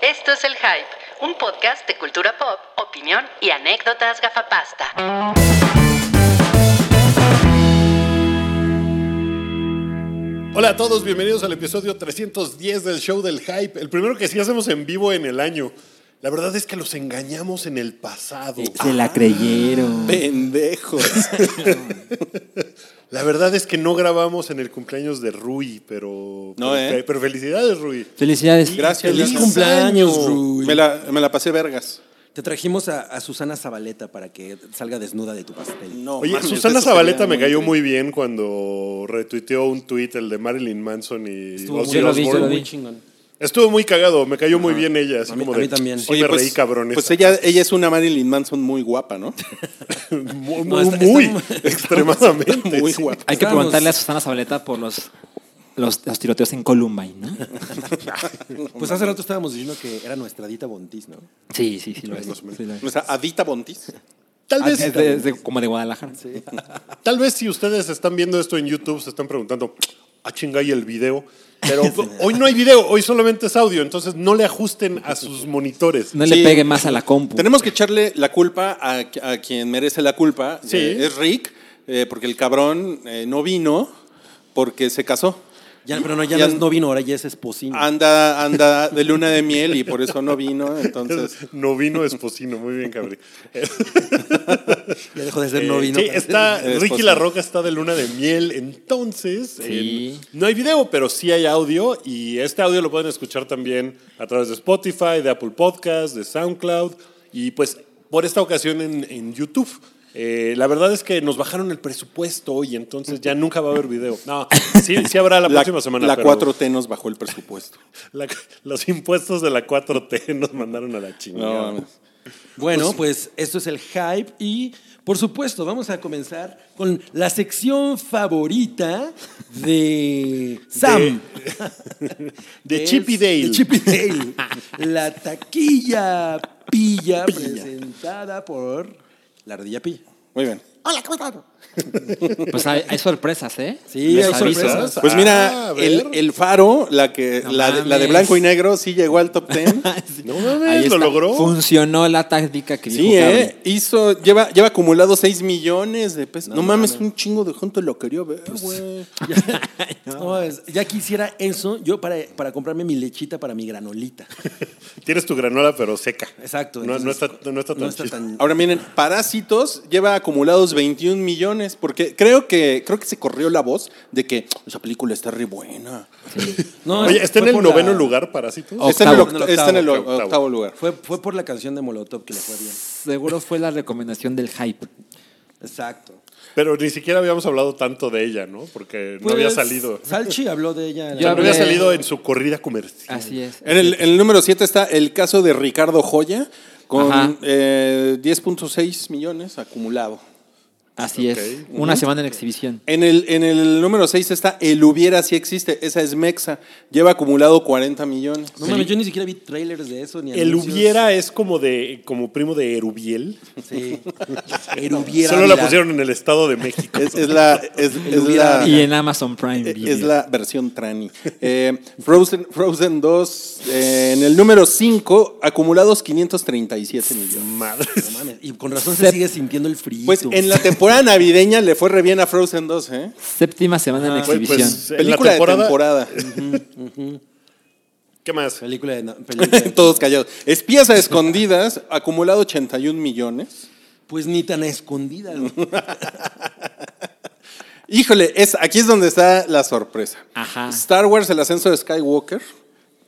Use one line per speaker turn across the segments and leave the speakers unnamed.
Esto es El Hype, un podcast de cultura pop, opinión y anécdotas gafapasta.
Hola a todos, bienvenidos al episodio 310 del show del hype, el primero que sí hacemos en vivo en el año. La verdad es que los engañamos en el pasado.
Se la
Ah.
creyeron.
Pendejos.
La verdad es que no grabamos en el cumpleaños de Rui, pero
No,
pero,
¿eh?
pero felicidades Rui.
Felicidades.
Gracias.
Feliz
gracias.
cumpleaños,
Año.
Rui.
Me la, me la pasé vergas.
Te trajimos a, a Susana Zabaleta para que salga desnuda de tu pastel.
No,
Oye,
mames,
Susana
eso
Zabaleta
sería
me
muy
cayó
increíble.
muy bien cuando retuiteó un tuit, el de Marilyn Manson y
Estuvo
Ozzy
muy- yo lo vi, yo lo
Osbourne.
vi. chingón.
Estuvo muy cagado, me cayó muy bien ella, así
A mí-
como
a
de,
mí también.
Sí,
Oye,
me reí cabrones.
Pues ella, ella es una Marilyn Manson muy guapa, ¿no?
muy,
No, está-
muy,
está-
extremadamente.
muy
sí.
guapa.
Hay que
Estábamos-
preguntarle a Susana Zabaleta por los, los, los tiroteos en Columbine, ¿no?
Pues hace rato estábamos diciendo que era nuestra Dita Bontis, ¿no?
Sí, sí, sí lo es. sí lo es.
O sea, Adita Bontis.
Tal
Ah,
vez,
es de- es de- como de Guadalajara.
Tal vez si ustedes están viendo esto en YouTube se están preguntando, ah, chingay el video. Pero hoy no hay video, hoy solamente es audio, entonces no le ajusten a sus monitores.
No
Sí.
le pegue más a la compu.
Tenemos que echarle la culpa a, a quien merece la culpa.
Sí.
Eh, es Rick, eh, porque el cabrón eh, no vino porque se casó.
Ya, pero no, ya, Ah,
Ya-
no, es- no vino, ahora ya es esposino.
Anda, anda de luna de miel y por eso no vino. Entonces,
No vino Esposino, muy bien, cabrón.
ya dejó de ser novino.
Eh, sí, está,
Esposino.
Ricky La Roca está de luna de miel, entonces
Sí.
en- no hay video, pero sí hay audio y este audio lo pueden escuchar también a través de Spotify, de Apple Podcast, de SoundCloud y pues por esta ocasión en, en YouTube. Eh, la verdad es que nos bajaron el presupuesto y entonces ya nunca va a haber video. No, sí, sí habrá la, próxima semana.
la
pero
4T nos bajó el presupuesto.
la- los impuestos de la 4T nos mandaron a la
No,
chingada.
mames.
Bueno, pues esto es el hype y por supuesto vamos a comenzar con la sección favorita de Sam.
de
Es-
Chippy Dale.
De Chip y Dale. la taquilla pilla, presentada por la ardilla pilla.
Muy bien.
Pues hay, hay sorpresas, ¿eh?
Sí,
Les
hay
aviso.
sorpresas.
Pues
Ah,
mira,
a ver.
el, el faro, la, que,
No
la, de, la de
mames.
blanco y negro, sí llegó al top 10.
No mames,
Ahí
lo
está.
logró.
Funcionó la táctica que
Sí,
dijo Cabri.
¿eh? Hizo, lleva, lleva acumulado 6 millones de pesos. No, mames, un chingo de junto lo quería ver, güey.
No, es- ya quisiera eso yo para, para comprarme mi lechita para mi granolita.
Tienes tu granola, pero seca.
Exacto.
No, no
entonces,
está, no está tan
no está
chida.
tan-
Ahora miren, Parásitos lleva acumulados 21 millones, porque creo que, creo que se corrió la voz de que esa película está re buena.
No,
Oye, ¿está en
fue
el
por la-
noveno lugar Parásitos?
Oh.
Está en el,
Octavo.
octa- está en el o-
Octavo.
octavo lugar.
Fue, fue por la canción de Molotov que le fue bien.
Seguro fue la recomendación del hype.
Exacto.
Pero ni siquiera habíamos hablado tanto de ella, ¿no? Porque no
Pues,
había salido.
Salchi habló de ella. en
Yo
la-
No había
hablé-
salido en su corrida comercial.
Así es.
En el, en el número 7 está el caso de Ricardo Joya,
Ajá.
con eh, 10.6 millones acumulado.
Así es. Una semana en exhibición.
En el, en el número 6 está El Hubiera si existe, esa es Mexa, lleva acumulado 40 millones.
No mames, yo ni siquiera vi trailers de eso. Ni
El
anuncios.
hubiera es como de como primo de Erubiel.
Sí. El hubiera.
Solo la
mira.
pusieron en el Estado de México.
Es, es la, es, es
Hubiera
la, eh,
Y en Amazon Prime Video.
es la versión trani. Eh, Frozen, Frozen 2, eh, en el número 5, acumulados 537 millones.
Madre.
No mames, Y con razón se sigue sintiendo el frío.
Pues en la temporada navideña le fue re bien a Frozen 2, ¿eh?
Séptima semana en
Pues,
exhibición.
pues, en la
Película
temporada,
de temporada.
¿Qué más?
Película de. na- película de-
Todos callados. Espías a escondidas, acumulado 81 millones.
Pues ni tan escondida. güey.
Híjole, es, aquí es donde está la sorpresa.
Ajá.
Star Wars, el ascenso de Skywalker.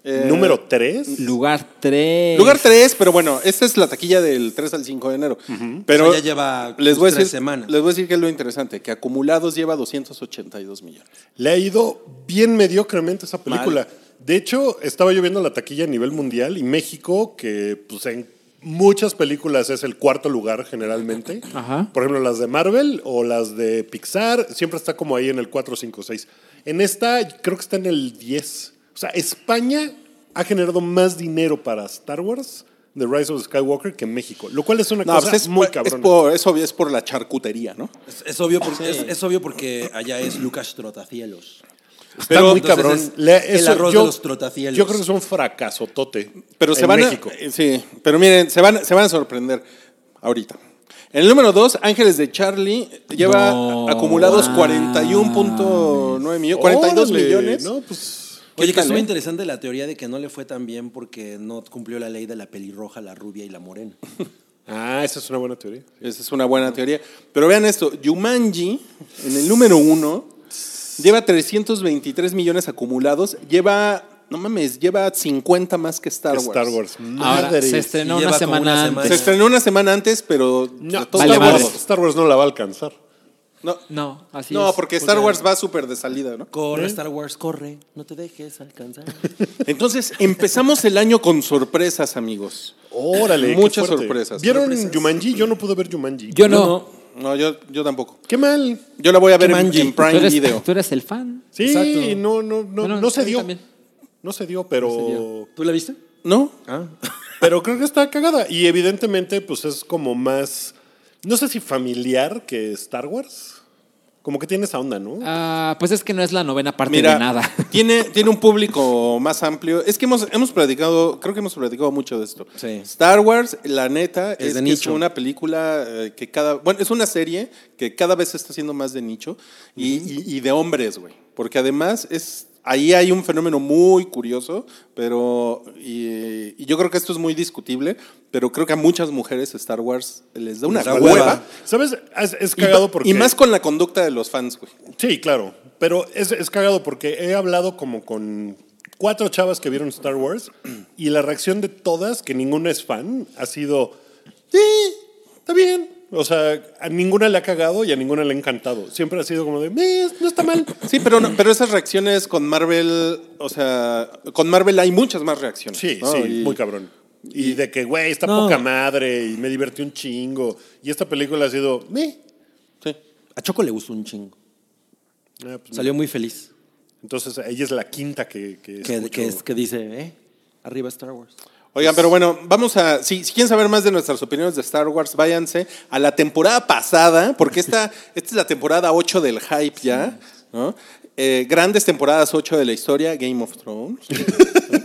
Eh,
Número 3.
Lugar 3.
Lugar 3, pero bueno, esta es la taquilla del 3 al 5 de enero. Pero
O sea, ya lleva
les voy a
tres
decir,
semanas.
Les voy a decir que es lo interesante, que acumulados lleva 282 millones.
Le ha ido bien mediocremente esa película. De hecho, estaba yo viendo la taquilla a nivel mundial y México, que pues en muchas películas es el cuarto lugar generalmente.
Ajá.
Por ejemplo, las de Marvel o las de Pixar, siempre está como ahí en el 4, 5, 6. En esta creo que está en el 10. O sea, España ha generado más dinero para Star Wars, The Rise of Skywalker, que México, lo cual es una cosa
pues es
muy
es
cabrona.
por- es obvio, es por la charcutería, ¿no?
Es, es obvio porque, es, es obvio porque allá es Lucas Trotacielos.
Pero
muy
cabrón.
entonces es le-
el
eso-
arroz
yo,
de los trotafieles.
Yo creo que es un fracasotote.
Pero se
en
van
México.
a. eh, Sí, pero miren, se van, se van a sorprender ahorita. En el número 2, Ángeles de Charlie lleva
No,
acumulados
mames.
41.9 millones. 42
Órale,
millones.
No, pues.
Oye, que
tal,
estuvo
eh?
interesante la teoría de que no le fue tan bien porque no cumplió la ley de la pelirroja, la rubia y la morena.
Ah, esa es una buena teoría.
Esa es una buena teoría. Pero vean esto, Yumanji, en el número uno, lleva 323 millones acumulados, lleva, no mames, lleva 50 más que Star Wars.
Star Wars.
Ahora,
Madres.
se estrenó
Y
una
lleva como
semana
una
antes.
Se estrenó una semana antes, pero...
No,
de
Star,
todos
Vale,
modos-
Wars,
madre.
Star Wars no la va a alcanzar.
No,
No, así
no,
es.
porque Star Wars va súper de salida, ¿no?
Corre, Star Wars, corre, no te dejes alcanzar.
Entonces, empezamos el año con sorpresas, amigos.
Órale. qué
Muchas
fuerte.
sorpresas.
¿Vieron
Sorpresas.
Jumanji? Yo no pude ver Jumanji.
Yo no.
No, yo, yo tampoco.
Qué mal.
Yo la voy a ver en,
Jumanji.
en
Tú,
Prime
eres,
Video.
tú eres el fan.
Sí,
Exacto.
no, no, no,
Bueno,
no se
a mí
dio.
también.
No se dio, pero.
¿Tú la viste?
¿No?
Pero creo que está cagada. Y evidentemente, pues es como más. No sé si familiar que Star Wars. Como que tiene esa onda, ¿no?
Ah, pues es que no es la novena parte de nada.
Tiene, tiene un público más amplio. Es que hemos, hemos platicado, creo que hemos platicado mucho de esto.
Sí.
Star Wars, la neta, es,
de
que
nicho.
es una película eh, que cada. Bueno, es una serie que cada vez se está haciendo más de nicho y, y- y de hombres, güey. Porque además es. Ahí hay un fenómeno muy curioso, pero. Y, y yo creo que esto es muy discutible, pero creo que a muchas mujeres Star Wars les da una
Les da
hueva.
hueva.
¿Sabes? Es, es
Y-
cagado porque.
y más con la conducta de los fans, güey.
Sí, claro. Pero es, es cagado porque he hablado como con cuatro chavas que vieron Star Wars y la reacción de todas, que ninguna es fan, ha sido, sí, está bien. O sea, a ninguna le ha cagado y a ninguna le ha encantado. Siempre ha sido como de, "Eh, no está mal.
Sí, pero, no- pero esas reacciones con Marvel, o sea, con Marvel hay muchas más reacciones.
Sí,
¿no?
sí,
Y-
muy cabrón. Y, de que, güey, está poca madre y me divertí un chingo. Y esta película ha sido, "Meh".
sí.
A Choco le gustó un chingo.
Ah, pues,
Salió muy feliz.
Entonces, ella es la quinta que... que
Que,
escucho.
que es- que dice, eh, arriba Star Wars.
Oigan, pero bueno, vamos a. Si, si quieren saber más de nuestras opiniones de Star Wars, váyanse a la temporada pasada, porque esta, esta es la temporada 8 del hype ya, ¿no? Eh, grandes temporadas 8 de la historia, Game of Thrones, ¿no?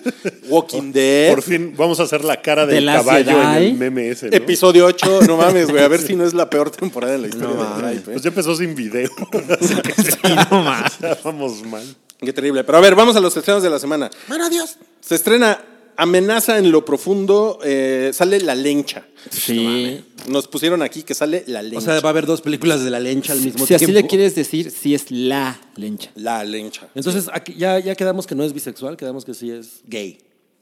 Walking Dead,
Por fin vamos a hacer la cara
De
del
la
caballo en
Jedi.
el meme ese, ¿no?
episodio 8, no mames, güey, a ver si no es la peor temporada de la historia del hype. ¿eh?
Pues ya empezó sin video. Ya Vamos mal.
Qué terrible. Pero a ver, vamos a los estrenos de la semana. ¡Mano Dios! Se estrena Amenaza en lo profundo, eh, sale La Lencha.
Sí.
Nos pusieron aquí que sale La Lencha.
O sea, va a haber dos películas de la lencha al mismo
Si
tiempo.
así le quieres decir, sí es la lencha.
La Lencha.
Entonces, aquí- ya, ya quedamos que no es bisexual, quedamos que sí es gay.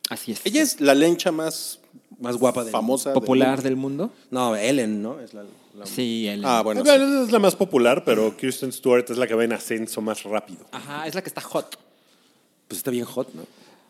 Así es.
Ella es la lencha más
Más guapa de
famosa. del
popular del mundo.
No, Ellen, ¿no? Es la, la-
Sí, él.
mundo. Ah, bueno. sí.
Bueno, es la más popular, pero Kirsten Stewart es la que va en ascenso más rápido.
Ajá, es la que está hot.
Pues está bien hot, ¿no?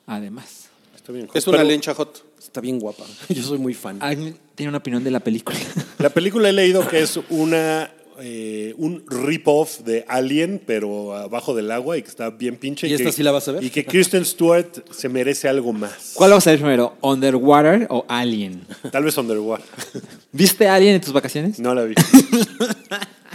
Además.
Está bien,
Es una
pero
lencha hot.
Está bien guapa. Yo soy muy fan.
¿Alguien tiene una opinión de la película?
La película he leído que es una eh, un rip-off de Alien, pero abajo del agua y que está bien pinche.
¿Y esta
que-
sí la vas a ver?
Y que Kirsten Stewart se merece algo más.
¿Cuál vamos a ver primero? ¿Underwater o Alien?
Tal vez Underwater.
¿Viste Alien en tus vacaciones?
No la vi.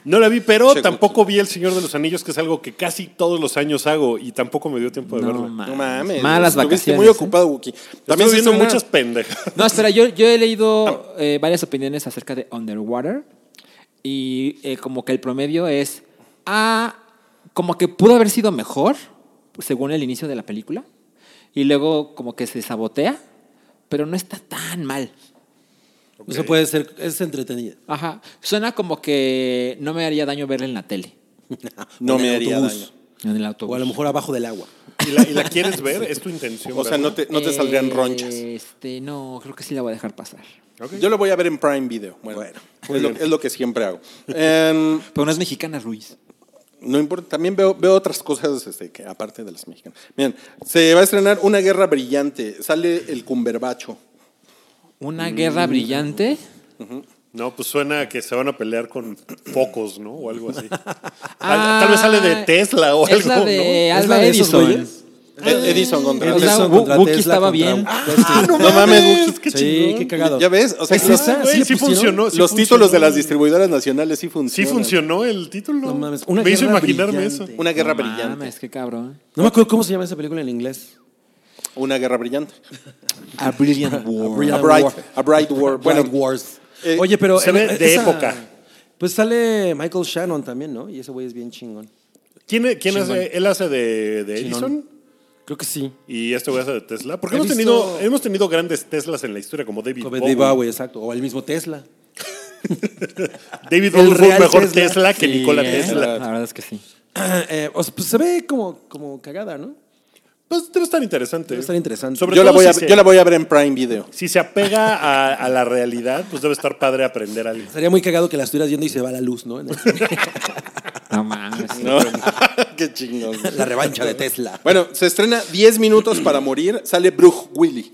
No la vi, pero
Checo.
tampoco vi El Señor de los Anillos, que es algo que casi todos los años hago y tampoco me dio tiempo de
No,
verla.
Ah,
ma-
No mames.
Malas
Estuviste
vacaciones,
muy
¿eh?
ocupado, Wookie.
También
se
viendo
estrena-
muchas pendejas.
No, espera, yo, yo he leído eh, varias opiniones acerca de Underwater y eh, como que el promedio es, ah, como que pudo haber sido mejor según el inicio de la película y luego como que se sabotea, pero no está tan mal.
No se puede ser, es entretenida.
Ajá, suena como que no me haría daño verla en la tele,
No
En el
me haría
autobús.
daño.
en el
O
autobús.
a lo mejor abajo del agua.
¿Y la, y la quieres ver? ¿Es tu intención?
O sea, no
verla?
te, no te saldrían
Eh,
ronchas.
Este, no, creo que sí la voy a dejar pasar.
Yo lo voy a ver en Prime Video. Bueno, es, lo, es lo que siempre hago. Em,
Pero no es mexicana, Ruiz.
No importa, también veo, veo otras cosas este, que, aparte de las mexicanas. Miren, se va a estrenar Una Guerra Brillante, sale el Cumberbacho.
Una guerra brillante.
No, pues suena a que se van a pelear con focos, ¿no? O algo así. Tal, tal vez sale de Tesla o
Es
algo,
la de
¿no? ¿Es
Alba
Eh,
la de esos
Edison.
güeyes?
Ah.
Ed- E- Edison contra
O sea,
Tesla.
Edison
Wu-
contra
Wookie
Tesla
estaba
contra
bien.
un-
Ah.
no
No mames,
mames,
Wookie,
qué
sí,
chingón.
qué cagado.
Ya ves, o sea,
¿Es esa?
Güey,
¿Sí le
sí
pusieron?
funcionó. sí
los
funcionó.
títulos de las distribuidoras nacionales sí
Sí
funcionan.
funcionó el título.
No mames, una
Me hizo
guerra
imaginarme
brillante.
eso.
Una guerra
No
brillante.
Mames, qué cabrón.
No me acuerdo cómo se llama esa película en inglés.
Una guerra brillante.
A Brilliant
A
Brilliant
bright,
War.
a bright war. Bueno,
Bright Wars.
eh,
Oye, pero.
se ve de época.
Pues sale Michael Shannon también, ¿no? Y ese güey es bien chingón.
¿Quién, quién
Chingón.
hace? Él hace de, de
Chingón.
Edison
Creo que sí.
y este güey hace de Tesla. Porque
He
hemos,
visto-
tenido, hemos tenido grandes Teslas en la historia, como David
Como
Bowie.
Dave Bowie, exacto. O el mismo Tesla.
David
El
Bowie fue
real
mejor Tesla,
Tesla.
que
Sí,
Nikola
¿eh?
Tesla.
La verdad es que sí.
Eh, o sea, pues se ve como, como cagada, ¿no?
Pues debe estar interesante.
Debe estar interesante.
Sobre
yo, la
todo
voy
si
a,
se-
yo la voy a ver en Prime Video.
Si se apega a, a la realidad, pues debe estar padre aprender algo.
Sería muy cagado que la estuvieras viendo y se va la luz, ¿no? En el-
No mames.
Qué chingón. güey.
La revancha de Tesla.
Bueno, se estrena 10 minutos para morir. Sale Bruj Willy.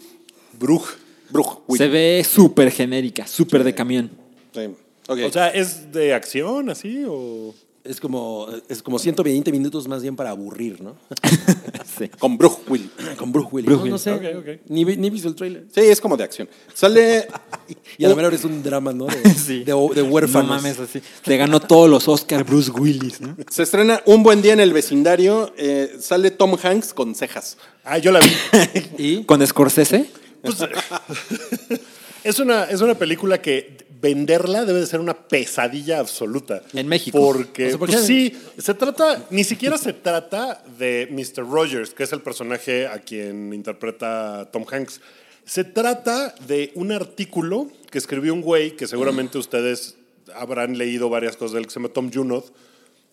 Bruj. Bruj
Se
Willy.
ve súper genérica, súper de camión.
Sí. Ok.
O sea, ¿es de acción así o...?
Es como, es como 120 minutos más bien para aburrir, ¿no?
Sí.
con Bruj Willy.
Con Bruce Willis.
Bruce
No, no sé.
Willis. Ok, ok.
Ni, vi- ni he visto el trailer.
Sí, es como de acción. Sale.
Y a lo mejor es un drama, ¿no? De, de, de
No
huérfanos.
mames, así. Se ganó todos los Oscar Bruce Willis, ¿no?
Se estrena Un buen día en el vecindario. eh, sale Tom Hanks con cejas.
Ah, yo la vi.
Y
Con Scorsese.
Pues, es, una, es una película que venderla debe de ser una pesadilla absoluta.
En México.
Porque,
O sea, ¿por
pues,
qué?
sí, se trata, ni siquiera se trata de Mr. Rogers, que es el personaje a quien interpreta Tom Hanks. Se trata de un artículo que escribió un güey que seguramente ustedes habrán leído varias cosas del que se llama Tom Junod,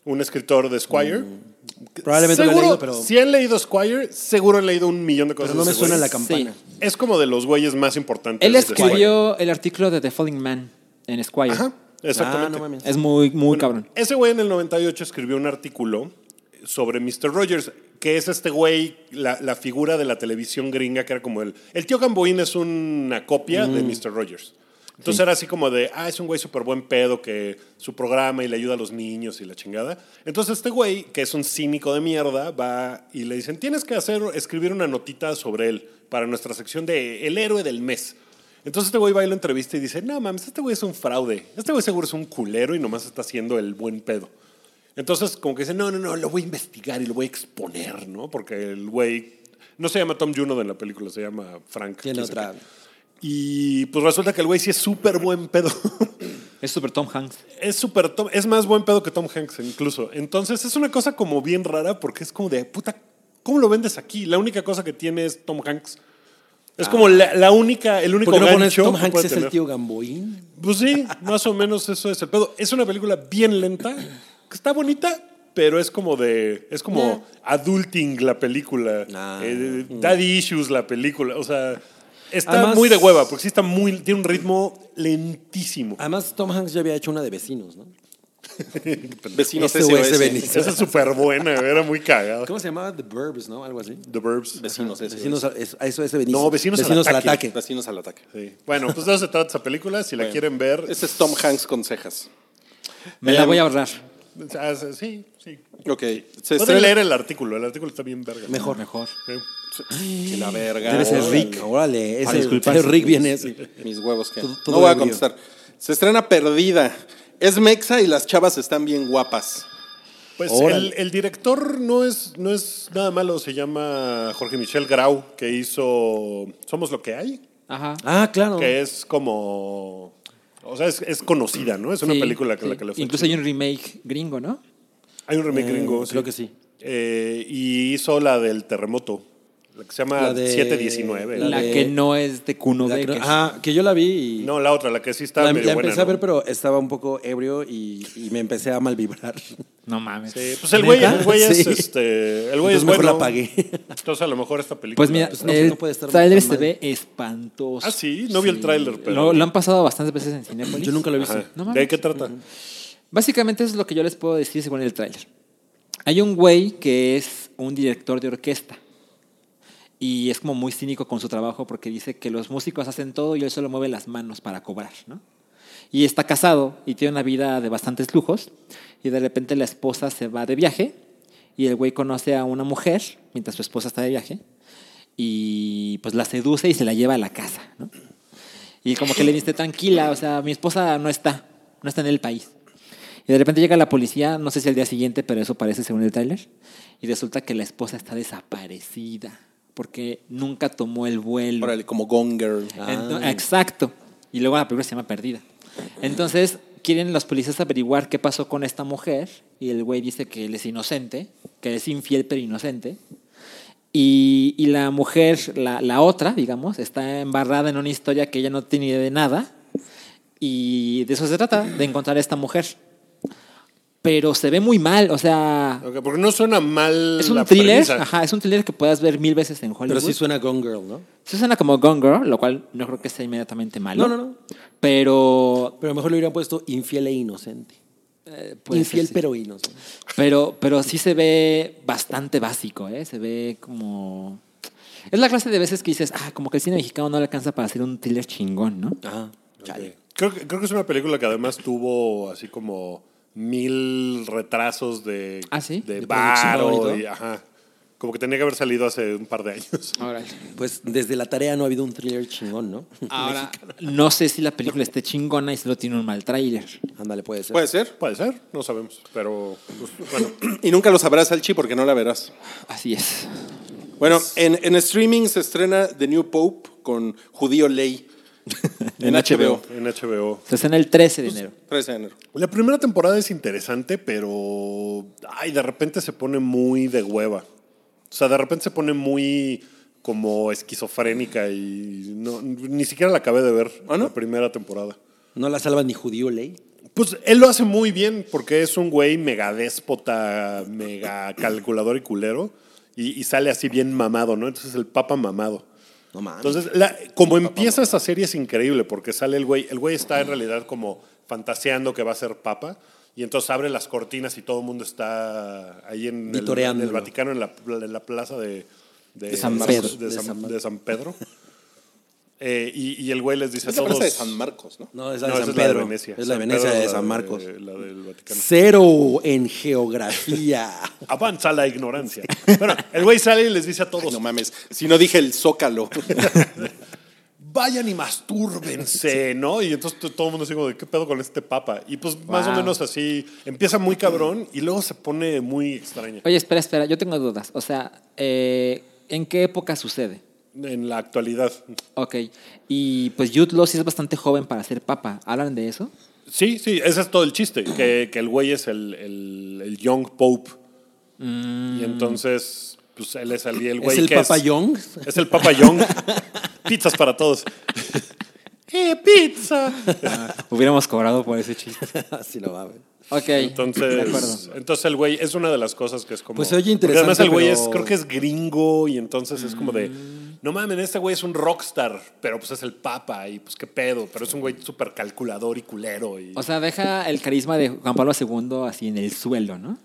un escritor de Squire.
Mm. probablemente lo he
Seguro,
leído, pero,
Si han leído Squire, seguro han leído un millón de
pero
cosas.
no
de
me
ese
suena
güey.
la campana.
Sí.
Es como de los güeyes más importantes.
Él
de este
escribió el artículo de The Falling Man en
Squire.
Squire.
Ajá,
Ah,
exactamente.
no mames.
Es muy, muy cabrón.
Ese güey en el 98 escribió un artículo sobre Mr. Rogers, que es este güey, la, la figura de la televisión gringa que era como el... El tío Gamboín es una copia
Mm.
de Mr. Rogers. Entonces era así como de, ah, es un güey súper buen pedo que su programa y le ayuda a los niños y la chingada. Entonces este güey, que es un cínico de mierda, va y le dicen, tienes que hacer, escribir una notita sobre él para nuestra sección de El héroe del mes. Entonces este güey va y lo entrevista y dice, no mames, este güey es un fraude. Este güey seguro es un culero y nomás está haciendo el buen pedo. Entonces como que dice, no, no, no, lo voy a investigar y lo voy a exponer, ¿no? Porque el güey, no se llama Tom Juno en la película, se llama Frank.
Tiene
quién sabe
otra.
qué. Y pues resulta que el güey sí es súper buen pedo.
Es súper Tom Hanks.
es súper Tom- es más buen pedo que Tom Hanks incluso. Entonces es una cosa como bien rara porque es como de puta, ¿cómo lo vendes aquí? La única cosa que tiene es Tom Hanks. Es como la, la única, el único
Ah. ¿Por qué no pones
gancho
Tom
que puede
Hanks es el
tener.
tío Gamboín?
Pues sí, más o menos eso es el pedo. Es una película bien lenta, que está bonita, pero es como de. Es como adulting la película.
Ah.
eh, daddy issues la película. O sea, está
Además-
muy de hueva, porque sí está muy. Tiene un ritmo lentísimo.
Además, Tom Hanks ya había hecho una de vecinos, ¿no?
Vecinos
SOS
SOS.
Venice.
Esa es súper buena, era muy cagada.
¿Cómo se llamaba? The Burbs, ¿no? Algo así.
The Burbs.
Vecinos SOS.
Vecinos a, es- a eso es Venice.
No, Vecinos al ataque.
Vecinos al ataque.
Sí. Bueno, pues de eso se trata esa película. Si la quieren ver.
Ese es Tom Hanks con cejas.
Me la voy a ahorrar.
ah, sí, sí.
Ok. Se
Pueden
estrena.
leer el artículo. El artículo está bien verga.
Mejor. Mejor.
Sí.
Y la verga.
Debe ser
Órale.
Rick. Órale,
Para
ese,
disculparse.
ese Rick viene ese.
Mis huevos que.
Todo- todo
No voy a
ebrio.
contestar. Se estrena Perdida. Es Mexa y las chavas están bien guapas.
Pues
Órale.
el, el director no es, no es nada malo, se llama Jorge Michel Grau, que hizo Somos lo que hay,
Ajá.
Ah, claro.
que es como... O sea, es, es conocida, ¿no? Es una
Sí,
película que
sí.
la que le fue
Incluso hay un remake gringo, ¿no?
chido. Hay un remake
Eh,
gringo.
creo que sí.
Eh, y hizo la del terremoto, la que se llama
La de-
719.
La
La,
de-
que no es de Kuno
La
Becker.
cro- ah, que yo la vi y
No, la otra, la que sí está
la, em-
medio
la
buena.
empecé a ver,
¿no?
pero estaba un poco ebrio y, y me empecé a malvibrar.
No mames.
Sí, pues el güey,
¿Neta?
el güey es
Sí.
este. El güey es
Entonces mejor
bueno.
la apagué.
Entonces a lo mejor esta película.
Pues mira,
no,
el
no puede estar
tráiler
tan
se
mal.
ve espantoso.
Ah, sí, no vi el tráiler, pero.
Lo, lo han pasado bastantes veces en Cinepolis.
Yo nunca lo he visto.
Ajá.
No mames.
¿De qué trata?
Básicamente eso es lo que yo les puedo decir según el tráiler. Hay un güey que es un director de orquesta y es como muy cínico con su trabajo porque dice que los músicos hacen todo y él solo mueve las manos para cobrar, ¿no? Y está casado y tiene una vida de bastantes lujos y de repente la esposa se va de viaje y el güey conoce a una mujer mientras su esposa está de viaje y pues la seduce y se la lleva a la casa, ¿no? Y como que le dice, tranquila, o sea, mi esposa no está, no está en el país. Y de repente llega la policía, no sé si al día siguiente, pero eso parece según el tráiler, y resulta que la esposa está desaparecida porque nunca tomó el vuelo.
Órale, como Gone Girl.
Ah.
Ento- exacto. Y luego la película se llama Perdida. Entonces, quieren los policías averiguar qué pasó con esta mujer. Y el güey dice que él es inocente, que es infiel pero inocente. Y, y la mujer, la, la otra, digamos, está embarrada en una historia que ella no tiene idea de nada. Y de eso se trata, de encontrar a esta mujer. Pero se ve muy mal, o sea,
Ok, porque no suena mal.
es un
la
thriller,
premisa.
ajá, es un thriller que puedas ver mil veces en Hollywood.
Pero sí suena Gone Girl, ¿no?
Sí suena como Gone Girl, lo cual no creo que sea inmediatamente malo.
No, no, no.
Pero, eh,
Pero mejor le hubieran puesto infiel e inocente.
puede
infiel
ser, sí.
pero inocente.
pero pero sí se ve bastante básico, ¿eh? Se ve como... Es la clase de veces que dices, ah, como que el cine mexicano no le alcanza para hacer un thriller chingón, ¿no?
Ah,
Ok. Creo, que- creo que es una película que además tuvo así como mil retrasos de,
¿Ah, sí?
de,
De
varo
producción y
y ajá. Como que tenía que haber salido hace un par de años.
Pues desde la tarea no ha habido un thriller chingón, ¿no?
Ahora, no sé si la película esté chingona y solo tiene un mal tráiler.
Ándale, puede ser.
Puede ser.
Puede ser, no sabemos. Pero pues, bueno,
Y nunca lo sabrás, Salchi, porque no la verás.
Así es.
Bueno, en, en streaming se estrena The New Pope con Judío Ley. en HBO.
en HBO.
Se escena el 13 de
Pues-
enero.
13 de enero.
La primera temporada es interesante, pero. Ay, de repente se pone muy de hueva. O sea, de repente se pone muy como esquizofrénica y no, ni siquiera la acabé de ver
¿Ah, no?
la primera temporada.
No la salva ni judío ley.
Pues él lo hace muy bien porque es un güey mega déspota, mega calculador y culero. Y, y sale así bien mamado, ¿no? Entonces el papa mamado.
No mames.
Entonces, la- como empieza esa serie es increíble porque sale el güey. El güey está en realidad como fantaseando que va a ser papa. Y entonces abre las cortinas y todo el mundo está ahí en el, en
Vitoreándolo.
el Vaticano, en la, en la plaza de, de-
De San
Marcos-
Pedro.
de
De
San-
San Mar-
de San Pedro. Eh, y, y el güey les dice a
Esa
todos.
plaza de San Marcos, ¿no?
No, es la
No,
de
esa
San
la de
Pedro.
Venecia.
Es la de
San
Venecia
Pedro
de
la
San Marcos.
la del Vaticano.
Cero en geografía.
Avanza la ignorancia. Bueno, el güey sale y les dice a todos,
No mames. Si no dije el Zócalo.
vayan y mastúrbense, ¿no? Y entonces t- todo el mundo así como, de, ¿qué pedo con este papa? Y pues más o
Wow.
menos así, empieza muy cabrón y luego se pone muy extraño.
Oye, espera, espera, yo tengo dudas. O sea, eh, ¿en qué época sucede?
En la actualidad.
Ok. Y pues Jude Law sí es bastante joven para ser papa. ¿Hablan de eso?
Sí, sí, ese es todo el chiste, que, que el güey es el, el- el young pope. Y entonces, pues él es el, y el güey
Mm. ¿Es el
que
Papa Young?
Es el Papa Young. Pizzas para todos. ¡Eh, pizza!
Hubiéramos cobrado por ese chiste.
Así lo va a ver.
Ok. de acuerdo.
Entonces, entonces el güey es una de las cosas que es como.
Pues se oye
porque Además,
interesante,
el güey
pero- Mm.
es, creo que es gringo y entonces es como de. No mames, este güey es un rockstar, pero pues es el papa y pues qué pedo, pero es un güey súper calculador y culero. Y...
O sea, deja el carisma de Juan Pablo II así en el suelo, ¿no?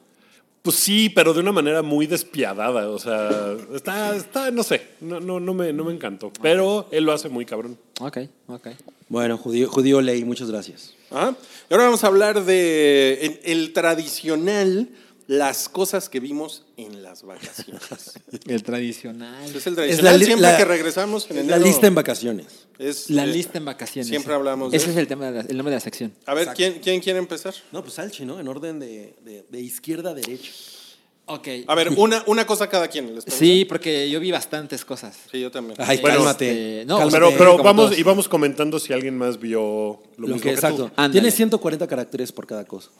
pues sí, pero de una manera muy despiadada. O sea, está, está no sé, no, no, no, me, no me encantó, pero él lo hace muy cabrón.
Ok, ok.
Bueno, judío, judío ley, muchas gracias.
Ah, Y ahora vamos a hablar de en- el tradicional, las cosas que vimos en las vacaciones.
El tradicional.
es el tradicional.
li-
siempre que regresamos en
la
enero,
lista en vacaciones.
es,
La
eh,
lista en vacaciones.
Siempre hablamos de
Ese es
eso.
el, tema de la- el nombre de la sección.
A ver, ¿quién, ¿quién quiere empezar?
No, pues Salchi, ¿no? En orden de, de- de izquierda a derecha.
Ok.
A ver, una, una cosa cada quien. ¿les parece?
Sí, porque yo vi bastantes cosas.
Sí, yo también.
Ay,
Bueno,
cálmate.
este, no,
cálmate,
Pero, pero
como
vamos,
todos.
y vamos comentando si alguien más vio lo,
Lo
mismo que
que,
tú.
exacto.
Ándale.
Tiene 140 caracteres por cada cosa.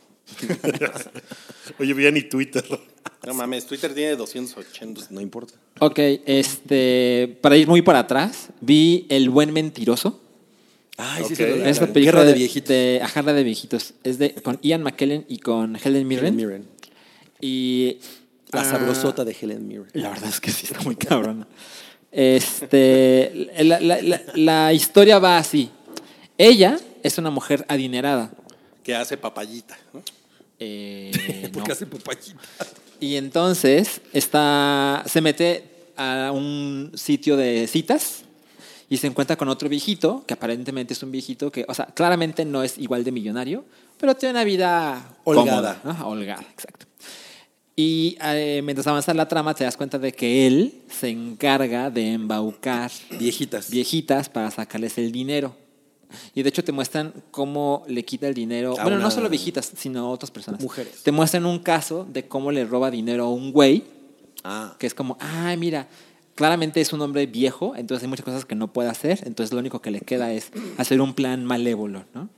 Oye, vi ni Twitter.
No mames, Twitter tiene 280.
Pues No importa.
Ok, este, para ir muy para atrás, vi El Buen Mentiroso.
Ay,
Ok.
sí, se lo
Es la película
Guerra de viejitos.
De, ajá, la de viejitos. Es de, con Ian McKellen y con Helen Mirren.
Helen Mirren.
Y
La
ah,
sabrosota de Helen Mirren.
La verdad es que sí está muy cabrón. Este, la, la- la- la historia va así. Ella es una mujer adinerada.
Que hace papayita. ¿no?
Eh,
¿Por
no.
qué hace papayita?
Y entonces está, se mete a un sitio de citas y se encuentra con otro viejito, que aparentemente es un viejito que, o sea, claramente no es igual de millonario, pero tiene una vida
Holgada.
cómoda, ¿no? Holgada, exacto. Y eh, mientras avanza la trama, te das cuenta de que él se encarga de embaucar
Viejitas.
viejitas para sacarles el dinero. Y de hecho te muestran cómo le quita el dinero.
A
bueno,
una-
no solo viejitas, sino a otras personas.
Mujeres.
Te muestran un caso de cómo le roba dinero a un güey,
Ah.
que es como, ay, mira, claramente es un hombre viejo, entonces hay muchas cosas que no puede hacer, entonces lo único que le queda es hacer un plan malévolo, ¿no?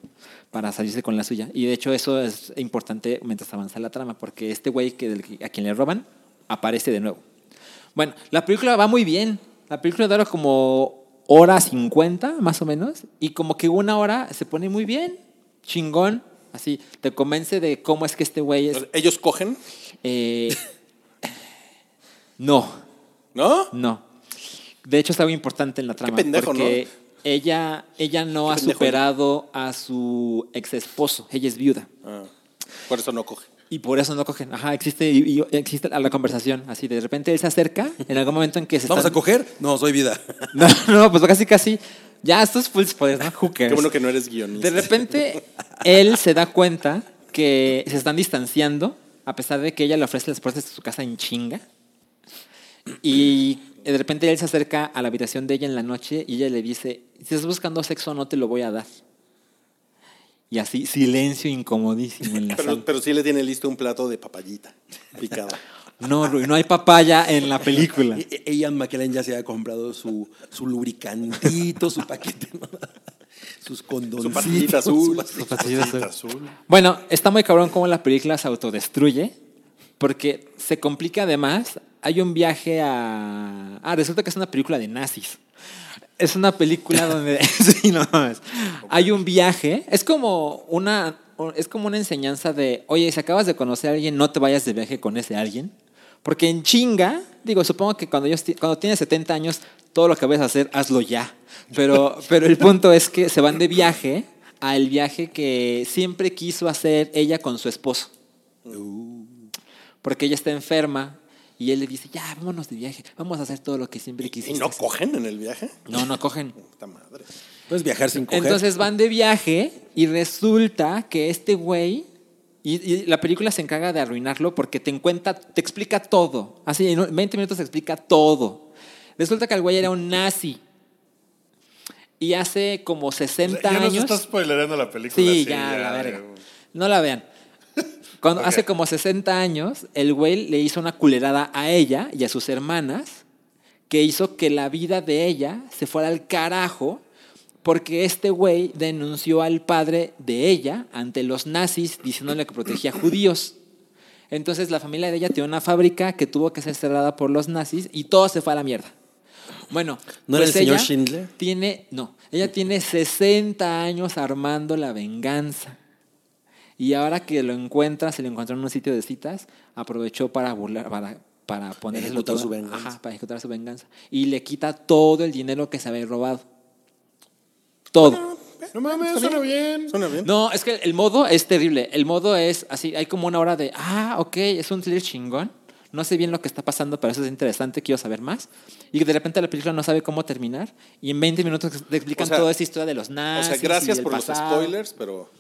Para salirse con la suya. Y de hecho eso es importante mientras avanza la trama, porque este güey que, del que- a quien le roban aparece de nuevo. Bueno, la película va muy bien. La película dura como hora 50, más o menos, y como que una hora se pone muy bien, chingón, así, te convence de cómo es que este güey es...
Ellos cogen,
eh, no.
¿no?
No. De hecho, es algo importante en la trama.
pendejo,
porque ella, ella no
Qué
ha
pendejo.
superado a su ex esposo. Ella es viuda.
Ah, por eso no cogen.
Y por eso no cogen. Ajá, existe, y- y- existe la conversación. Así, de repente él se acerca en algún momento en que se
¿Vamos a
están-
coger? No, soy vida.
No, no, pues casi, casi. Ya, esto es full spoilers, ¿no? Who cares?
Qué bueno que no eres guionista.
De repente, él se da cuenta que se están distanciando, a pesar de que ella le ofrece las puertas de su casa en chinga. Y de repente él se acerca a la habitación de ella en la noche y ella le dice, si estás buscando sexo no te lo voy a dar. Y así, silencio incomodísimo en la
pero,
sala.
pero sí le tiene listo un plato de papayita picada.
No, Rui, no hay papaya en la película.
E- e- Ian McKellen ya se ha comprado su, su lubricantito, su paquete, ¿no? sus
Su
condoncitos.
pastillita azul.
su pastillita.
Bueno, está muy cabrón cómo la película se autodestruye, porque se complica además. Hay un viaje a. Ah, resulta que es una película de nazis. Es una película donde. sí, no mames. Hay un viaje. Es como una. Es como una enseñanza de. Oye, si acabas de conocer a alguien, no te vayas de viaje con ese alguien. Porque en chinga, digo, supongo que cuando, ellos ti- cuando tienes 70 años, todo lo que vayas a hacer, hazlo ya. Pero, pero el punto es que se van de viaje al viaje que siempre quiso hacer ella con su esposo
Uh.
porque ella está enferma y él le dice, ya, vámonos de viaje, vamos a hacer todo lo que siempre
¿Y
quisiste.
no cogen en el viaje?
no, no cogen.
Puta madre.
Puedes viajar sin coger.
Entonces van de viaje y resulta que este güey, y, y la película se encarga de arruinarlo porque te encuentra, te explica todo. Así, en un- 20 minutos te explica todo. Resulta que el güey era un nazi. Y hace como 60
Ya nos
años...
estás spoilerando la película. eh,
Sí, ya, la verga. No la vean. Cuando,
Ok.
Hace como 60 años, el güey le hizo una culerada a ella y a sus hermanas que hizo que la vida de ella se fuera al carajo porque este güey denunció al padre de ella ante los nazis diciéndole que protegía judíos. Entonces la familia de ella tiene una fábrica que tuvo que ser cerrada por los nazis y todo se fue a la mierda. Bueno, pues
¿No era el señor
ella
Schindler?
Tiene, no, ella tiene 60 años armando la venganza. Y ahora que lo encuentra, se lo encontró en un sitio de citas, aprovechó para burlar, para, para ponerse
Ejecutar su venganza.
para ejecutar su venganza. Y le quita todo el dinero que se había robado. Todo.
No mames, suena bien.
Suena bien.
No, es que el modo es terrible. El modo es así, hay como una hora de, ah, ok, es un thriller chingón. No sé bien lo que está pasando, pero eso es interesante, quiero saber más. Y de repente la película no sabe cómo terminar. Y en 20 minutos te explican
O sea,
toda esa historia de los
o
nazis.
sea,
y
gracias
el
por
pasado.
los spoilers, pero.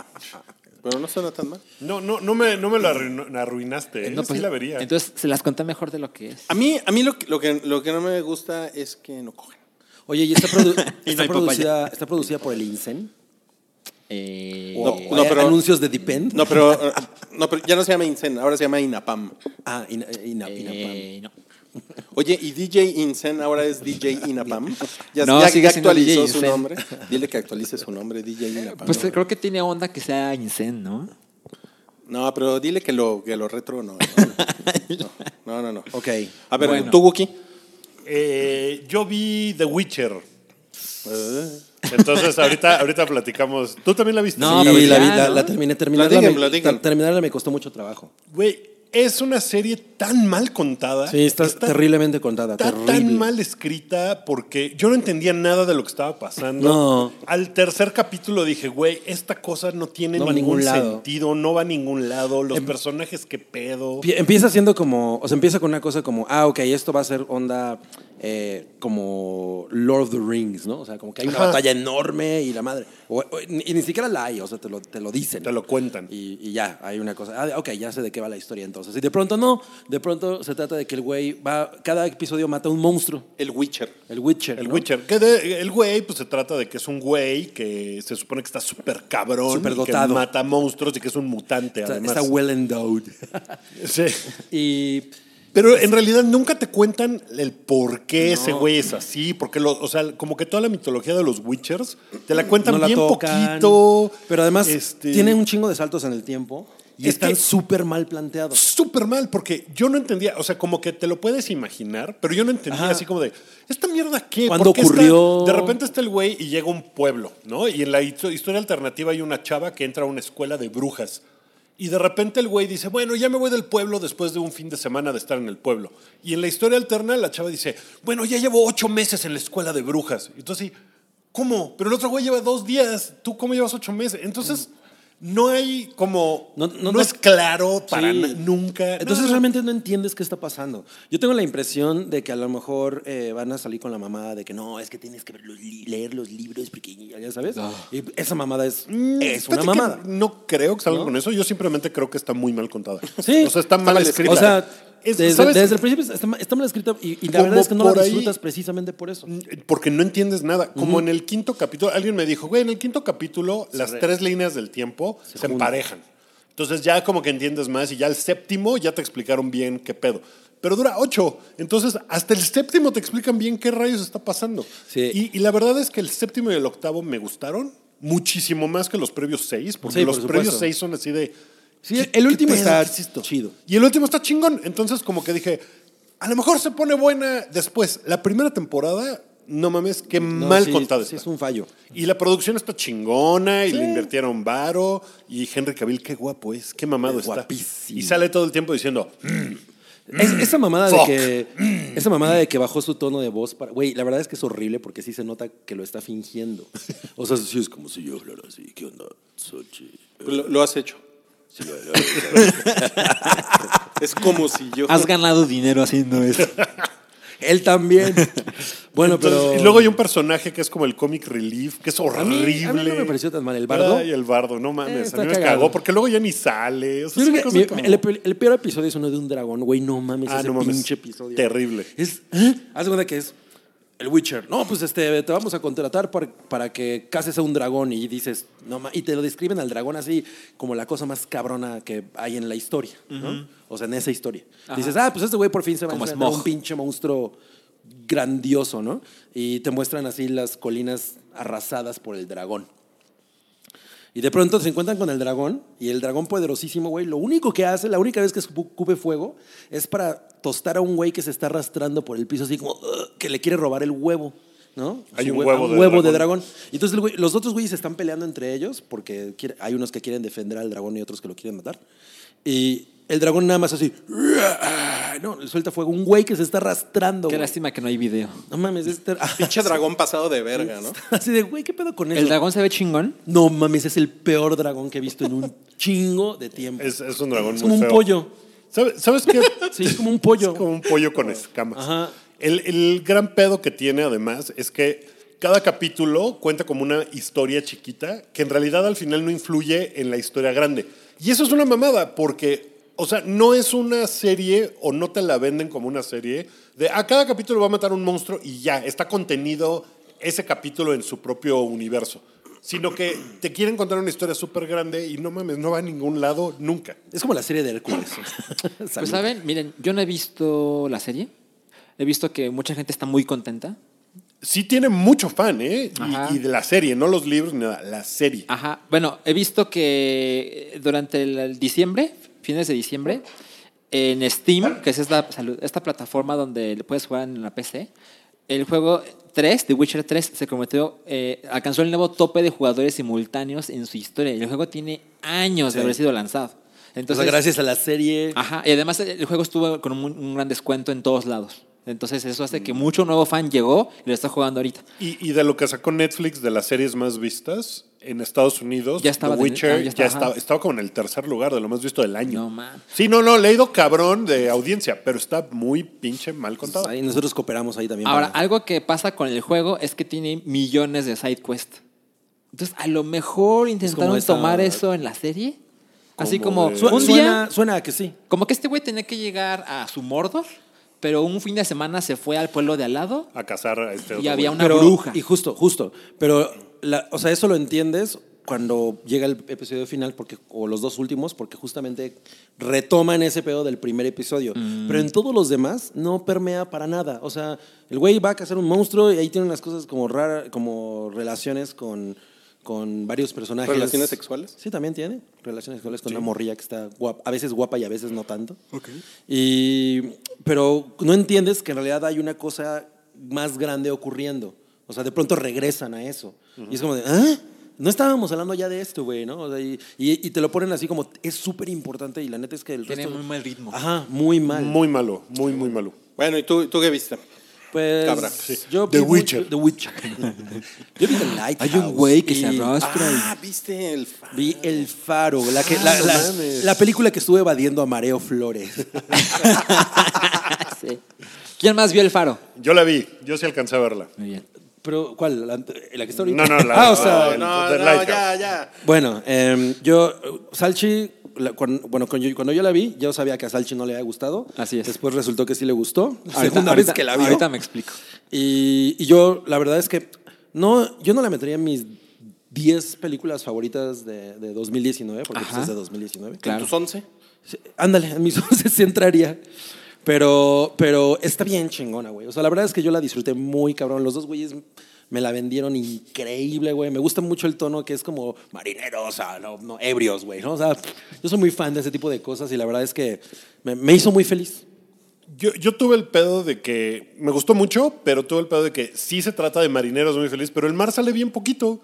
pero no suena tan mal.
No, no, no me, no me lo arruinó- arruinaste. ¿eh?
No, pues,
sí la vería.
Entonces se las conté mejor de lo que es.
A mí, a mí lo, que- lo, que, lo que no me gusta es que no cogen.
Oye, ¿y está, produ- está
hay
producida, está producida por el INSEN?
Eh,
¿O
No, no,
hay
pero-
anuncios de Depend?
No, pero, eh, no, pero ya no se llama Incen, ahora se llama Inapam.
Ah, Ina- Ina- Inapam.
eh, no.
Oye, y DJ Incen ahora es DJ Inapam. Ya,
No,
ya-
sigue
ya
siendo DJ
actualizó su
Incen.
nombre. Dile que actualice su nombre, DJ Inapam.
Pues creo que tiene onda que sea Incen, ¿no?
No, pero dile que lo, que lo retro no. No, no, no. no.
Ok.
A ver,
Bueno.
tú, Wookie.
Eh, yo vi The Witcher.
Ah.
Entonces, ahorita, ahorita platicamos. ¿Tú también la viste?
No,
sí,
pues
la,
ya,
vi- la-
¿no?
la terminé. Terminarla,
Platiquen,
me-
platiquen.
ter- terminarla me costó mucho trabajo.
Güey, es una serie tan mal contada.
Sí, está, terriblemente contada.
Está
terrible.
tan mal escrita porque yo no entendía nada de lo que estaba pasando.
No.
Al tercer capítulo dije, güey, esta cosa no tiene
No va a
ningún
ningún lado.
sentido, no va a ningún lado, los
Em-
personajes qué pedo.
Empie- Empieza siendo como, o sea, empieza con una cosa como, ah, ok, esto va a ser onda eh, como Lord of the Rings, ¿no? O sea, como que hay una
Ajá.
batalla enorme y la madre. o- o- y ni siquiera la hay, o sea, te lo, te lo dicen.
Te lo cuentan.
Y, y ya, hay una cosa. Ah, ok, ya sé de qué va la historia entonces. Y de pronto no, de pronto se trata de que el güey va, cada episodio mata a un monstruo,
El Witcher.
el Witcher.
El
¿no?
Witcher. Que de- el güey, pues se trata de que es un güey que se supone que está súper cabrón.
Superdotado.
Que mata monstruos y que es un mutante,
Está,
además.
está well endowed.
Sí.
y
Pero en realidad nunca te cuentan el por qué ese güey es así. Porque, lo, o sea, como que toda la mitología de los Witchers te la cuentan
no la
bien
tocan.
poquito.
Pero además
Este-
tienen un chingo de saltos en el tiempo y
Es
están
que-
súper mal planteados.
súper mal, porque yo no entendía, o sea, como que te lo puedes imaginar, pero yo no entendía
Ajá.
así como de, ¿esta mierda qué?
¿Cuándo
¿Por qué está-?"
ocurrió?
de repente está el güey y llega a un pueblo, ¿no? Y en la histo- historia alternativa hay una chava que entra a una escuela de brujas. Y de repente el güey dice, bueno, ya me voy del pueblo después de un fin de semana de estar en el pueblo. Y en la historia alterna la chava dice, bueno, ya llevo ocho meses en la escuela de brujas. Y tú así, ¿cómo? Pero el otro güey lleva dos días. ¿Tú cómo llevas ocho meses? Entonces, no hay como...
No-
No,
no- no-
es claro para
Sí.
na- nunca.
Entonces
No, no.
realmente no entiendes qué está pasando. Yo tengo la impresión de que a lo mejor eh, van a salir con la mamada de que no, es que tienes que ver los li- leer los libros porque ya ya sabes. Y esa mamada es,
Mm,
es
fíjate
una
que
mamada.
No creo que salgan
¿No?
con eso. Yo simplemente creo que está muy mal contada.
Sí.
O sea, está mal escrita.
O sea,
Es-
desde,
¿sabes?
desde el principio está, ma- está mal escrita y, y la
Como
verdad es que no
por
la
ahí- Mm,
disfrutas precisamente por eso.
Porque no entiendes nada. Como en el quinto capítulo, alguien me dijo, güey, en el quinto capítulo las tres líneas del tiempo se,
juntan.
emparejan. Entonces ya como que entiendes más y ya el séptimo ya te explicaron bien qué pedo. Pero dura ocho. Entonces hasta el séptimo te explican bien qué rayos está pasando.
Sí.
Y, y la verdad es que el séptimo y el octavo me gustaron muchísimo más que los previos seis, porque
Sí, por
los previos
supuesto.
seis son así de...
Sí,
¿qué-
el
qué
último
pedo?
está
¿Qué es esto?
chido.
Y el último está chingón. Entonces, como que dije, a lo mejor se pone buena después. La primera temporada, no mames, qué
No,
mal
sí,
contada
sí,
está.
es un fallo.
Y la producción está chingona y le invirtieron varo. Y Henry Cavill, qué guapo es, qué mamado está.
Guapísimo.
Y sale todo el tiempo diciendo,
Es- esa mamada de
fuck.
que esa mamada de que bajó su tono de voz para güey la verdad es que es horrible porque sí se nota que lo está fingiendo o sea sí es como si yo hablara así qué onda Sochi
Lo, lo has hecho.
Sí, lo- lo-
Es como si
Pues,
yo.
Has ganado dinero haciendo eso.
él también bueno
Entonces,
pero
pues, Y luego hay un personaje que es como el comic relief, que es horrible.
a mí no me pareció tan mal. ¿El bardo?
Ay, el bardo, no mames.
Eh, está
a mí me
cagado.
cagó, porque luego ya ni sale. O sea, es
Yo creo
una
que
cosa
mi-
como-
el, pe- el peor episodio es uno de un dragón, güey. No mames,
Ah,
ese
no mames,
pinche episodio.
terrible.
Es, ¿eh? Haz de cuenta que es el Witcher. No, pues este, te vamos a contratar para, para que cases a un dragón y dices, no ma- y te lo describen al dragón así como la cosa más cabrona que hay en la historia, ¿no? O sea, en esa historia. Dices, ah, pues este güey por fin se va a
Como
enfrentar a un
Smog.
pinche monstruo grandioso, ¿no? Y te muestran así las colinas arrasadas por el dragón. Y de pronto se encuentran con el dragón, y el dragón poderosísimo, güey, lo único que hace, la única vez que escupe fuego, es para tostar a un güey que se está arrastrando por el piso, así como "Ugh", que le quiere robar el huevo, ¿no?
Hay
Su
un
hue-
huevo
un
de
huevo de
dragón.
dragón. Y entonces el güey- los otros güeyes se están peleando entre ellos, porque quiere- hay unos que quieren defender al dragón y otros que lo quieren matar. Y el dragón nada más así, "Uah", no, le suelta fuego, un güey que se está arrastrando.
Qué
güey.
lástima que no hay video.
No mames, este
Pinche dragón pasado de verga, ¿no?
Así de, güey, ¿qué pedo con eso?
El dragón se ve chingón.
No mames, es el peor dragón que he visto en un chingo de tiempo.
Es, es un dragón
Es
muy
como un
feo.
pollo.
¿Sabe- ¿Sabes qué?
Sí, es como un pollo.
Es como un pollo con escamas.
Ajá.
El, el gran pedo que tiene, además, es que cada capítulo cuenta como una historia chiquita que en realidad al final no influye en la historia grande. Y eso es una mamada, porque, o sea, no es una serie o no te la venden como una serie de a cada capítulo va a matar un monstruo y ya, está contenido ese capítulo en su propio universo. Sino que te quieren contar una historia súper grande y no mames, no va a ningún lado nunca.
Es como la serie de Hércules.
Pues
Salud.
saben, miren, yo no he visto la serie. He visto que mucha gente está muy contenta.
Sí tiene mucho fan, ¿eh? Y-
Ajá. Ah.
Y, de la serie, no los libros, ni nada, la serie.
Ajá. Bueno, he visto que durante el, el diciembre, fines de diciembre, en Steam, que es esta, salud- esta plataforma donde le puedes jugar en la PC, el juego 3, The Witcher 3, se convirtió, eh, alcanzó el nuevo tope de jugadores simultáneos en su historia. Y el juego tiene años de haber sido lanzado.
O sea,
Entonces,
gracias a la serie.
Ajá, y además el juego estuvo con un, un gran descuento en todos lados. Entonces eso hace que mucho nuevo fan llegó y lo está jugando ahorita.
Y, y de lo que sacó Netflix de las series más vistas en Estados Unidos,
Ya estaba
The
de-
Witcher
ah, ya
ya,
estaba,
estaba,
ajá.
estaba como en el tercer lugar de lo más visto del año.
No, man.
Sí, no, no, le ha ido cabrón de audiencia, pero está muy pinche mal contado.
pues Ahí nosotros cooperamos ahí también.
Ahora,
para-
algo que pasa con el juego es que tiene millones de side quest. Entonces, a lo mejor intentaron
esa-
tomar eso en la serie. Así
Como
como
de-
Su-
un día,
suena, suena a que sí.
como que este güey tenía que llegar a su Mordor, pero un fin de semana se fue al pueblo de al lado
A cazar a este
y
otro
había
güey.
una bruja.
Y justo, justo. Pero, la- o sea, eso lo entiendes cuando llega el episodio final, porque, o los dos últimos, porque justamente retoman ese pedo del primer episodio.
Mm.
Pero en todos los demás no permea para nada. O sea, el güey va a cazar un monstruo y ahí tiene unas cosas como raras, como relaciones con, con varios personajes.
¿Relaciones sexuales?
Sí, también tiene relaciones sexuales con una morrilla que está guapa, a veces guapa y a veces no tanto. Y, pero no entiendes que en realidad hay una cosa más grande ocurriendo. O sea, de pronto regresan a eso. Y es como de, ¿ah? No estábamos hablando ya de esto, güey, ¿no? O sea, y, y- y te lo ponen así como, es súper importante y la neta es que el
Tiene
resto- Ah.
muy mal ritmo.
Ajá, muy mal.
Muy malo, muy, muy malo.
Bueno, ¿y tú, tú qué viste?
pues,
cabra.
yo
The
vi mucho-
Witcher.
The Witcher. yo vi The Lighthouse.
Hay un güey que se
y-
arrastra y-
Ah, viste el... fa-
Vi El Faro, la, que, la, la- la película que estuve evadiendo a Mareo Flores.
Sí. ¿Quién más vio el faro?
Yo la vi, yo sí alcancé a verla.
Muy bien.
Pero, ¿cuál? ¿La, la que está ahorita?
No, no, la-
Ah, o
la-
sea,
No,
The
no,
Lighthouse.
ya, ya.
Bueno, em, yo, eh, Salchi, la- cuan- bueno, cuando yo, cuando yo la vi, yo sabía que a Salchi no le había gustado.
Así es.
Después resultó que sí le gustó.
Ahorita-
Segunda
ahorita-
vez que la vio.
Ahorita me explico.
Y, y yo, la verdad es que no, yo no la metería en mis 10 películas favoritas de, de 2019, porque pues
Ajá.
es de 2019.
Claro.
¿Tus 11?
Sí, Ándale, en mis 11 sí entraría. Pero, pero está bien chingona, güey. O sea, la verdad es que yo la disfruté muy cabrón. Los dos güeyes me la vendieron increíble, güey. Me gusta mucho el tono que es como marineros, o sea, no, no, ebrios, güey. ¿no? O sea, yo soy muy fan de ese tipo de cosas y la verdad es que me, me hizo muy feliz.
Yo, yo tuve el pedo de que me gustó mucho, pero tuve el pedo de que sí se trata de marineros muy feliz, pero el mar sale bien poquito.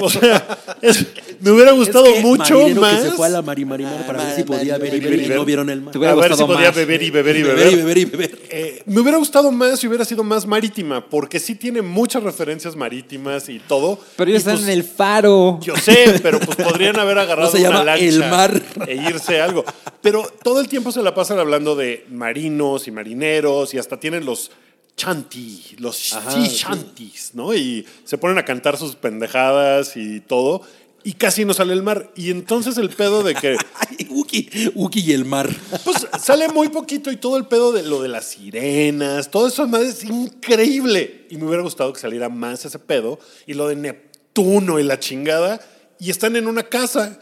O sea, es- me hubiera gustado
Es que
mucho
marinero
más.
que se fue a la marimarinera para ver si podía ver y ver y no vieron el mar.
Te hubiera
A ver si
gustado
podía
más.
beber y beber y beber.
Beber y beber y beber.
Eh, me hubiera gustado más si hubiera sido más marítima, porque sí tiene muchas referencias marítimas y todo.
Pero ellos
Y, pues,
están en el faro.
Yo sé, pero pues podrían haber agarrado
No se
una
llama
lancha
el mar.
e irse a algo. Pero todo el tiempo se la pasan hablando de marinos y marineros y hasta tienen los chanty, los sea shanties, ¿no? Y se ponen a cantar sus pendejadas y todo. Y casi no sale el mar. Y entonces el pedo de que
Ay, Uki, Uki y el mar.
pues sale muy poquito y todo el pedo de lo de las sirenas, todo eso madre es increíble. Y me hubiera gustado que saliera más ese pedo y lo de Neptuno y la chingada. Y están en una casa.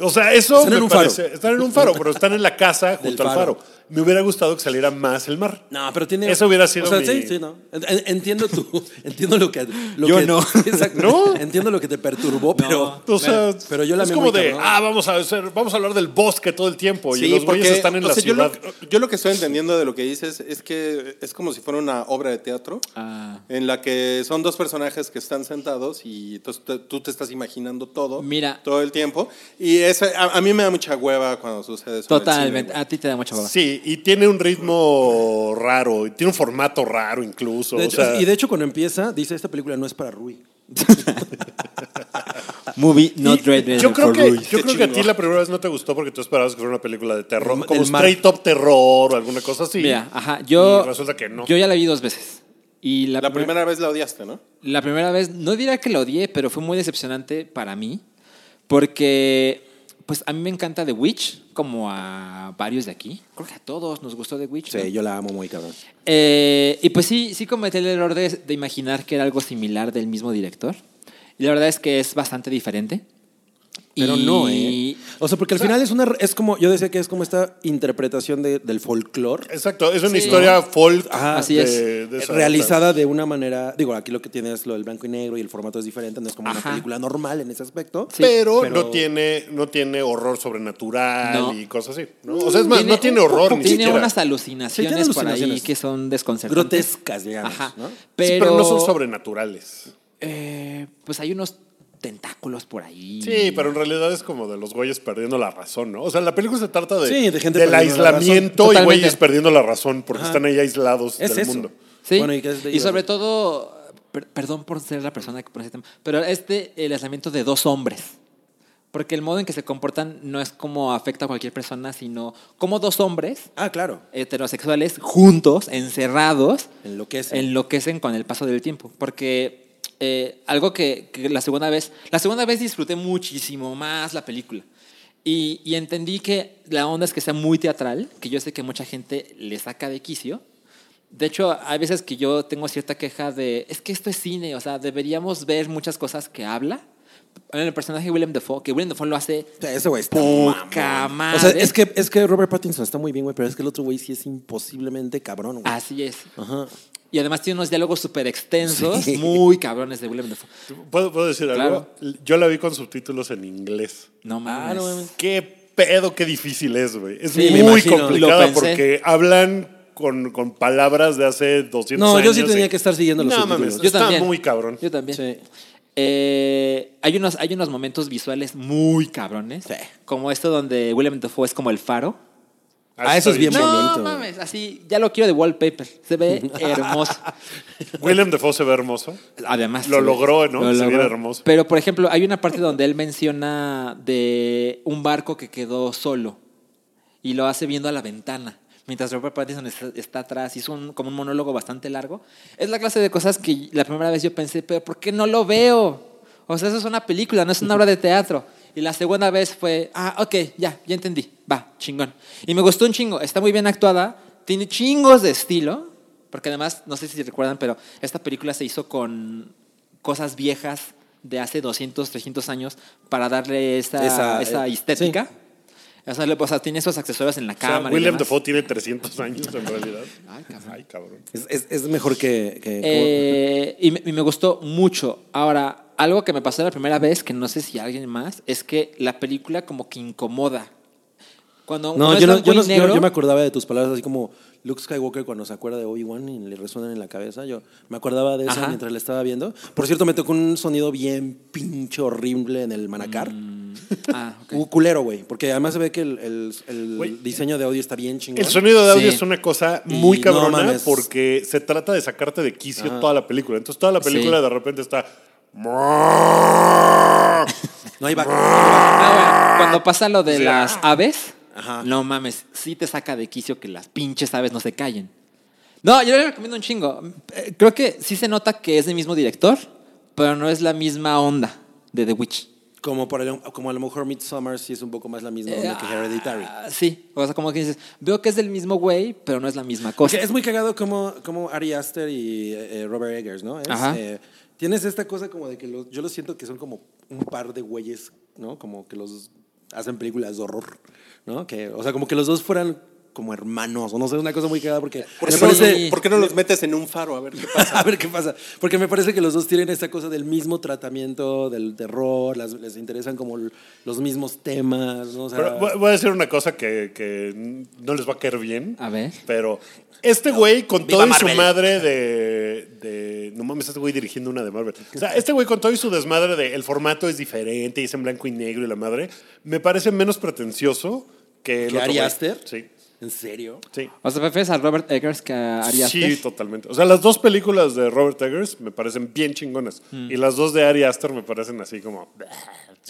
O sea, eso
Están en
me
un faro.
parece- Están en un faro, pero están en la casa
Del
junto al
faro.
faro. Me hubiera gustado que saliera más el mar.
No, pero tiene.
Eso hubiera sido
O sea,
mi-
sí, sí, no. En- en- Entiendo tú. Entiendo lo que. lo
Yo
que-
no.
Exacto.
No.
Entiendo lo que te perturbó, pero.
O sea,
pero yo la
es
amé
como
muy
de,
cabrón.
ah, vamos a, hacer- vamos a hablar del bosque todo el tiempo y los güeyes
porque,
están en
o
la
sea, yo
ciudad.
lo- yo lo que estoy entendiendo de lo que dices es que es como si fuera una obra de teatro.
Ah.
En la que son dos personajes que están sentados y entonces te- tú te estás imaginando todo.
Mira.
Todo el tiempo. Y esa- a, a mí me da mucha hueva cuando sucede eso. en el
Totalmente.
cine,
A ti te da
Ah,
mucha baba.
Sí, y tiene un ritmo raro, y tiene un formato raro incluso.
De
o
hecho-
sea-
y de hecho, cuando empieza, dice: Esta película no es para Rui.
Movie not
Y
rated
yo creo
for
que,
Ruiz.
yo creo que a ti
chingón.
la primera vez no te gustó porque tú esperabas que fuera una película de terror,
Del
como
mar.
Straight Up Terror o alguna cosa así.
Mira, ajá, yo.
Y resulta que no.
Yo ya la vi dos veces. Y la,
güey. La
primer-
primera vez la odiaste, ¿no?
la primera vez, no diría que la odié, pero fue muy decepcionante para mí. Porque, pues a mí me encanta The Witch, como a varios de aquí. Creo que a todos nos gustó The Witch. ¿no?
Sí, yo la amo muy cabrón.
Eh, y pues sí, sí cometí el error de, de imaginar que era algo similar del mismo director. Y la verdad es que es bastante diferente.
Pero
Y-
no, ¿eh? O sea, porque al final es una. Es como. Yo decía que es como esta interpretación de- del folclore.
Exacto, es una
Sí.
historia folk.
Ajá,
así
de-
es.
de esa-
realizada de una manera, digo, aquí lo que tiene es lo del blanco y negro y el formato es diferente, no es como una
Ajá.
película normal en ese aspecto.
Sí.
Pero,
pero-
no tiene no tiene horror sobrenatural
No.
y cosas así. ¿no? O sea, es más, no tiene horror ni
Tiene
siquiera.
unas
Sí,
alucinaciones,
tiene
por ahí
alucinaciones.
que son desconcertantes.
Grotescas, digamos.
Ajá.
¿no?
Sí,
Pero,
pero no son sobrenaturales.
eh, pues hay unos tentáculos por ahí.
Sí, pero en realidad es como de los güeyes perdiendo la razón, ¿no? O sea, la película se trata de,
Sí, de gente
del
perdiendo la razón.
aislamiento y
Totalmente.
güeyes perdiendo la razón porque
Ajá.
están ahí aislados
Es
del
eso.
mundo.
Sí.
Bueno, ¿y qué es de
y
ellos?
sobre todo, per- perdón por ser la persona que pone ese tema, pero este, el aislamiento de dos hombres. Porque el modo en que se comportan no es como afecta a cualquier persona, sino como dos hombres
Ah, claro.
heterosexuales juntos, encerrados,
Enloquecen.
enloquecen con el paso del tiempo. Porque eh, algo que, que la segunda vez, la segunda vez disfruté muchísimo más la película. Y, y entendí que la onda es que sea muy teatral, que yo sé que mucha gente le saca de quicio. De hecho, hay veces que yo tengo cierta queja de, es que esto es cine, o sea, deberíamos ver muchas cosas que habla. El personaje de William Dafoe, que William Dafoe lo hace
Ese güey está
poca
O sea,
madre.
es que, es que Robert Pattinson está muy bien, güey, pero es que el otro güey sí es imposiblemente cabrón, güey.
Así es.
Ajá.
Y además tiene unos diálogos súper extensos,
Sí.
muy cabrones de William Dafoe.
¿Puedo, puedo decir
Claro.
algo? Yo la vi con subtítulos en inglés.
No mames.
Ah, no mames.
Qué pedo, qué difícil es, güey. Es
Sí,
me
muy
imagino.
Lo
complicada
pensé.
porque hablan con, con palabras de hace 200 años.
No, yo sí tenía
y-
que estar siguiendo los
No,
subtítulos.
mames,
Yo
está
también.
muy cabrón.
Yo también.
Sí.
Eh, hay, unos, hay unos momentos visuales muy cabrones.
Sí.
Como esto donde William Dafoe es como el faro.
Ah, eso es bien
No,
no
bonito, güey.
mames, así ya lo quiero de wallpaper. Se ve hermoso.
William Defoe se ve hermoso.
Además.
Lo
se ve-
logró, ¿no?
lo
Se ve
logró.
hermoso.
Pero, por ejemplo, hay una parte donde él menciona de un barco que quedó solo y lo hace viendo a la ventana. Mientras Robert Pattinson está, está atrás, hizo un- como un monólogo bastante largo. Es la clase de cosas que la primera vez yo pensé, pero ¿por qué no lo veo? O sea, eso es una película, no es una obra de teatro. Y la segunda vez fue, ah, ok, ya, ya entendí, va, chingón. Y me gustó un chingo, está muy bien actuada, tiene chingos de estilo, porque además, no sé si recuerdan, pero esta película se hizo con cosas viejas de hace 200, 300 años para darle esa,
Esa,
esa,
eh,
estética. O sea, le- o sea, tiene esos accesorios en la
O sea,
cámara. y
William
demás.
Defoe tiene 300 años en realidad.
Ay, cabrón.
Ay, cabrón.
Es, es- es mejor que. que-
Eh, y, me, y me gustó mucho. Ahora, algo que me pasó la primera vez, que no sé si alguien más, es que la película como que incomoda. Cuando
como- no,
cuando
yo,
es
no,
blanco
yo,
y
no- yo-
negro-
yo me acordaba de tus palabras, así como Luke Skywalker cuando se acuerda de Obi-Wan y le resuenan en la cabeza. Yo me acordaba de eso
Ajá.
mientras la estaba viendo. Por cierto, me tocó un sonido bien pinche horrible en el manacar.
Ah, ok.
Un culero, güey. Porque además se ve que el, el- el
Güey.
diseño de audio está bien chingón.
El sonido de audio
Sí.
es una cosa muy
no
cabrona
mames.
porque se trata de sacarte de quicio toda la película. Entonces toda la película
Sí.
de repente está...
No hay vaca.
No, bueno, cuando pasa lo de las
Ah.
aves,
Ajá.
no mames, sí te saca de quicio que las pinches aves no se callen. No, yo le recomiendo un chingo. Eh, Creo que sí se nota que es el mismo director, pero no es la misma onda de The Witch.
Como, por el- como a lo mejor Midsommar sí es un poco más la misma onda que
Eh,
Hereditary.
ah, sí, o sea, como que dices, veo que es del mismo güey, pero no es la misma cosa.
Porque es muy cagado como, como Ari Aster y eh, eh, Robert Eggers, ¿no? Es,
Ajá.
eh, tienes esta cosa como de que los- yo lo siento que son como un par de güeyes, ¿no? Como que los hacen películas de horror, ¿no? Que, o sea, como que los dos fueran como hermanos, o no sé, una cosa muy cagada porque
¿Por
me
qué,
parece...
no, por qué no los metes en un faro? A ver qué pasa.
A ver qué pasa. Porque me parece que los dos tienen esta cosa del mismo tratamiento, del terror, las- les interesan como l- los mismos temas, ¿no? O sea,
Ah.
Pero voy- voy a decir una cosa que, que no les va a caer bien.
A ver.
Pero este güey con
Viva
todo y su
Marvel.
madre de, de- No mames, este güey dirigiendo una de Marvel. O sea, este güey con todo y su desmadre de el formato es diferente y es en blanco y negro y la madre, me parece menos pretencioso que el
¿Que
otro
Ari
güey.
Aster?
Sí,
¿En serio?
sí.
O sea, prefieres a Robert Eggers que a Ari
Sí,
Aster?
totalmente. O sea, las dos películas de Robert Eggers me parecen bien chingonas.
Mm.
Y las dos de Ari Aster me parecen así como.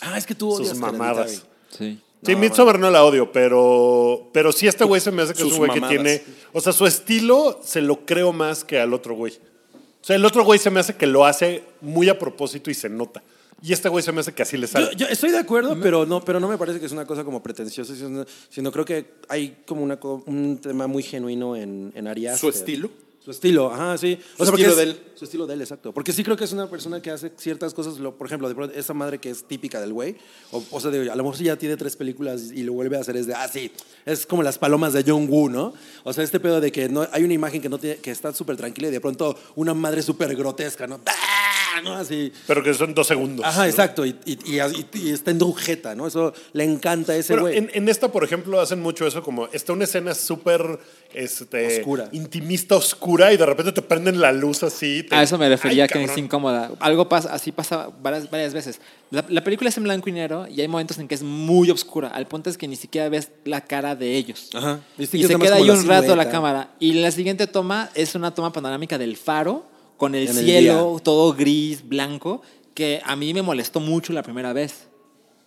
Ah, es que tú odias
Sus
Hereditary.
mamadas.
Sí.
Sí, Midsommar no la odio, pero, pero sí este güey se me hace que es
Sus
un güey que
mamadas.
tiene... O sea, su estilo se lo creo más que al otro güey. O sea, el otro güey se me hace que lo hace muy a propósito y se nota. Y este güey se me hace que así le sale.
Yo, yo estoy de acuerdo, pero no, pero no me parece que es una cosa como pretenciosa, sino, sino creo que hay como una, co- un tema muy genuino en, en Arias.
¿Su estilo?
Su estilo, ajá, sí.
Su
porque
estilo
es-
de él.
Su estilo de él, exacto. Porque sí creo que es una persona que hace ciertas cosas, lo- por ejemplo, de pronto, esa madre que es típica del güey, o, o sea, de- a lo mejor si ya tiene tres películas y lo vuelve a hacer es de, ah, sí, es como las palomas de John Woo, ¿no? O sea, este pedo de que no, hay una imagen que, no tiene, que está súper tranquila y de pronto una madre súper grotesca, ¿no? ¡ah! ¿no? Así.
Pero que son dos segundos.
Ajá,
Pues ¿no?
exacto. Y, y- y- y- y está en agujeta, ¿no? Eso le encanta a ese
Pero
güey.
en, en esta, por ejemplo, hacen mucho eso, como está una escena súper este,
Oscura.
intimista, oscura, y de repente te prenden la luz así. te-
A Ah, eso me refería
Ay,
que es
cabrón.
incómoda. Algo pasa, así pasa varias, varias veces. La, la película es en blanco y negro y hay momentos en que es muy oscura. Al punto es que ni siquiera ves la cara de ellos.
Ajá.
Y
Distingues
se
nada más
queda ahí
como la
un rato la
silueta.
cámara. Y la siguiente toma es una toma panorámica del faro con el
En el
cielo
día.
todo gris, blanco, que a mí me molestó mucho la primera vez.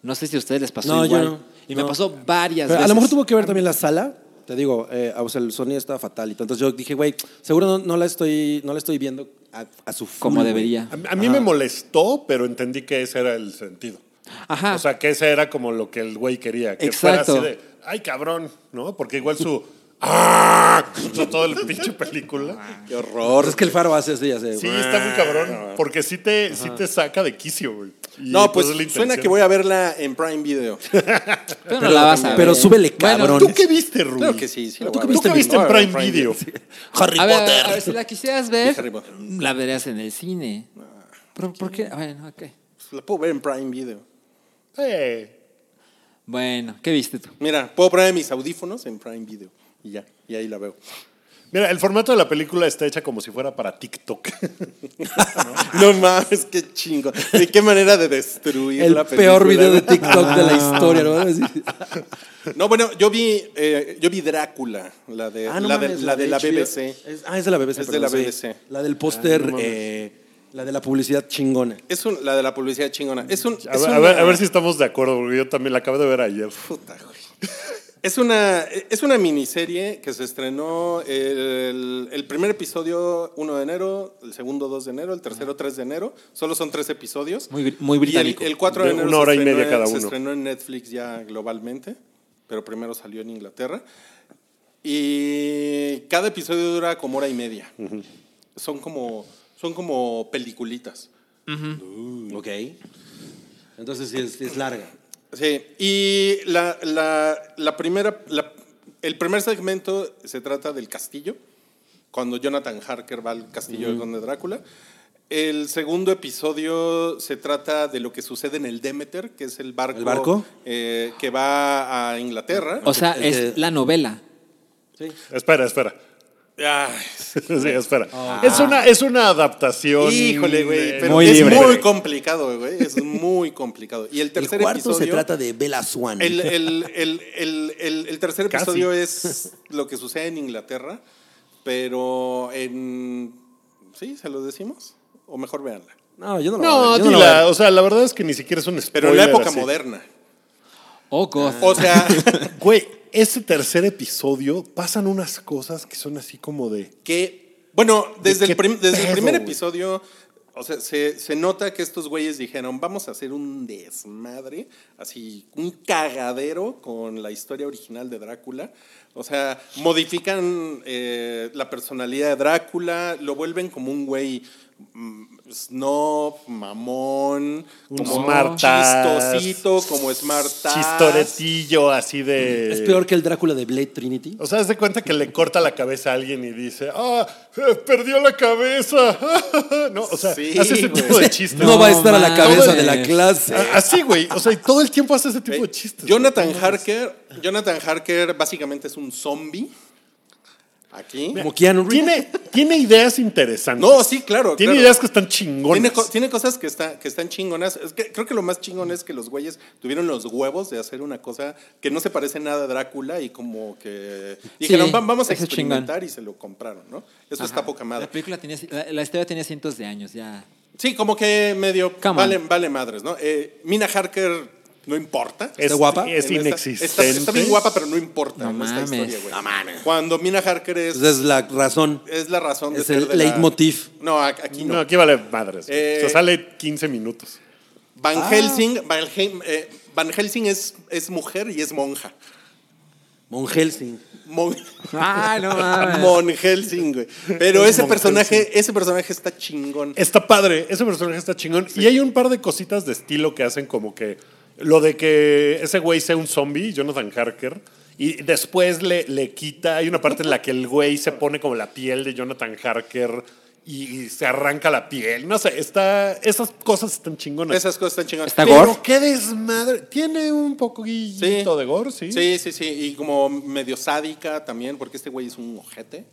No sé si a ustedes les pasó
No, yo
igual.
no.
Y
No.
me pasó varias
Pero
veces.
a lo mejor tuvo que ver también la sala. Te digo, eh, o sea, el sonido estaba fatal. y todo. Entonces yo dije, güey, seguro no, no la estoy, no la estoy viendo a, a su full,
Como
güey.
debería.
A, a mí me molestó, pero entendí que ese era el sentido.
Ajá.
O sea, que ese era como lo que el güey quería. Que
Exacto.
fuera así de, ay, cabrón, ¿no? Porque igual su... ¡Ah! Todo el pinche película.
Qué
Pues
horror.
es que el faro hace así, hace.
Sí, está muy cabrón. Porque sí te, sí te saca de quicio, güey. Y,
Ah. No, pues
es la
suena
intención.
que voy a verla en Prime Video.
Pero, no la vas a ver.
pero súbele, cabrón.
¿Tú qué viste, Rubí?
Claro que sí. sí la
¿Tú qué
voy a ver.
viste, en
No,
Prime, Video?
Harry
A ver,
Potter.
a ver, si la quisieras
Y Harry
ver,
Potter.
la verías en el cine. Pero, ¿Por qué? Bueno, ok.
La puedo ver en Prime Video.
Eh,
Bueno, ¿qué viste tú?
Mira, puedo poner mis audífonos en Prime Video. Y ya, y ahí la veo.
Mira, el formato de la película está hecha como si fuera para TikTok.
No mames, qué chingo. De qué manera de destruir
El
la película.
peor video de TikTok de la historia, ¿no? Así.
No, bueno, yo vi, eh, yo vi Drácula, la de
Ah, no
Eh, la,
mames,
de, la, de la
HBO.
BBC.
Es- ah, es de la BBC.
Es de la
perdón, sí.
BBC.
La del póster, eh, la de la publicidad chingona.
Es un- la de la publicidad chingona. Es un,
A
es
ver, a
una-
ver- a ver si estamos de acuerdo, porque yo también la acabo de ver ayer.
Puta, güey. Es una, es una miniserie que se estrenó el, el primer episodio 1 de enero, el segundo 2 de enero, el tercero 3 de enero. Solo son tres episodios.
Muy br- muy
Y el-
británico.
el, 4 de
De
enero
una
se
hora y
estrenó
media
en-
cada
se
uno.
estrenó en Netflix ya globalmente, pero primero salió en Inglaterra. Y cada episodio dura como hora y media. Son como son como peliculitas.
Ok. Entonces sí, es, es larga.
Sí, y la, la- la primera, la- el primer segmento se trata del castillo, cuando Jonathan Harker va al castillo del Conde Drácula. El segundo episodio se trata de lo que sucede en el Demeter, que es el barco,
¿El barco?
eh, que va a Inglaterra.
O sea,
El que-
es la novela.
Espera, espera.
Ay,
Sí, espera. Es, una, es una adaptación.
Ah. híjole,
eh,
güey, pero
Muy
es
libre.
muy complicado, güey, es muy complicado. Y el tercer
el cuarto
episodio
se trata de Bella Swan.
El, el- el- el- el- el tercer
Casi.
episodio es lo que sucede en Inglaterra, pero en... ¿Sí? ¿Se los decimos? O mejor véanla.
No, yo no lo
No,
voy a ver, yo no lo voy a
dila,
ver.
o sea, la verdad es que ni siquiera es un spoiler.
Pero en la época
así.
moderna.
Oh, God.
O sea,
Güey, este tercer episodio pasan unas cosas que son así como de.
que... Bueno, desde,
¿De
el,
qué
prim- desde el
pedo,
primer
güey?
episodio, o sea, se, se nota que estos güeyes dijeron, vamos a hacer un desmadre, así, un cagadero con la historia original de Drácula. O sea, modifican eh, la personalidad de Drácula, lo vuelven como un güey mm, snob, mamón,
Un
como
smart ass.
chistosito, como smart ass.
Chistoretillo así de.
Es peor que el Drácula de Blade Trinity.
O sea, haz de cuenta que le corta la cabeza a alguien y dice, ¡ah! eh, ¡Perdió la cabeza! no, o sea,
Sí,
hace ese
güey.
tipo de chistes.
No, va a estar a la
No
cabeza
mames.
de la clase.
A- Así, güey. O sea, y todo el tiempo hace ese tipo de
Eh,
chistes.
Jonathan Harker, Jonathan Harker básicamente es un zombie. Aquí.
Como Keanu
Tiene,
Reeves.
tiene ideas interesantes.
No, sí, claro.
Tiene
claro.
ideas que están chingonas.
Tiene, co- tiene cosas que, está, que están chingonas. Es que creo que lo más chingón es que los güeyes tuvieron los huevos de hacer una cosa que no se parece nada a Drácula y como que dijeron, "Va- vamos a
eso es
experimentar y se lo compraron, ¿no?
pues,
Eso está
Ajá.
poca madre.
La película tenía, la, la historia tenía cientos de años, ya.
Sí, como que medio
Come
vale,
on.
vale madres, ¿no? Eh, Mina Harker no importa.
Es-
¿Está guapa?
Es
En esta-
inexistente.
Está, está bien guapa, pero no importa
No
en esta
mames.
historia, güey. Cuando Mina Harker es,
Esa Pues es la razón.
es la razón de
Es
ser
el
de la-
leitmotiv.
No, a- aquí
No, aquí vale madres. güey.
Eh,
o sea, sale 15 minutos.
Van
Ah.
Helsing, Van, Hel- eh, Van Helsing es, es mujer y es monja.
Mon Helsing.
Mon,
Ay, no
Ah.
Mon Helsing, güey. Pero
Es
ese
Mon
personaje, ese personaje está chingón.
Está padre, ese personaje está chingón. Y hay un par de cositas de estilo que hacen como que. Lo de que ese güey sea un zombie, Jonathan Harker. Y después le, le quita. Hay una parte en la que el güey se pone como la piel de Jonathan Harker. y se arranca la piel. No sé, está, esas cosas están chingonas.
Esas cosas están chingadas.
Está
Pero
gore.
qué desmadre. Tiene un poquito
Sí.
de gore, sí.
Sí, sí, sí. Y como medio sádica también, porque este güey es un ojete.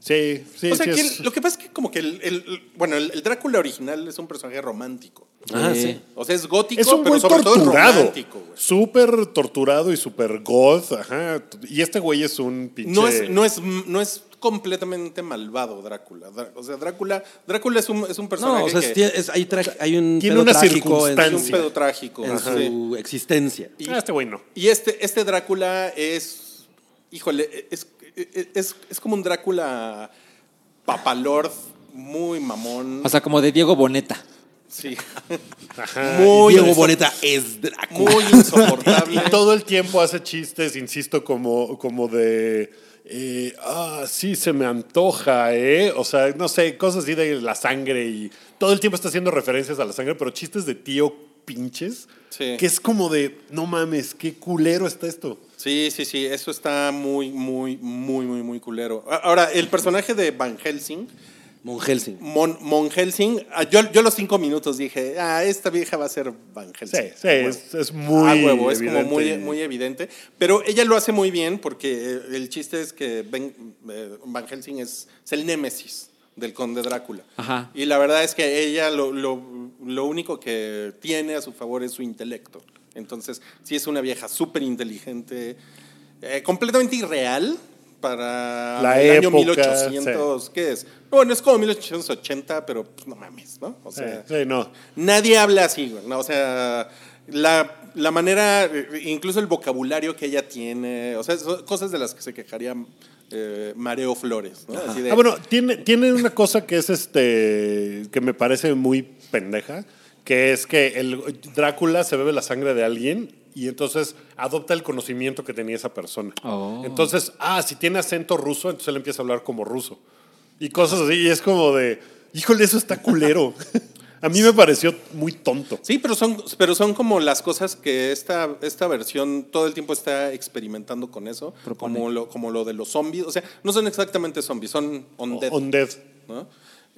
Sí, sí,
o sea,
sí
que
es-
el- lo que pasa es que como que el, el- bueno, el, el Drácula original es un personaje romántico.
Ah,
Eh,
sí.
O sea, es gótico,
Es un
pero
güey
sobre todo es
torturado.
romántico, güey.
Súper torturado y súper goth. Ajá. Y este güey es un pinche.
No es, no, es, no es completamente malvado Drácula. Drá- O sea, Drácula, Drácula es un, es un personaje
No, o sea,
que
es- tiene- es- hay, tra- hay un
Tiene
pedo
una
trágico en,
es un
circunstancia.
pedo trágico.
en
Ajá. Sí.
su existencia.
Ah, este güey no.
Y este, este Drácula es, híjole, es, es, es- es como un Drácula papalord muy mamón.
O sea, como de Diego Boneta.
sí.
Muy
muy,
Ah, Diego
inso-
Boneta es Drácula.
muy insoportable.
Y todo el tiempo hace chistes, insisto, como, como de. eh, ah, sí, se me antoja, ¿eh? O sea, no sé, cosas así de la sangre y todo el tiempo está haciendo referencias a la sangre, pero chistes de tío pinches,
Sí.
que es como de, no mames, qué culero está esto.
Sí, sí, sí, eso está muy, muy, muy, muy, muy culero. A- Ahora, el personaje de Van Helsing,
Mon Helsing.
Mon, Mon Helsing, ah, yo, yo a los cinco minutos dije, ah, esta vieja va a ser Van
Sí,
Helsing.
sí,
A huevo.
es, es muy.
Ah, huevo, es como
evidente.
muy, muy evidente. Pero ella lo hace muy bien porque eh, el chiste es que Ben- eh, Van Helsing es, es el némesis del conde Drácula.
Ajá.
Y la verdad es que ella lo, lo- lo único que tiene a su favor es su intelecto. Entonces, sí es una vieja súper inteligente, eh, completamente irreal para
La
el año
época,
1800, ¿qué es? Bueno, es como 1880, pero pues, no mames, ¿no? O
Sí,
sea,
sí, no.
Nadie habla así, güey, ¿no? O sea, la, la manera, eh, incluso el vocabulario que ella tiene, o sea, son cosas de las que se quejaría eh, Mareo Flores, ¿no? Así de,
Ah, bueno, tiene, tiene una cosa que es este. que me parece muy pendeja. Que es que el Drácula se bebe la sangre de alguien y entonces adopta el conocimiento que tenía esa persona.
Oh.
Entonces, ah, si tiene acento ruso, entonces él empieza a hablar como ruso. Y cosas así. Y es como de. Híjole, eso está culero. a mí me pareció muy tonto.
Sí, pero son, pero son como las cosas que esta, esta versión todo el tiempo está experimentando con eso,
Propone.
como lo, como lo de los zombies, o sea, no son exactamente zombies, son on death.
Undead.
¿no?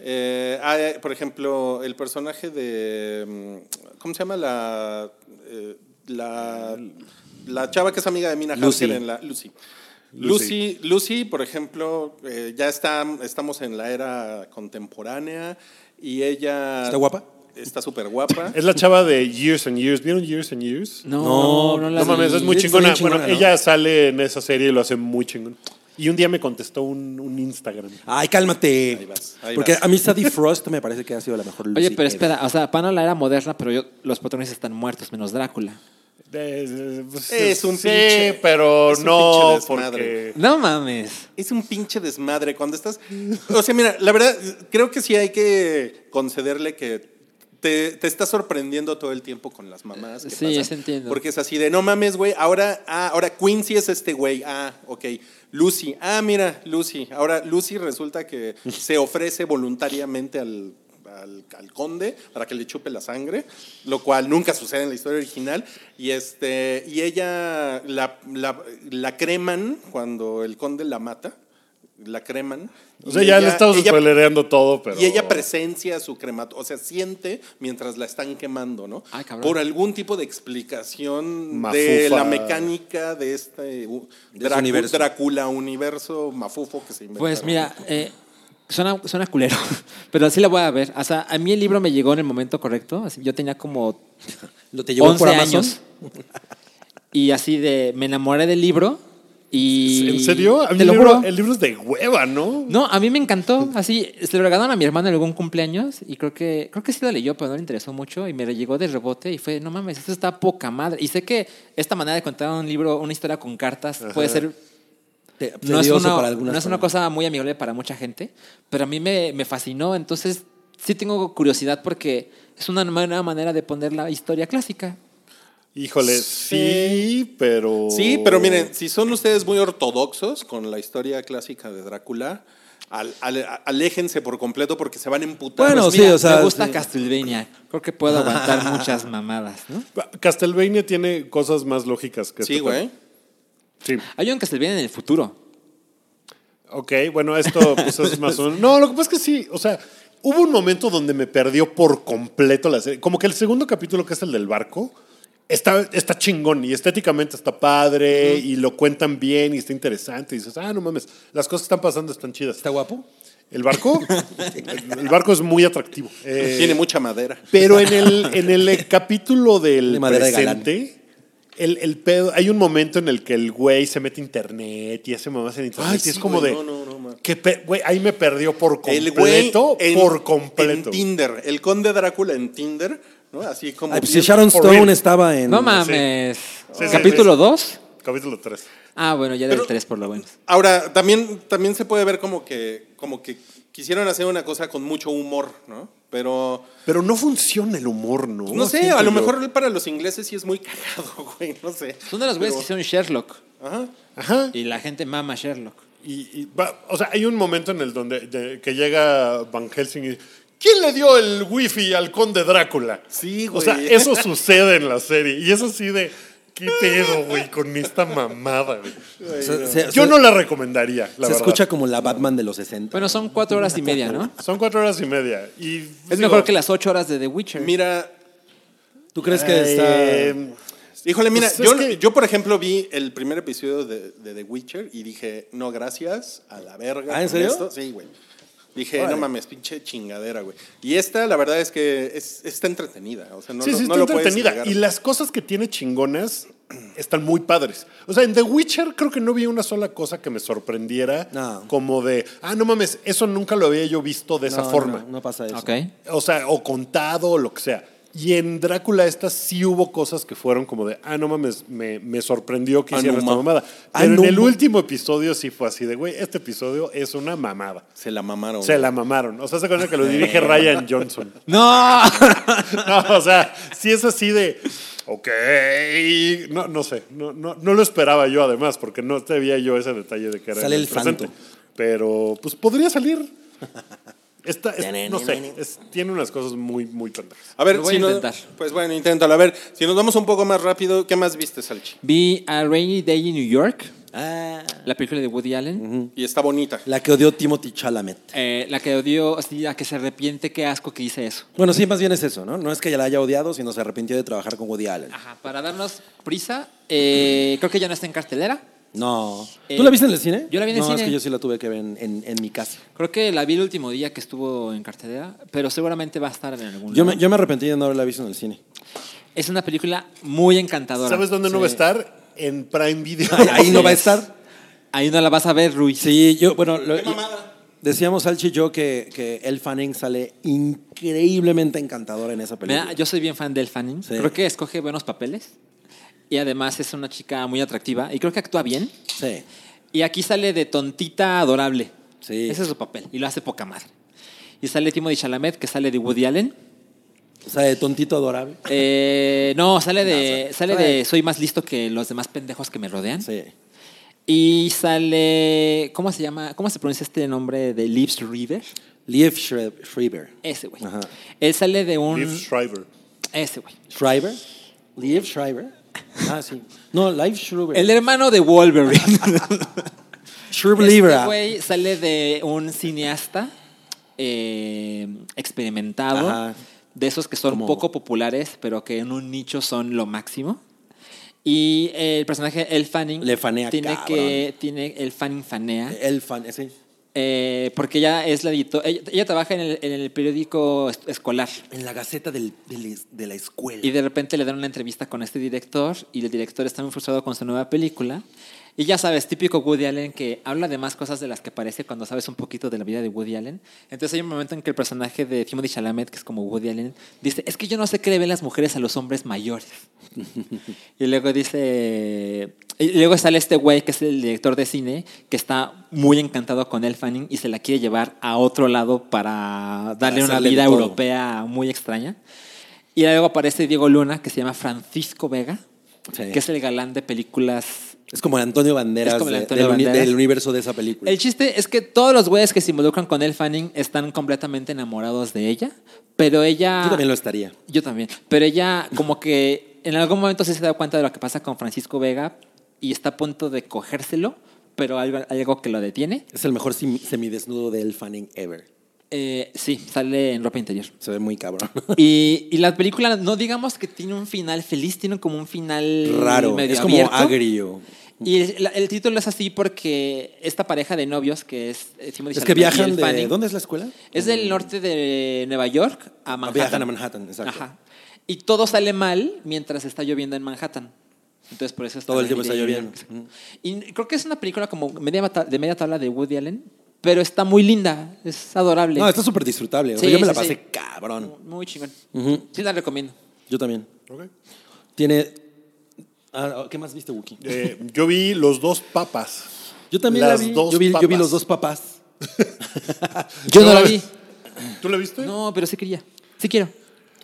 Eh, hay, por ejemplo, el personaje de. mm, ¿Cómo se llama la. eh, la, la chava que es amiga de Mina
Lucy.
Harker en la. Lucy.
Lucy.
Lucy, Lucy, por ejemplo, eh, ya está, estamos en la era contemporánea y ella.
¿Está guapa?
Está súper guapa.
Es la chava de Years and Years. ¿Vieron Years and Years?
No,
No,
no,
No
la
mames,
vi.
es muy
Está
chingona.
bien chingona,
bueno,
¿no?
ella sale en esa serie y lo hace muy chingón. Y un día me contestó un, un Instagram.
Ay, cálmate.
Ahí vas, ahí
Porque
vas.
a mí Sadie Frost me parece que ha sido la mejor Lucy
Oye, pero
ever.
espera, o sea, Pan a la era moderna, pero yo- los patrones están muertos, menos Drácula.
Eh, pues,
Es un
sí,
pinche-
pero
es un
no
pinche
porque
desmadre.
No mames.
Es un pinche desmadre cuando estás. O sea, mira, la verdad, creo que sí hay que concederle que te, te está sorprendiendo todo el tiempo con las mamás. que
Sí,
pasan.
eso entiendo.
Porque es así de, no mames, güey, ahora, ah, ahora Quincy es este güey. Ah, ok. Lucy, ah, mira, Lucy. Ahora Lucy resulta que se ofrece voluntariamente al. Al, al conde para que le chupe la sangre, lo cual nunca sucede en la historia original. Y este y ella la, la- la creman cuando el conde la mata, la creman.
o sea,
Y
ya le
ella-
estamos
ella-
spoilereando todo, pero
y ella presencia su cremato, o sea, siente mientras la están quemando, ¿no?
Ay, cabrón.
Por algún tipo de explicación
Mafufa.
de la mecánica de este uh,
De ese
Dracu-
universo.
Drácula universo mafufo que se inventó.
Pues mira, eh, suena, suena culero, pero así la voy a ver. O sea, a mí el libro me llegó en el momento correcto. así- yo tenía como
¿Lo te llevó por
11
Amazon?
años. Y así de, me enamoré del libro y...
¿En serio? A mí
Te
el,
lo
libro,
juro.
el libro es de hueva, ¿no?
No, a mí me encantó. Así, se lo regalaron a mi hermano en algún cumpleaños y creo que creo que sí lo leyó, pero no le interesó mucho y me lo llegó de rebote y fue, no mames, esto está poca madre. Y sé que esta manera de contar un libro, una historia con cartas puede ser
Te-
no es,
tedioso
una,
para algunas
no es una
personas.
cosa muy amigable para mucha gente, pero a mí me, me fascinó. Entonces, sí tengo curiosidad porque es una nueva manera de poner la historia clásica.
Híjole, sí, pero.
Sí, pero miren, si son ustedes muy ortodoxos con la historia clásica de Drácula, al- al- aléjense por completo porque se van a emputar.
Bueno,
Pues
sí,
mira,
o sea,
Me gusta
sí.
Castlevania. Creo que puedo aguantar muchas mamadas, ¿no?
Castlevania tiene cosas más lógicas que
Sí,
este
güey.
pedo. Sí.
Hay un Castlevania en el futuro.
Ok, bueno, esto pues, es más o menos- No, lo que pasa es que sí, o sea, hubo un momento donde me perdió por completo la serie. Como que el segundo capítulo, que es el del barco, está, está chingón y estéticamente está padre y lo cuentan bien y está interesante. Y dices, ah, no mames, las cosas que están pasando están chidas.
¿Está guapo?
¿El barco? el, el barco es muy atractivo. Eh,
Tiene mucha madera.
pero en el, en el eh, capítulo del
De madera de galán.
presente, el, el pedo, hay un momento en el que el güey se mete a internet y hace mamás en internet.
Ay,
y es
sí,
como
güey,
de.
no, no, no, man.
que pe- güey, ahí me perdió por
El güey
completo.
en-
por completo.
En Tinder. El conde Drácula en Tinder, ¿no? Así como.
Ay, pues si Sharon
for
Stone
real.
estaba en.
No mames.
Sí, sí,
¿Capítulo
sí.
2?
Capítulo 3.
Ah, bueno, ya
Pero-
del 3 por lo menos.
Ahora, también, también se puede ver como que, como que quisieron hacer una cosa con mucho humor, ¿no? Pero. pues,
Pero no funciona el humor, ¿no?
No sé,
Siento
a lo
yo.
mejor para los ingleses sí es muy cagado, güey, no sé.
Son de los güeyes que hicieron Sherlock.
Ajá.
Ajá.
Y la gente mama Sherlock.
Y, y va- o sea, hay un momento en el donde de- que llega Van Helsing y ¿quién le dio el wifi al conde Drácula?
Sí,
O
güey.
sea, eso sucede en la serie. Y eso sí de qué pedo, güey, con esta mamada, güey.
Se- se-
Yo
se-
no la recomendaría, la
Se
verdad.
escucha como la Batman de los 60.
Bueno, son cuatro horas y media, ¿no?
Son cuatro horas y media. Y,
Es mejor que las ocho horas de The Witcher.
Mira,
¿Tú crees que
Eh,
está.?
híjole, mira,
Pues es
yo,
que-
yo por ejemplo vi el primer episodio de, de The Witcher y dije, no, gracias, a la verga.
¿Ah, en
con
serio?
esto". Sí, güey. Dije,
Órale.
no mames, pinche chingadera, güey. Y esta, la verdad es que es- está entretenida. O sea, no,
sí,
lo-
sí,
no
está
lo puedes
entretenida.
negar.
Y las cosas que tiene chingonas están muy padres. O sea, en The Witcher creo que no vi una sola cosa que me sorprendiera.
No.
Como de, ah, no mames, eso nunca lo había yo visto de esa
No,
forma.
No, no pasa eso.
Ok.
O sea, o contado, o lo que sea. Y en Drácula esta sí hubo cosas que fueron como de, ah, no mames, me, me sorprendió que
Ah,
hicieran
no
esta
ma-
mamada.
Ah,
Pero
no
en el
ma-
último episodio sí fue así de, güey, este episodio es una mamada.
Se la mamaron.
Se la mamaron. O sea, se acuerdan que lo dirige Ryan Johnson.
¡No!
No, o sea, sí es así de, ok, no, no sé, no, no, no lo esperaba yo además, porque no sabía yo ese detalle de que era
Sale
en
el
presente.
santo.
Pero, pues, podría salir. Está, es- no sé, es- tiene unas cosas muy, muy pendejas.
A ver,
Lo voy
si
a
no-
intentar.
pues bueno, inténtalo. A ver, si nos vamos un poco más rápido, ¿qué más viste, Salchi?
Vi A Rainy Day in New York,
Ah,
la película de Woody Allen.
Y está bonita.
la que odió Timothy Chalamet.
Eh, la que odió, así, la que se arrepiente, qué asco que hice eso.
Bueno, sí, más bien es eso, ¿no? No es que ya la haya odiado, sino se arrepintió de trabajar con Woody Allen.
Ajá, para darnos prisa, eh, creo que ya no está en cartelera.
No.
Eh,
¿Tú la viste en el cine?
yo la vi en el
no,
cine.
es que yo sí la tuve que ver en, en- en mi casa.
Creo que la vi el último día que estuvo en cartelera, pero seguramente va a estar en algún
Yo me,
lado.
yo me arrepentí de no haberla visto en el cine.
Es una película muy encantadora.
¿Sabes dónde no va a estar? En Prime Video.
Ahí no va a estar.
Ahí no la vas a ver, Ruiz.
Sí, yo, bueno, lo-
mamada.
decíamos Salchi y yo que, que El Fanning sale increíblemente encantadora en esa película.
Mira, yo soy bien fan del Fanning.
Sí.
Creo que escoge buenos papeles. Y además es una chica muy atractiva. Y creo que actúa bien.
Sí.
Y aquí sale de tontita adorable.
Sí.
Ese es su papel. Y lo hace poca madre. Y sale Timothy Chalamet, que sale de Woody Allen.
O sea, de tontito adorable.
Eh, no, sale de,
No,
sale
sale-
de Soy más listo que los demás pendejos que me rodean.
Sí.
Y sale. ¿Cómo se llama? ¿Cómo se pronuncia este nombre de Lips River?
Liev Schre- Schreiber.
Ese güey.
Ajá.
Él sale de un.
Liv Schreiber.
Ese güey.
Schreiber. Liev Schreiber. Ah, sí. No, Liev Schreiber.
El hermano de Wolverine.
Schreiber.
Este güey sale de un cineasta eh, experimentado,
Ajá.
de esos que son
Como-
poco populares, pero que en un nicho son lo máximo. Y eh, el personaje, El Fanning,
Le fanea,
tiene
cabrón.
que tiene el Fanning fanea,
El fan, sí.
eh, porque ella es la editora, ella, ella trabaja en el, en el periódico es- escolar.
En la gaceta del- del- de la escuela.
Y de repente le dan una entrevista con este director y el director está muy frustrado con su nueva película. Y ya sabes, típico Woody Allen que habla de más cosas de las que parece cuando sabes un poquito de la vida de Woody Allen. Entonces hay un momento en que el personaje de Timothy Chalamet, que es como Woody Allen, dice, es que yo no sé qué le ven las mujeres a los hombres mayores. y luego dice, y luego sale este güey que es el director de cine, que está muy encantado con El Fanning y se la quiere llevar a otro lado para darle una
hacerle
vida
todo.
europea muy extraña. Y luego aparece Diego Luna, que se llama Francisco Vega,
Sí.
que es el galán de películas.
Es como el Antonio Banderas,
Es como el
de-
Antonio
del, uni-
Banderas.
del universo de esa película.
El chiste es que todos los güeyes que se involucran con El Fanning están completamente enamorados de ella, pero ella...
Yo también lo estaría.
Yo también. Pero ella como que en algún momento sí se da cuenta de lo que pasa con Francisco Vega y está a punto de cogérselo, pero hay algo- hay algo que lo detiene.
Es el mejor semi- semidesnudo de El Fanning ever.
Eh, sí, sale en ropa interior.
Se ve muy cabrón.
Y, y la película, no digamos que tiene un final feliz, tiene como un final
Raro.
medio
Es como
abierto.
agrio.
Y el, la- el título es así porque esta pareja de novios que es eh, Timothy
Es
Chalamet y
que viajan
Elle
de.
Fanning,
¿Dónde es la escuela? Ah,
Es del norte de Nueva York a Manhattan.
Viajan a Manhattan, exacto.
Ajá. Y todo sale mal mientras está lloviendo en Manhattan. Entonces por eso está
Todo el
la
tiempo
idea
está
de-
lloviendo.
Exacto. Y creo que es una película como media ta- de media tabla de Woody Allen, pero está muy linda, es adorable.
No, está súper disfrutable. o sea,
Sí,
yo me la
sí,
pasé
sí.
cabrón.
muy chingón.
Ujú.
Sí la recomiendo.
Yo también.
Ok.
Tiene. Ah, ¿Qué más viste, Wookie?
Eh, yo vi Los Dos Papas.
Yo también
Las
la vi.
dos
yo, vi yo vi
papas.
los dos papás.
Yo no la
mames.
vi.
¿Tú la viste?
No, pero sí quería. Sí quiero.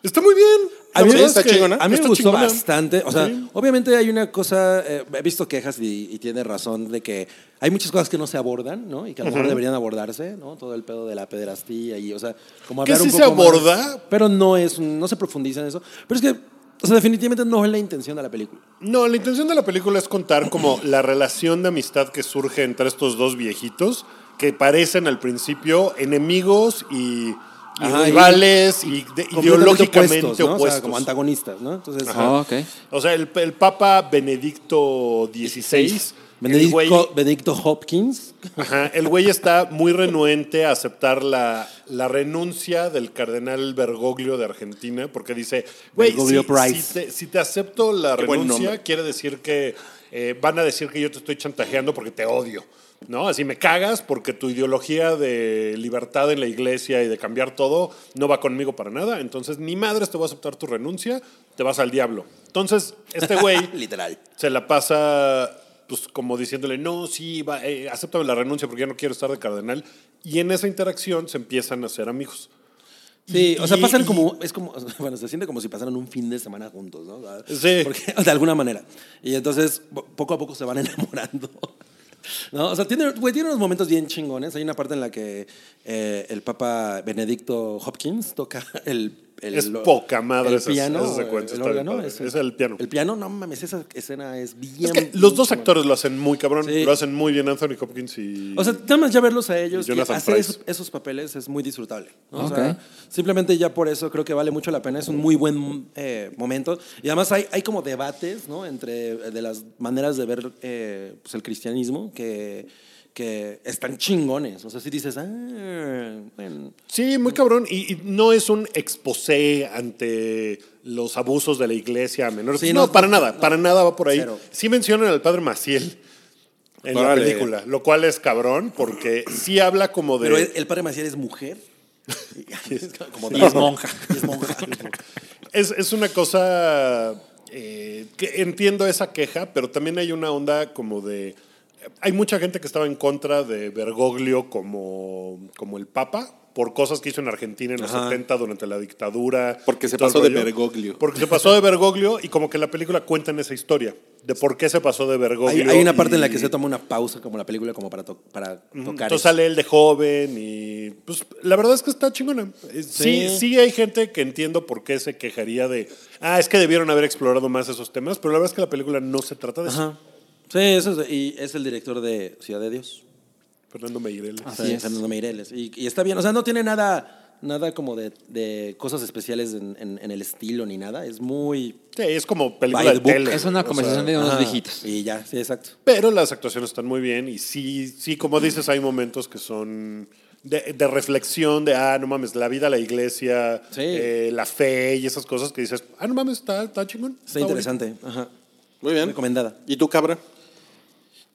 Está muy bien.
A mí,
Sí,
me-
está
es que-
chingona.
a mí me
Está
gustó
chingona.
bastante. O sea,
Sí.
obviamente hay una cosa, eh, he visto quejas y, y tiene razón de que hay muchas cosas que no se abordan, ¿no? Y que a lo mejor deberían abordarse, ¿no? Todo el pedo de la pederastía y, o sea, como
Que
hablar un
sí
poco
se
más.
aborda.
pero no es, un- no se profundiza en eso. Pero es que, o sea, definitivamente no es la intención de la película.
No, la intención de la película es contar como la relación de amistad que surge entre estos dos viejitos que parecen al principio enemigos y, y
Ajá, y-
rivales y, de- ideológicamente
Completamente
opuestos.
¿no? O sea, como antagonistas, ¿no? Entonces,
Ah, ok.
O sea, el, el Papa Benedicto XVI. el güey-
Benedicto, Benedicto Hopkins.
Ajá, el güey está muy renuente a aceptar la, la renuncia del cardenal Bergoglio de Argentina, porque dice, güey, si,
Bergoglio Price.
si te, si te acepto la
Qué buen
renuncia,
nombre.
quiere decir que eh, van a decir que yo te estoy chantajeando porque te odio. ¿No? Así me cagas porque tu ideología de libertad en la iglesia y de cambiar todo no va conmigo para nada. Entonces, ni madres te voy a aceptar tu renuncia, te vas al diablo. Entonces, este güey
Literal.
se la pasa pues como diciéndole, no, sí, va, eh, acéptame la renuncia porque ya no quiero estar de cardenal. Y en esa interacción se empiezan a hacer amigos.
Sí, o sea,
Y-
pasan
y-
como, es como, bueno, se siente como si pasaran un fin de semana juntos, ¿no?
Sí.
Porque, de alguna manera. Y entonces, po- poco a poco se van enamorando. ¿No? O sea, tiene, güey, tiene unos momentos bien chingones. Hay una parte en la que eh, el Papa Benedicto Hopkins toca el... el-
Es poca madre
el
esa-
piano,
esa secuencia,
el
está bien
órgano,
padre. Es el piano.
El piano, no mames, esa escena es bien...
Es que los
bien
dos
chingona.
actores lo hacen muy cabrón,
Sí.
lo hacen muy bien Anthony Hopkins y...
O sea, nada más ya verlos a ellos,
Y
que
Jonathan
hacer
Pryce.
esos, esos papeles es muy disfrutable. ¿no?
Ok.
O sea, simplemente ya por eso creo que vale mucho la pena, es un muy buen eh, momento. Y además hay, hay como debates, ¿no? Entre eh, de las maneras de ver eh, pues, el cristianismo que, que están chingones. O sea, si dices, ah, bueno.
Sí, muy cabrón. Y, y no es un exposé ante los abusos de la iglesia a menores.
Sí,
no,
no,
para
no,
nada,
no.
para nada va por ahí.
Cero.
Sí mencionan al padre Maciel en
Órale.
la película, lo cual es cabrón porque sí habla como de...
Pero el, el padre Maciel es mujer. como
Y es monja.
Y es monja.
Es, es una cosa eh, que entiendo esa queja, pero también hay una onda como de. Hay mucha gente que estaba en contra de Bergoglio como, como el Papa por cosas que hizo en Argentina en los
Ajá.
70 durante la dictadura.
Porque
y
se
todo el
pasó de
rollo.
Bergoglio.
Porque se pasó de Bergoglio y como que la película cuenta en esa historia de por qué se pasó de
Hay,
Bergoglio.
hay una parte en la que
y-
se toma una pausa, como la película, como para, to- para tocar.
entonces
eso.
sale él de joven y pues la verdad es que está chingona. Eh, Sí, sí,
Sí.
hay gente que entiendo por qué se quejaría de, ah, es que debieron haber explorado más esos temas, pero la verdad es que la película no se trata de eso.
Ajá. Sí, eso es, y es el director de Ciudad de Dios.
Fernando Meireles.
Ah. Así
Está bien,
es.
Fernando Meireles. Y, y está bien, o sea, no tiene nada, nada como de, de cosas especiales en, en- en el estilo ni nada. Es muy.
Sí, es como película
By
de
the book.
tele.
Es una
o
conversación
sea,
de unos
Ajá.
viejitos.
Y ya, sí, exacto.
Pero las actuaciones están muy bien y sí, sí, como dices, hay momentos que son de, de reflexión, de, ah, no mames, la vida, la iglesia,
Sí.
eh, la fe y esas cosas que dices, ah, no mames, está, está chingón.
Está
bonito".
interesante. Ajá.
Muy bien.
Recomendada.
¿Y tú, cabra?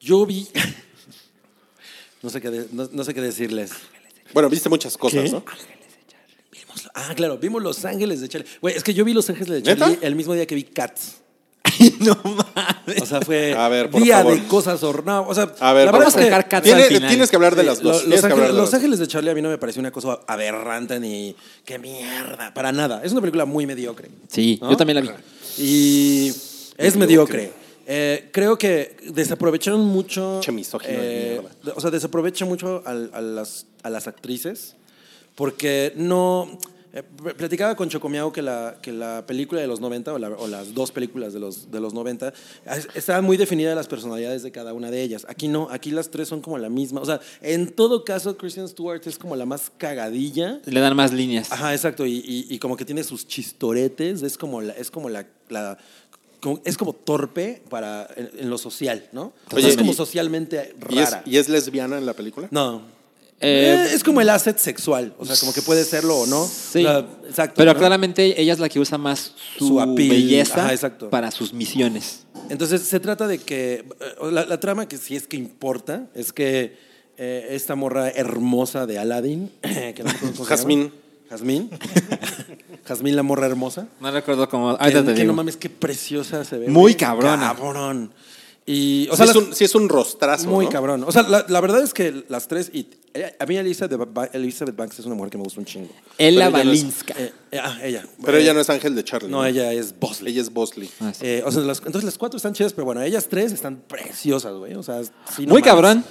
Yo vi. no, sé qué de- no, no sé qué decirles.
Bueno, viste muchas cosas, ¿no?
Vimos- Ah, claro, vimos Los Ángeles de Charlie. Güey, es que yo vi Los Ángeles de
¿Neta?
Charlie el mismo día que vi Cats.
no mames.
O sea, fue
A ver, por
día
favor.
de cosas or- no, o sea,
A ver,
la
por
verdad es
favor.
que
dejar Cats
Tiene-
al final.
Tienes que hablar de
Sí,
las dos.
lo- Los,
tienes que hablar de
Ángeles, Los
las dos.
Ángeles de Charlie a mí no me pareció una cosa aberrante ni qué mierda, para nada. Es una película muy mediocre.
Sí,
¿no?
yo también la vi.
Y es mediocre. Eh, creo que desaprovecharon mucho.
Che misógino de mierda.
de- O sea, desaprovecha mucho al- a, las, a las actrices porque no. Eh, pl- platicaba con Chocomiao que la, que la película de los 90, o, la- o las dos películas de los, de los 90, as- estaban muy definidas las personalidades de cada una de ellas. Aquí no, aquí las tres son como la misma. O sea, en todo caso, Christian Stewart es como la más cagadilla.
Le dan más líneas.
Ajá, exacto. Y, y- y como que tiene sus chistoretes, es como la, es como la, la- como- es como torpe para en, en lo social, ¿no? O sea,
Oye,
es como
y-
socialmente
¿Y es,
rara.
y es lesbiana en la película?
No.
Eh,
Eh, es como el asset sexual, o sea, como que puede serlo o no.
Sí.
O sea, exacto.
Pero
¿no?
claramente ella es la que usa más su,
Su appeal.
belleza
Ajá, exacto.
para sus misiones.
Entonces se trata de que eh, la, la trama que sí es que importa es que eh, esta morra hermosa de Aladdin, que no me acuerdo cómo se llama.
Jazmín.
Jazmín, Jazmín la morra hermosa.
No recuerdo cómo.
Que,
Ahorita te
que
digo.
no mames, qué preciosa se ve.
Muy
güey.
cabrona.
Cabrón. Y, o
O
sea,
sea, sí,
las-
es un, sí es un rostrazo.
muy
¿no?
cabrón. O sea, la, la verdad es que las tres. Y, eh, a mí, Elizabeth, Ba- Elizabeth Banks es una mujer que me gusta un chingo.
Ella
Pero ella no es-
Balinska.
Eh, eh, ah, ella.
Pero
Eh,
ella no es Ángel de Charlie.
No, ella es Bosley.
Ella es Bosley.
Ah, sí.
Eh, o sea, las- entonces las cuatro están chidas, pero bueno, ellas tres están preciosas, güey. O sea, sí, no
Muy
mames.
cabrón.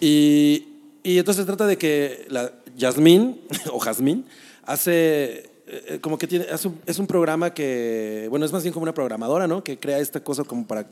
Y, y entonces se trata de que la Yasmín o Jazmín hace eh, como que tiene hace un- es un programa que bueno es más bien como una programadora no que crea esta cosa como para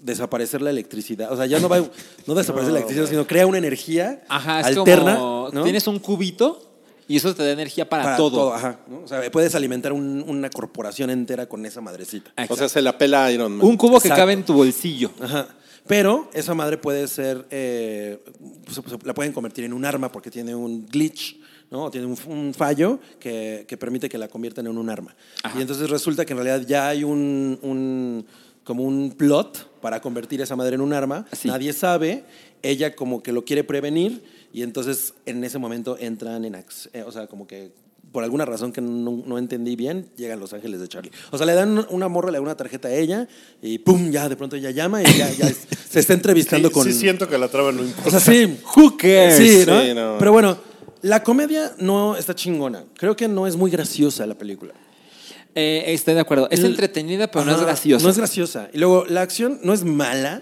desaparecer la electricidad o sea ya no va no desaparece la electricidad sino crea una energía
Ajá, es
alterna
como.
¿no?
Tienes un cubito y eso te da energía para,
para
todo.
ajá, ¿no? o sea puedes alimentar un- una corporación entera con esa madrecita
Exacto.
O sea, se la pela a Iron Man.
un cubo que
Exacto.
cabe en tu bolsillo.
Ajá. Pero esa madre puede ser, eh, pues, pues, la pueden convertir en un arma porque tiene un glitch, ¿no? O Tiene un, un fallo que, que permite que la conviertan en un arma.
Ajá.
Y entonces resulta que en realidad ya hay un, un- como un plot para convertir esa madre en un arma.
Sí.
Nadie sabe, ella como que lo quiere prevenir y entonces en ese momento entran en, ac- eh, o sea, como que por alguna razón que no, no entendí bien, llegan los ángeles de Charlie. O sea, le dan una morra, le dan una tarjeta a ella y pum, ya de pronto ella llama y ya, ya es- se está entrevistando
Sí,
con...
sí siento que la traba no importa.
O sea, sí.
Who cares?
Sí, ¿no?
Sí, no.
Pero bueno, la comedia no está chingona. Creo que no es muy graciosa la película.
Eh, estoy de acuerdo. Es
L-
entretenida, pero no es
Ajá,
graciosa.
No es graciosa. Y luego, la acción no es mala,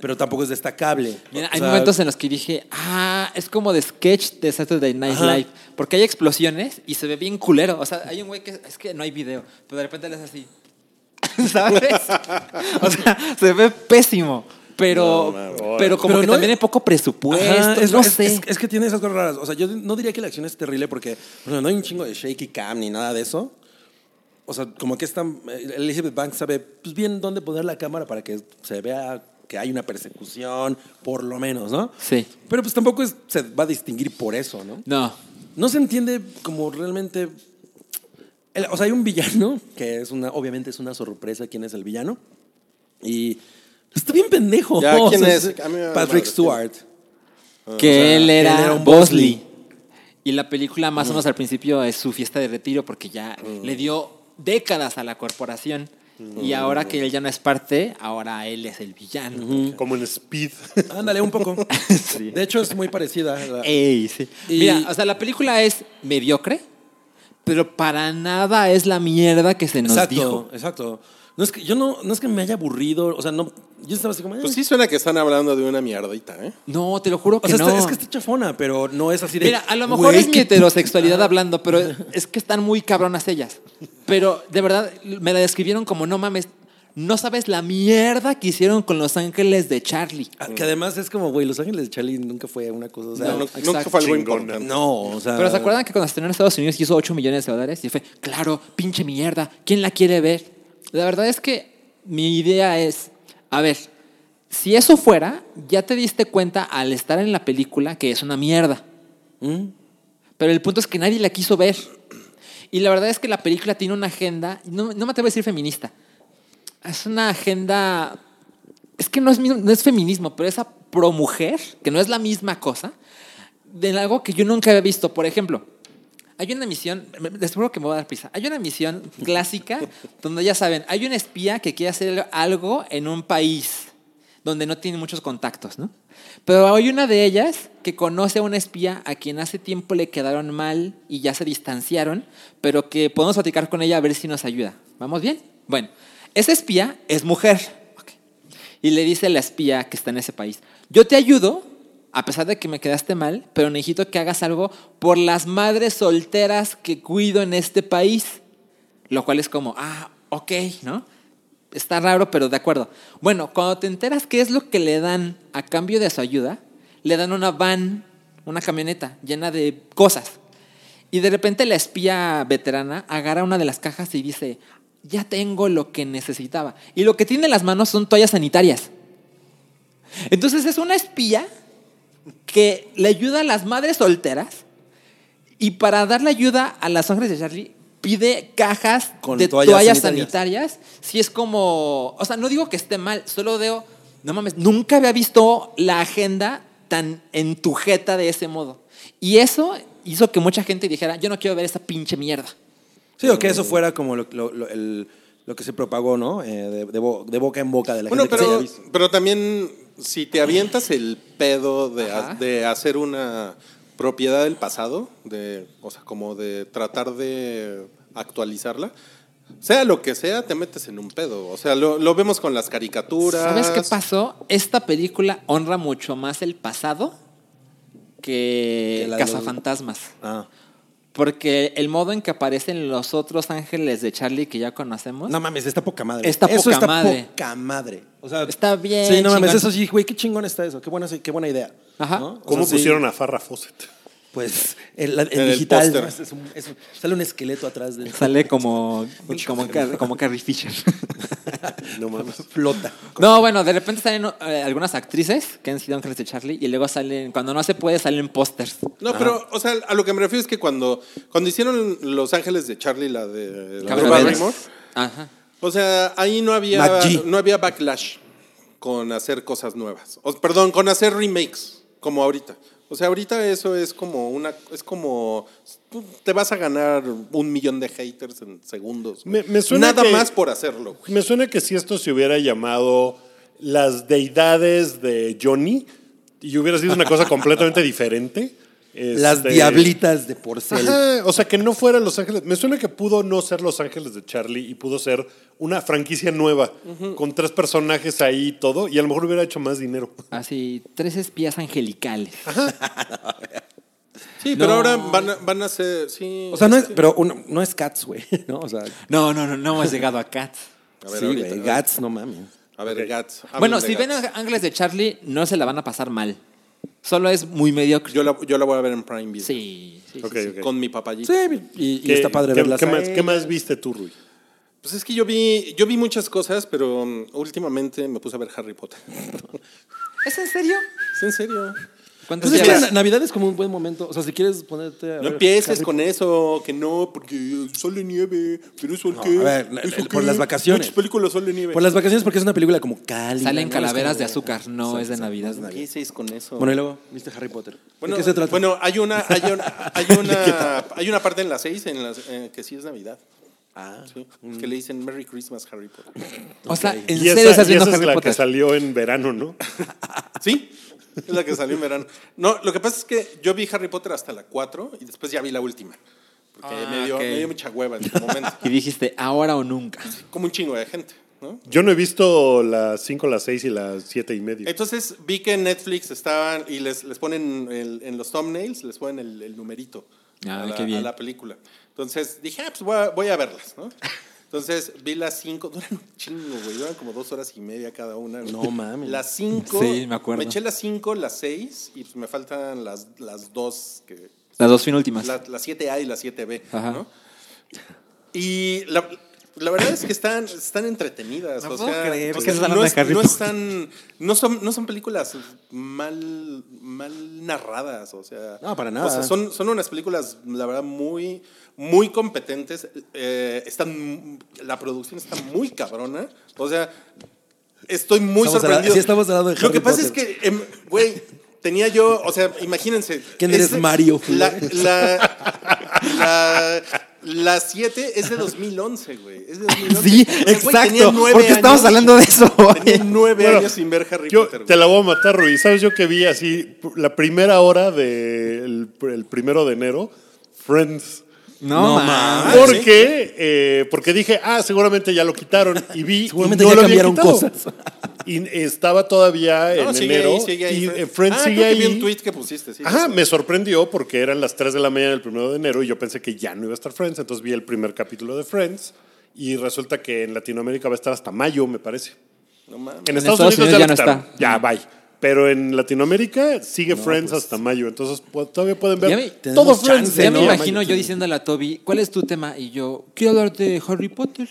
pero tampoco es destacable.
Mira,
O
hay
sea,
momentos en los que dije, ah, es como de sketch de Saturday Night
Ajá.
Live. Porque hay explosiones y se ve bien culero. O sea, hay un güey que es que no hay video, pero de repente le hace así. ¿Sabes? o sea, se ve pésimo. Pero, pero como
Pero
que
no
también
es-
hay poco presupuesto.
Ajá, es,
no
es-
sé.
es- es que tiene esas cosas raras. O sea, yo no diría que la acción es terrible porque por ejemplo, no hay un chingo de shaky cam ni nada de eso. O sea, como que esta eh, Elizabeth Banks sabe pues, bien dónde poner la cámara para que se vea que hay una persecución, por lo menos, ¿no?
Sí.
Pero pues tampoco es- se va a distinguir por eso, ¿no?
No.
No se entiende como realmente. el- o sea, hay un villano que es una, obviamente es una sorpresa quién es el villano. Y está bien pendejo.
Ya, ¿quién
O sea,
es? A mí me vale madre,
Patrick
¿quién?
Stewart.
que
sea,
él,
que
era
él era un
Bosley.
Bosley.
Y la película, más o menos al principio, es su fiesta de retiro porque ya
Mm.
le dio décadas a la corporación. Y ahora que él ya no es parte, ahora él es el villano.
Mm.
Como en Speed.
Ándale, un poco. De hecho, es muy parecida. a la-
Ey, sí.
Y-
Mira, o sea, la película es mediocre, pero para nada es la mierda que se nos
exacto,
dijo.
exacto. No es que yo no, no es que me haya aburrido. O sea, no. Yo estaba así como. eh.
Pues sí suena que están hablando de una mierdita, ¿eh?
No, te lo juro
o
que
sea,
no.
está- es que está chafona, pero no es así de.
Mira, a lo mejor
"Güey,
es mi
qué
heterosexualidad hablando, pero es que están muy cabronas ellas. Pero de verdad, me la describieron como, no mames, no sabes la mierda que hicieron con Los Ángeles de Charlie.
Ah, Que además es como, güey, Los Ángeles de Charlie nunca fue una cosa. O sea,
No,
no,
nunca fue algo
Chingona.
importante.
o sea.
Pero ¿se acuerdan que cuando estrenó en Estados Unidos hizo 8 millones de dólares? Y fue, claro, pinche mierda, ¿quién la quiere ver? La verdad es que mi idea es, a ver, si eso fuera, ya te diste cuenta al estar en la película que es una mierda. Pero el punto es que nadie la quiso ver. Y la verdad es que la película tiene una agenda, no, no me atrevo a decir feminista, es una agenda, es que no es, mi- no es feminismo, pero esa pro mujer, que no es la misma cosa, de algo que yo nunca había visto. Por ejemplo, hay una misión, me- me- les juro que me voy a dar prisa, hay una misión clásica donde ya saben, hay un espía que quiere hacer algo en un país donde no tiene muchos contactos, ¿no? Pero hay una de ellas que conoce a un espía a quien hace tiempo le quedaron mal y ya se distanciaron, pero que podemos platicar con ella a ver si nos ayuda. ¿Vamos bien? Bueno, esa espía es mujer. Ok. Y le dice la espía que está en ese país, yo te ayudo a pesar de que me quedaste mal, pero necesito que hagas algo por las madres solteras que cuido en este país. Lo cual es como, ah, ok, ¿no? Está raro, pero de acuerdo. Bueno, cuando te enteras qué es lo que le dan a cambio de su ayuda, le dan una van, una camioneta llena de cosas. Y de repente la espía veterana agarra una de las cajas y dice, ya tengo lo que necesitaba. Y lo que tiene en las manos son toallas sanitarias. Entonces es una espía que le ayuda a las madres solteras y para darle ayuda a las ángeles de Charlie pide cajas
Con
de
toallas
toallas,
sanitarias.
sanitarias. Si es como, o sea, no digo que esté mal, solo veo, no mames, nunca había visto la agenda tan en tu jeta de ese modo. Y eso hizo que mucha gente dijera, yo no quiero ver esa pinche mierda.
Sí, o que eso fuera como lo, lo- lo- el- lo que se propagó, ¿no? Eh, de, de bo- de boca en boca de la
Bueno,
gente que se
pero,
haya visto.
pero también si te avientas el pedo de, ha-
Ajá.
de hacer una propiedad del pasado, de, o sea, como de tratar de actualizarla, sea lo que sea, te metes en un pedo. O sea, lo, lo vemos con las caricaturas.
¿Sabes qué pasó? Esta película honra mucho más el pasado
Que
que
la de los-
Cazafantasmas.
Ah.
Porque el modo en que aparecen los otros ángeles de Charlie que ya conocemos.
No mames, está poca madre.
Está
eso
poca
está
madre.
poca madre. O sea,
Está bien,
Sí, no mames,
chingón.
eso sí, güey, qué chingón está eso. Qué buena, qué buena idea.
Ajá.
¿no? O
¿Cómo
sea, sí,
pusieron a Farrah Fawcett?
Pues el, el
En el
digital.
póster.
¿no? Es un- es un- sale un esqueleto atrás de
Sale como, como, Car- como Carrie Fisher.
No mames.
flota.
no, bueno, de repente salen eh, algunas actrices que han sido ángeles de Charlie y luego salen, cuando no se puede, salen pósters.
No, pero, o sea, a lo que me refiero es que cuando, cuando hicieron Los Ángeles de Charlie, la de la de
Cabrón.
Barrymore,
Ajá.
o sea, ahí no había,
Mac G.
no había backlash con hacer cosas nuevas. O, perdón, con hacer remakes, como ahorita. O sea, ahorita eso es como una, es como, tú te vas a ganar un millón de haters en segundos.
Me- me suena
Nada
que-
más por hacerlo. güey.
Me suena que si esto se hubiera llamado las deidades de Johnny y hubiera sido una cosa completamente diferente.
Las
este,
diablitas de porcel.
Ajá, o sea, que no fuera Los Ángeles. Me suena que pudo no ser Los Ángeles de Charlie y pudo ser una franquicia nueva con tres personajes ahí y todo. Y a lo mejor hubiera hecho más dinero.
Así, tres espías angelicales.
Sí, pero
No.
ahora van a, van a ser, sí.
O sea, no es, pero uno- no es Cats, güey. No, o sea,
No, no, no, no hemos llegado a Kat.
A ver,
sí,
ahorita,
güey.
a ver.
Gats, no mames.
A ver, Gats.
Bueno, si
háblenle,
ven
Gats.
a- ángeles de Charlie, no se la van a pasar mal. Solo es muy mediocre.
Yo la, yo la voy a ver en Prime Video.
Sí, sí, sí,
Ok,
sí.
ok.
Con mi papayita.
Sí, y, y está padre
¿qué,
verlas. Eh,
¿qué
a
más, ¿Qué
ellas.
más viste tú, Rui?
Pues es que yo vi, yo vi muchas cosas, pero mm, últimamente me puse a ver Harry Potter.
¿Es en serio?
¿Es en serio?
¿Cuántos
Pues es que
llevas?
na- Navidad es como un buen momento. O sea, si quieres ponerte. a
No
ver
empieces
Harry
con eso, que no, porque sale nieve, pero eso
No,
qué.
a ver,
¿Eso
el-
qué?
por las vacaciones.
Muchas películas sale nieve.
Por las vacaciones porque es una película como cálida.
Salen
¿no?
calaveras
Es como-
de azúcar, no es de Navidad.
No empieces con eso.
Bueno, y luego viste Harry Potter.
Bueno,
¿De qué se trata?
Bueno, hay una, hay una, hay una, hay una parte en las seis en las eh, que sí es Navidad.
Ah.
¿sí? Que le dicen Merry Christmas, Harry Potter.
O sea, ¿en
y
serio
esa,
estás
y
viendo
esa es
Harry
la que
Potter?
salió en verano, ¿no?
¿Sí? Es la que salió en verano. No, lo que pasa es que yo vi Harry Potter hasta la 4 y después ya vi la última. Porque
Ah,
me, dio,
ok.
me dio mucha hueva en su momento.
Y dijiste, ahora o nunca.
Como un chingo de gente, ¿no?
Yo no he visto las 5, las 6 y las 7 y medio.
Entonces vi que en Netflix estaban y les, les ponen el- en los thumbnails, les ponen el, el numerito
Ah,
a, la,
qué bien.
a la película. Entonces dije, ah, pues voy a, voy a verlas, ¿no? Entonces vi las cinco, duran un chingo, güey, duran como dos horas y media cada una. güey.
No mames.
Las cinco.
Sí, me acuerdo.
eché las cinco, las seis y pues me faltan las, las dos, que,
Las dos finúltimas.
la, la 7A y la 7B,
Ajá.
¿no? Y la, la verdad es que están, están entretenidas.
No
o
puedo
sea,
creer
o
que
sea,
estás hablando
no,
de
es-
Harry
no
Potter.
están, no son, no son películas mal, mal narradas, o sea.
No, para
o
nada.
sea, son, son unas películas, la verdad, muy, muy competentes. eh, están, la producción está muy cabrona. O sea, estoy muy
Estamos
sorprendido.
hablando- sí, estamos hablando de
Lo
Harry
que pasa
Potter.
es que Em, Güey, tenía yo, o sea, imagínense.
¿Quién eres,
Ese-
Mario?
La, la, la, la 7 es de 2011, güey. Es de 2011.
Sí,
O sea, güey, tenía
exacto.
nueve
Porque estamos
años-
hablando de eso. hoy.
Tenía nueve
Bueno,
años sin ver Harry
Yo
Potter.
te
güey.
la voy a matar, Rui. ¿Sabes yo que vi así la primera hora del el primero de enero? Friends.
No,
No,
ma.
Ah,
Porque, eh, porque dije, ah, seguramente ya lo quitaron. Y vi. y
Seguramente
no
ya
lo habían
cambiaron
quitado.
cosas.
Y estaba todavía
No,
en
sigue
enero.
ahí, sigue ahí.
y
Friends.
en Friends
ah,
sigue
creo que vi
ahí.
un tweet que pusiste. Sí,
Ajá,
sí.
me sorprendió porque eran las 3 de la mañana del 1 de enero y yo pensé que ya no iba a estar Friends, entonces vi el primer capítulo de Friends y resulta que en Latinoamérica va a estar hasta mayo, me parece.
No mames.
En, Estados, Unidos, ya, no está. Ya, bye. Pero en Latinoamérica sigue Friends hasta mayo, entonces pues, todavía pueden ver
Ya me-
todo
tenemos
Friends.
chance,
de
Ya
¿no?
me
enero a
imagino
mayo.
yo diciéndole a Toby, ¿cuál es tu tema? Y yo, quiero hablar de Harry Potter.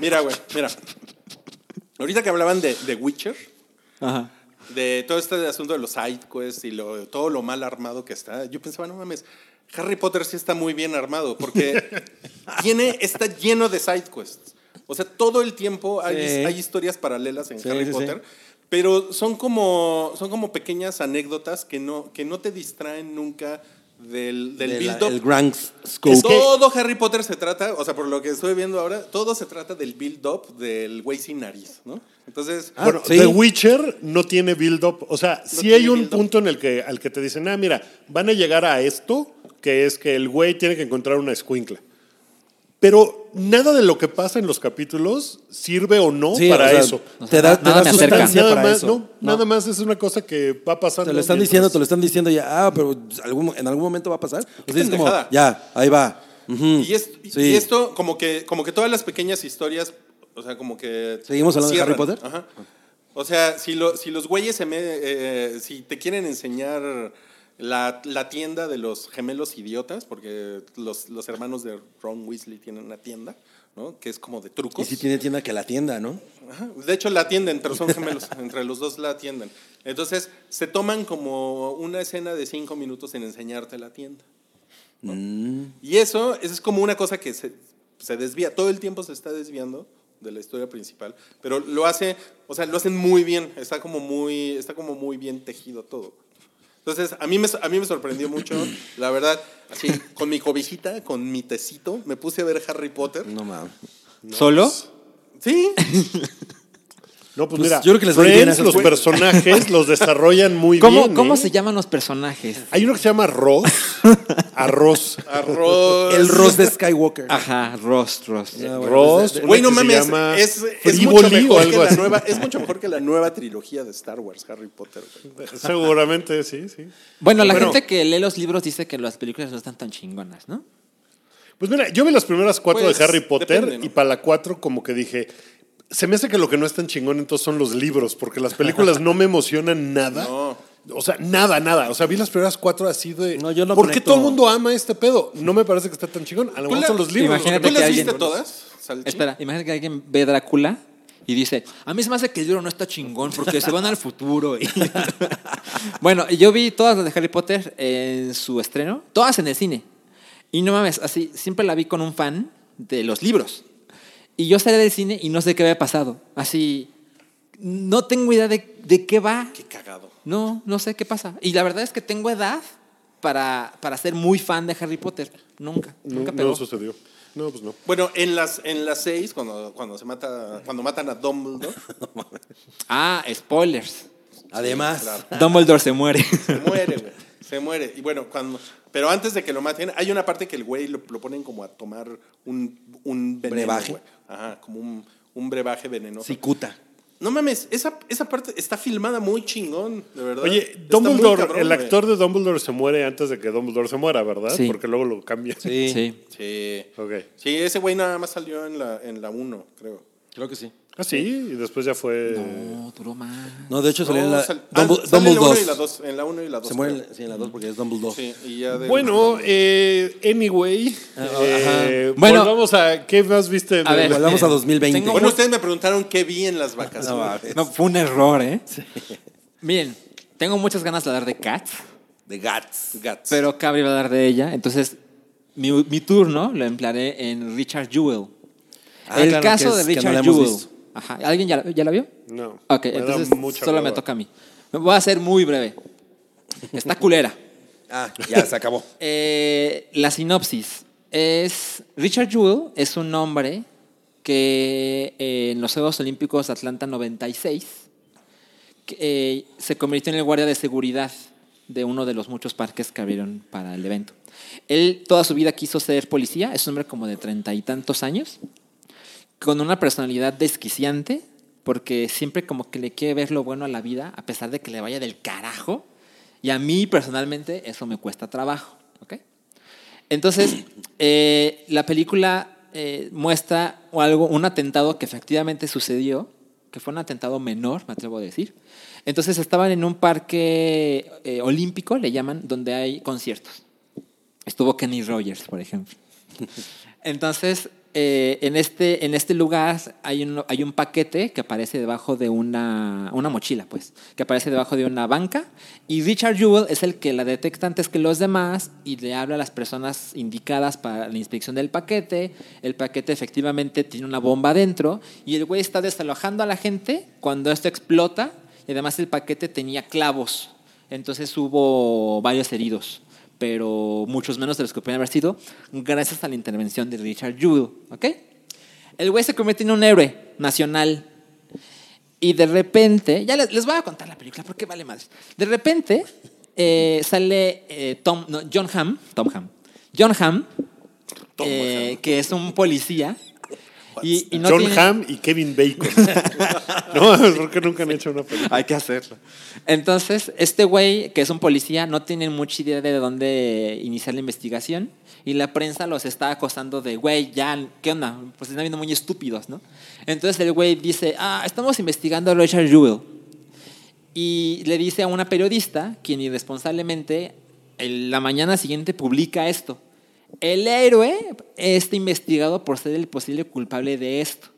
Mira, güey, mira. Ahorita que hablaban de, de Witcher,
Ajá.
de todo este asunto de los sidequests y lo- todo lo mal armado que está, yo pensaba, no mames, Harry Potter sí está muy bien armado porque tiene, está lleno de sidequests. O sea, todo el tiempo hay,
Sí.
hay historias paralelas en
Sí,
Harry
sí, sí.
Potter, pero son como, son como pequeñas anécdotas que no, que no te distraen nunca del, del
De la-
build-up.
el Grand Scope.
Es todo Harry Potter se trata, o sea, por lo que estoy viendo ahora, todo se trata del build-up del güey sin nariz, ¿no? Entonces,
Ah,
Bueno,
sí.
The Witcher no tiene build-up. O sea, sí
tiene
hay un
build-up.
punto en el que, al que te dicen, ah, mira, van a llegar a esto, que es que el güey tiene que encontrar una escuincla. Pero nada de lo que pasa en los capítulos sirve o no
Sí,
para
o sea,
eso.
Te da, te
Nada
da
me acerca.
sustancia
nada
para
más,
eso.
no,
No.
nada más es una cosa que va pasando.
Te lo están
mientras-
diciendo, te lo están diciendo ya, ah, pero algún- en algún momento va a pasar. O sea, es como,
pendejada.
ya, ahí va. Ujú.
y, es- y
mm, Sí.
esto, como que, como que todas las pequeñas historias, o sea, como que.
¿Seguimos hablando de Harry Potter?
Ajá. O sea, si, lo- si los güeyes se me- eh, si te quieren enseñar la, la tienda de los gemelos idiotas, porque los, los hermanos de Ron Weasley tienen una tienda, ¿no? Que es como de
Y
trucos.
si tiene tienda que la tienda, ¿no?
Ajá, De hecho, la atienden, pero son gemelos. Entre los dos la atienden. Entonces, se toman como una escena de cinco minutos en enseñarte la tienda. ¿no? Y eso, eso es como una cosa que se, se desvía. Todo el tiempo se está desviando de la historia principal. Pero lo hace, o sea, lo hacen muy bien. Está como muy, está como muy bien tejido todo. Entonces, a mí, me, a mí me sorprendió mucho, la verdad, así, con mi cobijita, con mi tecito, me puse a ver Harry Potter.
No mames.
¿Solo?
Sí,
No, pues,
Pues
mira,
yo creo que les va a ir bien
Friends,
a esos
los
güeyes.
personajes los desarrollan muy
¿Cómo,
bien.
¿cómo
¿eh?
se llaman los personajes?
Hay uno que se llama Ross. Arroz.
Ah,
arroz.
El Ross de Skywalker.
Ah,
Ajá, Ross, Ross.
Ah, bueno,
Ross.
desde-
uno
Güey, no
que se
mames,
llama
es, es mucho
Frívoli o
mejor que
algo
la
así.
nueva, es mucho mejor que la nueva trilogía de Star Wars, Harry Potter. güey.
Seguramente, sí, sí.
Bueno, la
Bueno.
gente que lee los libros dice que las películas no están tan chingonas, ¿no?
Pues mira, yo vi las primeras cuatro
Pues,
de Harry Potter
depende, ¿no?
y para la cuatro como que dije, se me hace que lo que no es tan chingón entonces son los libros, porque las películas no me emocionan nada.
No.
O sea, nada, nada. O sea, vi las primeras cuatro así de...
No, yo no
¿Por qué
conecto.
todo el mundo ama este pedo? No me parece que esté tan chingón. A lo
¿Tú
mejor
la-
son los libros. los que
imagínate
¿Tú
me
las
que
gustan.
viste
alguien-
todas? Salchi?
Espera, imagínate que alguien ve Drácula y dice, a mí se me hace que el libro no está chingón porque se van al futuro. y- bueno, yo vi todas las de Harry Potter en su estreno, todas en el cine. Y no mames, así, siempre la vi con un fan de los libros. Y yo salí del cine y no sé qué había pasado. Así, no tengo idea de, de qué va.
Qué cagado.
No, no sé qué pasa. Y la verdad es que tengo edad para, para ser muy fan de Harry Potter. Nunca, nunca
No,
pegó.
no sucedió. No, pues no.
Bueno, en las, en las seis, cuando, cuando, se mata, cuando matan a Dumbledore,
ah, spoilers.
Además,
claro.
Dumbledore se muere.
se muere, güey. Se muere. Y bueno, cuando, pero antes de que lo maten, hay una parte que el güey lo, lo ponen como a tomar un, un veneno,
Brebaje.
güey. Ajá, como un, un brebaje venenoso.
cicuta.
No mames, esa, esa parte está filmada muy chingón, de verdad.
Oye,
Está muy
Dumbledore,
cabrón,
el
güey.
actor de Dumbledore se muere antes de que Dumbledore se muera, ¿verdad?
Sí.
Porque luego lo cambian.
Sí,
Sí.
Sí.
Ok.
Sí, ese güey nada más salió en la, en la 1, creo.
creo que sí.
Ah, sí, y después ya fue...
No, Oh, duró más.
No, de hecho salió en la.
No, sal- ah,
Dumble-
sale en la 1
Dumbledore
y la 2. En la 1 y la 2.
Se muere en la- sí, en la 2 porque es Dumbledore.
Sí, y ya de-
Bueno, eh, anyway, eh,
Ah, oh, Bueno.
volvamos a qué más viste.
A ver.
Volvamos a 2020.
Tengo-
Bueno, ustedes me preguntaron qué vi en las vacaciones.
No, fue un error, ¿eh? Miren, tengo muchas ganas de hablar de Cats,
de Gats.
Gats.
pero Cabri va a hablar de ella. Entonces, mi, mi turno lo emplearé en Richard Jewell.
Ah,
el
claro,
caso
que es-
de
que no la
Richard
hemos
Jewell.
visto.
Ajá. ¿Alguien ya, la- ya la vio?
No,
Ok,
me da
entonces
mucha
solo me
hueva.
toca a mí. Voy a ser muy breve. Está culera.
Ah, ya se acabó.
Eh, la sinopsis es Richard Jewell es un hombre que eh, en los Juegos Olímpicos de Atlanta 96 que, eh, se convirtió en el guardia de seguridad de uno de los muchos parques que abrieron para el evento. Él toda su vida quiso ser policía, es un hombre como de treinta y tantos años, con una personalidad desquiciante, porque siempre como que le quiere ver lo bueno a la vida, a pesar de que le vaya del carajo. Y a mí personalmente eso me cuesta trabajo. ¿ok? Entonces, eh, la película eh, muestra algo, un atentado que efectivamente sucedió, que fue un atentado menor, me atrevo a decir. Entonces estaban en un parque eh, olímpico, le llaman, donde hay conciertos. Estuvo Kenny Rogers, por ejemplo. Entonces, eh, en, este, en este lugar hay un, hay un paquete que aparece debajo de una, una mochila, pues, que aparece debajo de una banca. Y Richard Jewell es el que la detecta antes que los demás y le habla a las personas indicadas para la inspección del paquete. El paquete efectivamente tiene una bomba dentro y el güey está desalojando a la gente cuando esto explota. Y además el paquete tenía clavos. Entonces hubo varios heridos pero muchos menos de los que pueden haber sido, gracias a la intervención de Richard Jewell. ¿ok? El güey se convierte en un héroe nacional. Y de repente, ya les, les voy a contar la película porque vale más. De repente eh, sale eh, Tom, no, John Hamm, Tom Hamm, John Hamm, eh, que es un policía. Y, y no
John
tiene-
Hamm y Kevin Bacon. no, porque nunca han hecho una película.
Hay que hacerlo.
Entonces, este güey, que es un policía, no tiene mucha idea de dónde iniciar la investigación. Y la prensa los está acosando de, güey, ya, ¿qué onda? Pues están viendo muy estúpidos, ¿no? Entonces el güey dice, ah, estamos investigando a Richard Jewell. Y le dice a una periodista, quien irresponsablemente en la mañana siguiente publica esto. El héroe está investigado por ser el posible culpable de esto.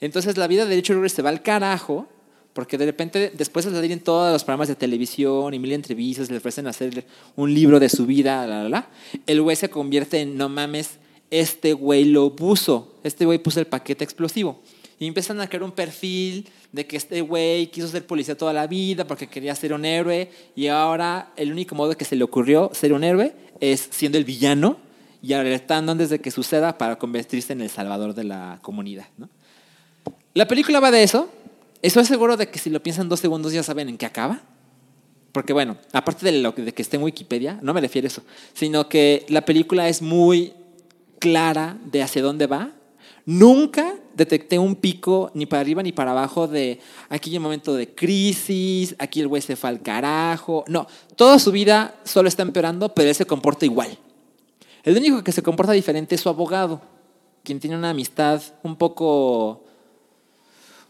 Entonces la vida de Richard Gere se va al carajo, porque de repente después de salir en todos los programas de televisión y mil entrevistas, le ofrecen hacer un libro de su vida, la, la, la, el güey se convierte en, no mames, este güey lo puso, este güey puso el paquete explosivo. Y empiezan a crear un perfil de que este güey quiso ser policía toda la vida porque quería ser un héroe y ahora el único modo que se le ocurrió ser un héroe es siendo el villano y alertando antes de que suceda para convertirse en el salvador de la comunidad. ¿no? La película va de eso. Estoy seguro de que si lo piensan dos segundos ya saben en qué acaba. Porque bueno, aparte de lo que, de que esté en Wikipedia, no me refiero a eso, sino que la película es muy clara de hacia dónde va. Nunca detecté un pico ni para arriba ni para abajo de aquí hay un momento de crisis, aquí el güey se fue al carajo. No, toda su vida solo está empeorando, pero él se comporta igual. El único que se comporta diferente es su abogado, quien tiene una amistad un poco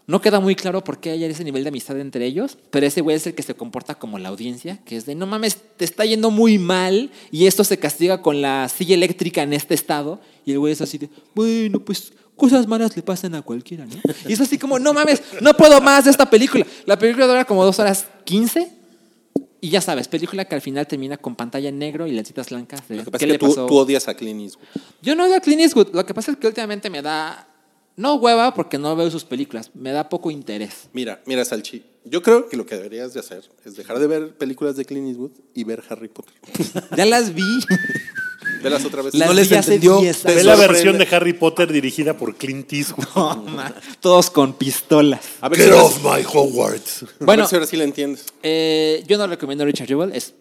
no queda muy claro por qué hay ese nivel de amistad entre ellos, pero ese güey es el que se comporta como la audiencia, que es de no mames, te está yendo muy mal y esto se castiga con la silla eléctrica en este estado. Y el güey es así de, bueno, pues cosas malas le pasan a cualquiera, ¿no? Y es así como, no mames, no puedo más de esta película. La película dura como dos horas 15 y ya sabes, película que al final termina con pantalla en negro y letritas blancas. de,
Lo que pasa
¿qué le
es que tú,
pasó?
tú odias a Clint Eastwood.
Yo no veo a Clint Eastwood. Lo que pasa es que últimamente me da. No hueva porque no veo sus películas. Me da poco interés.
Mira, mira, Salchi. Yo creo que lo que deberías de hacer es dejar de ver películas de Clint Eastwood y ver Harry Potter.
Ya las vi.
Velas otra vez.
Las
No les
vi hace
entendió.
10
Ve
años.
la
sorprende.
versión de Harry Potter dirigida por Clint Eastwood.
No, ma, Todos con pistolas.
A ver, si ahora,
my Hogwarts.
a
Bueno.
ver si ahora sí la entiendes.
Eh, yo no recomiendo Richard Jewell. Es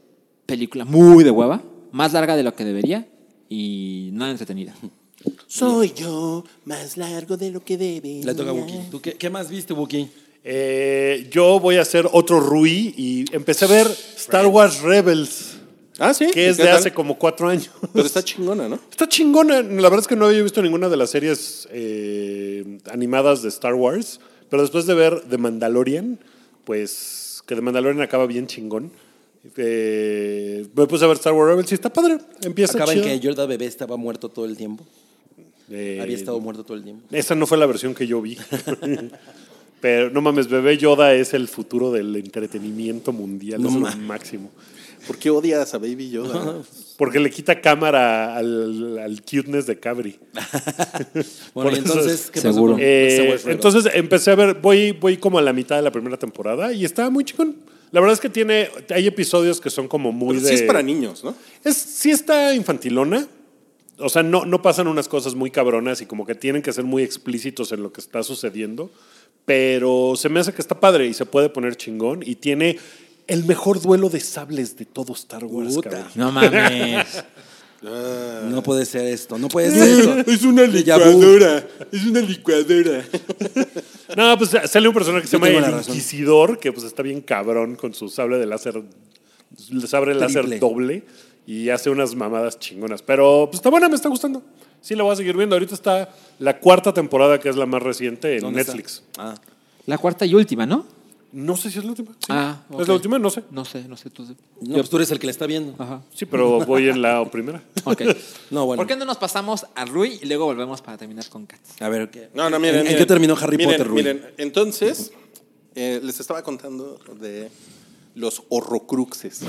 película muy de hueva. Más larga de lo que debería. Y nada entretenida.
Soy yo más largo de lo que debe.
Le toca a Wookie. ¿Tú qué, qué más viste, Wookie?
Eh, yo voy a hacer otro Rui y empecé a ver Star Wars Rebels,
Ah, sí.
que es
¿Qué
de
tal?
hace como cuatro años.
Pero está chingona, ¿no?
Está chingona. La verdad es que no había visto ninguna de las series eh, animadas de Star Wars, pero después de ver The Mandalorian, pues que The Mandalorian acaba bien chingón. Eh, me puse a ver Star Wars Rebels y está padre. Empieza
Acaba en
chido.
que Yoda bebé estaba muerto todo el tiempo.
Eh,
Había estado muerto todo el tiempo.
Esa no fue la versión que yo vi. Pero no mames, bebé Yoda es el futuro del entretenimiento mundial, es lo máximo.
¿Por qué odias a Baby Yoda?
Porque le quita cámara al, al cuteness de Cabri. Por
Bueno, y
eso
entonces,
es-
¿qué
Seguro.
pasó? con
Eh,
Star Wars Rebels?
entonces empecé a ver, voy, voy como a la mitad de la primera temporada y está muy chingón. La verdad es que tiene, hay episodios que son como muy
Pero
de.
sí es para niños, ¿no?
Es, sí está infantilona. O sea, no, no pasan unas cosas muy cabronas y como que tienen que ser muy explícitos en lo que está sucediendo. Pero se me hace que está padre y se puede poner chingón y tiene el mejor duelo de sables de todo Star Wars.
Puta.
cabrón.
No mames.
No puede ser esto, no puede ser esto.
Es una
Déjà vu.
licuadora. Es una licuadora. no, pues sale un personaje que se
Yo tengo
llama
la
el
razón.
Inquisidor, que pues está bien cabrón con su sable de láser, sable láser
Triple.
doble y hace unas mamadas chingonas. Pero pues está buena, me está gustando. Sí, la voy a seguir viendo. Ahorita está la cuarta temporada, que es la más reciente en
¿Dónde está?
Netflix.
Ah.
La cuarta y última, ¿no?
No sé si es la última. Sí.
Ah, ok.
¿Es la última? No sé.
No sé, no sé tú.
No, pues tú eres el que le está viendo.
Ajá.
Sí, pero voy en la primera.
Ok.
No, bueno.
¿Por qué no nos pasamos a Rui y luego volvemos para terminar con Cats?
A ver, ¿qué?
No, no, miren.
¿En, en
miren.
qué terminó Harry
Miren,
Potter, Rui?
Miren, entonces, eh, les estaba contando de los horrocruxes.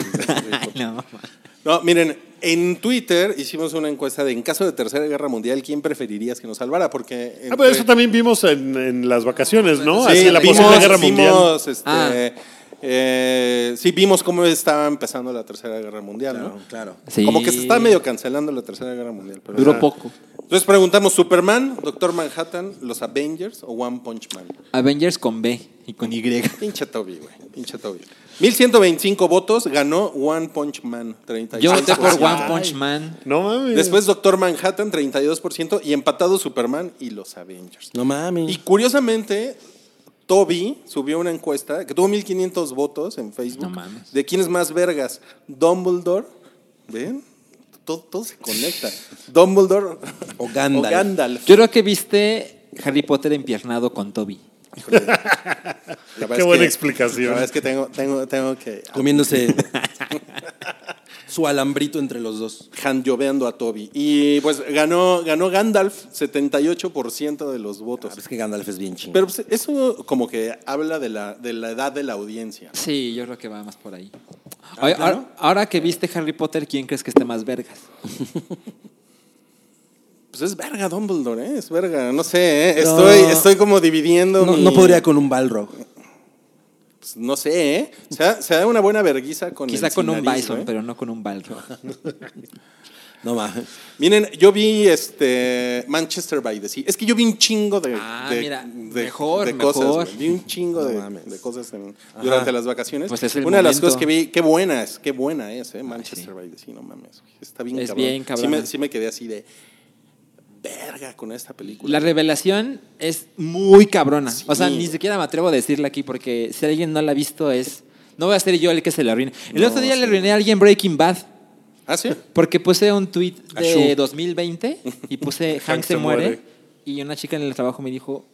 No.
No, miren, en Twitter hicimos una encuesta de en caso de Tercera Guerra Mundial, ¿quién preferirías que nos salvara? Porque.
Ah, pero
entre-
eso también vimos en, en las vacaciones, ¿no?
Sí,
Así, la
vimos,
posible guerra mundial.
vimos, este,
Ah.
eh, sí, vimos cómo estaba empezando la Tercera Guerra Mundial,
Claro,
¿no?
claro.
Sí.
Como que se está medio cancelando la Tercera Guerra Mundial. pero-
Duró
Ajá.
poco.
Entonces preguntamos, ¿Superman, Doctor Manhattan, los Avengers o One Punch Man?
Avengers con B y con Y.
Pinche Toby, güey. Pinche Toby. 1125 votos, ganó One Punch Man, 36%.
Yo voté por One Punch Man.
No mames.
Después Doctor Manhattan, 32%, y empatado Superman y los Avengers.
No mames.
Y curiosamente, Toby subió una encuesta que tuvo 1500 votos en Facebook.
No mames.
¿De quién es más vergas? Dumbledore, ¿ven? Todo, todo se conecta. Dumbledore
O Gandalf.
O Gandalf.
Yo creo que viste Harry Potter empiernado con Toby.
La verdad
Qué
es
buena
que- La
explicación.
verdad es que tengo, tengo, tengo que.
Comiéndose su alambrito entre los dos.
Handioveando a Toby. Y pues ganó, ganó Gandalf 78% de los votos.
Ah, pues Es que Gandalf es bien chingón.
Pero pues, eso como que habla de la, de la edad de la audiencia.
Sí, yo creo que va más por ahí.
¿Ah,
Ahora, ahora- ahora que viste Harry Potter, ¿quién crees que esté más vergas?
Pues es verga Dumbledore, ¿eh? es verga. No sé, ¿eh? estoy,
No.
estoy como dividiendo.
No,
mi-
no podría con un Balrog.
Pues, no sé, ¿eh? Se da, se da una buena verguiza con
Quizá
el
con
sin
un
nariz,
Bison,
¿no, eh?
pero no con un Balrog.
No mames.
Miren, yo vi este Manchester by the Sea. Es que yo vi un chingo de,
Ah,
de-
mira,
de-
mejor,
de cosas.
mejor.
güey. Vi un chingo
No
de,
mames.
de cosas en- durante las vacaciones.
Pues es el
una de las
momento. Ah,
cosas que vi, qué buena es, qué buena es, ¿eh? Manchester by the Sea, no mames. güey. Está bien
Es
cabrón.
bien
Sí
cabrona.
me, sí me quedé así de verga con esta película.
La revelación es muy cabrona.
Sí.
O sea, ni siquiera me atrevo a decirla aquí porque si alguien no la ha visto es... No voy a ser yo el que se la arruine. El
No,
otro día
sí.
le arruiné a alguien Breaking Bad
¿Ah, sí?
porque puse un tweet de
Achú.
2020 y puse Hank se
se muere.
muere y una chica en el trabajo me dijo,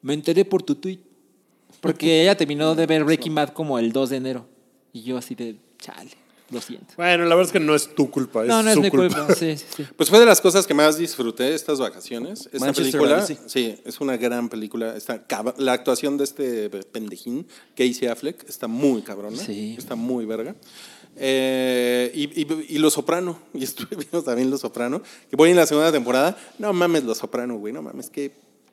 me enteré por tu tweet. Porque ella terminó de ver Breaking Bad como el 2 de enero. Y yo así de, chale, lo siento.
Bueno, la verdad es que no es tu culpa, es
No, no es
su
mi
culpa.
culpa. Sí, sí, sí.
Pues fue de las cosas que más disfruté estas vacaciones. Esta
Manchester
película,
by the Sea.
sí, es una gran película. Está cab- la actuación de este pendejín, Casey Affleck, está muy cabrona.
Sí.
Está muy verga. Eh, y, y- y Los Soprano, y estuve viendo también Los Soprano, que voy en la segunda temporada. No mames, Los Soprano, güey, no mames, qué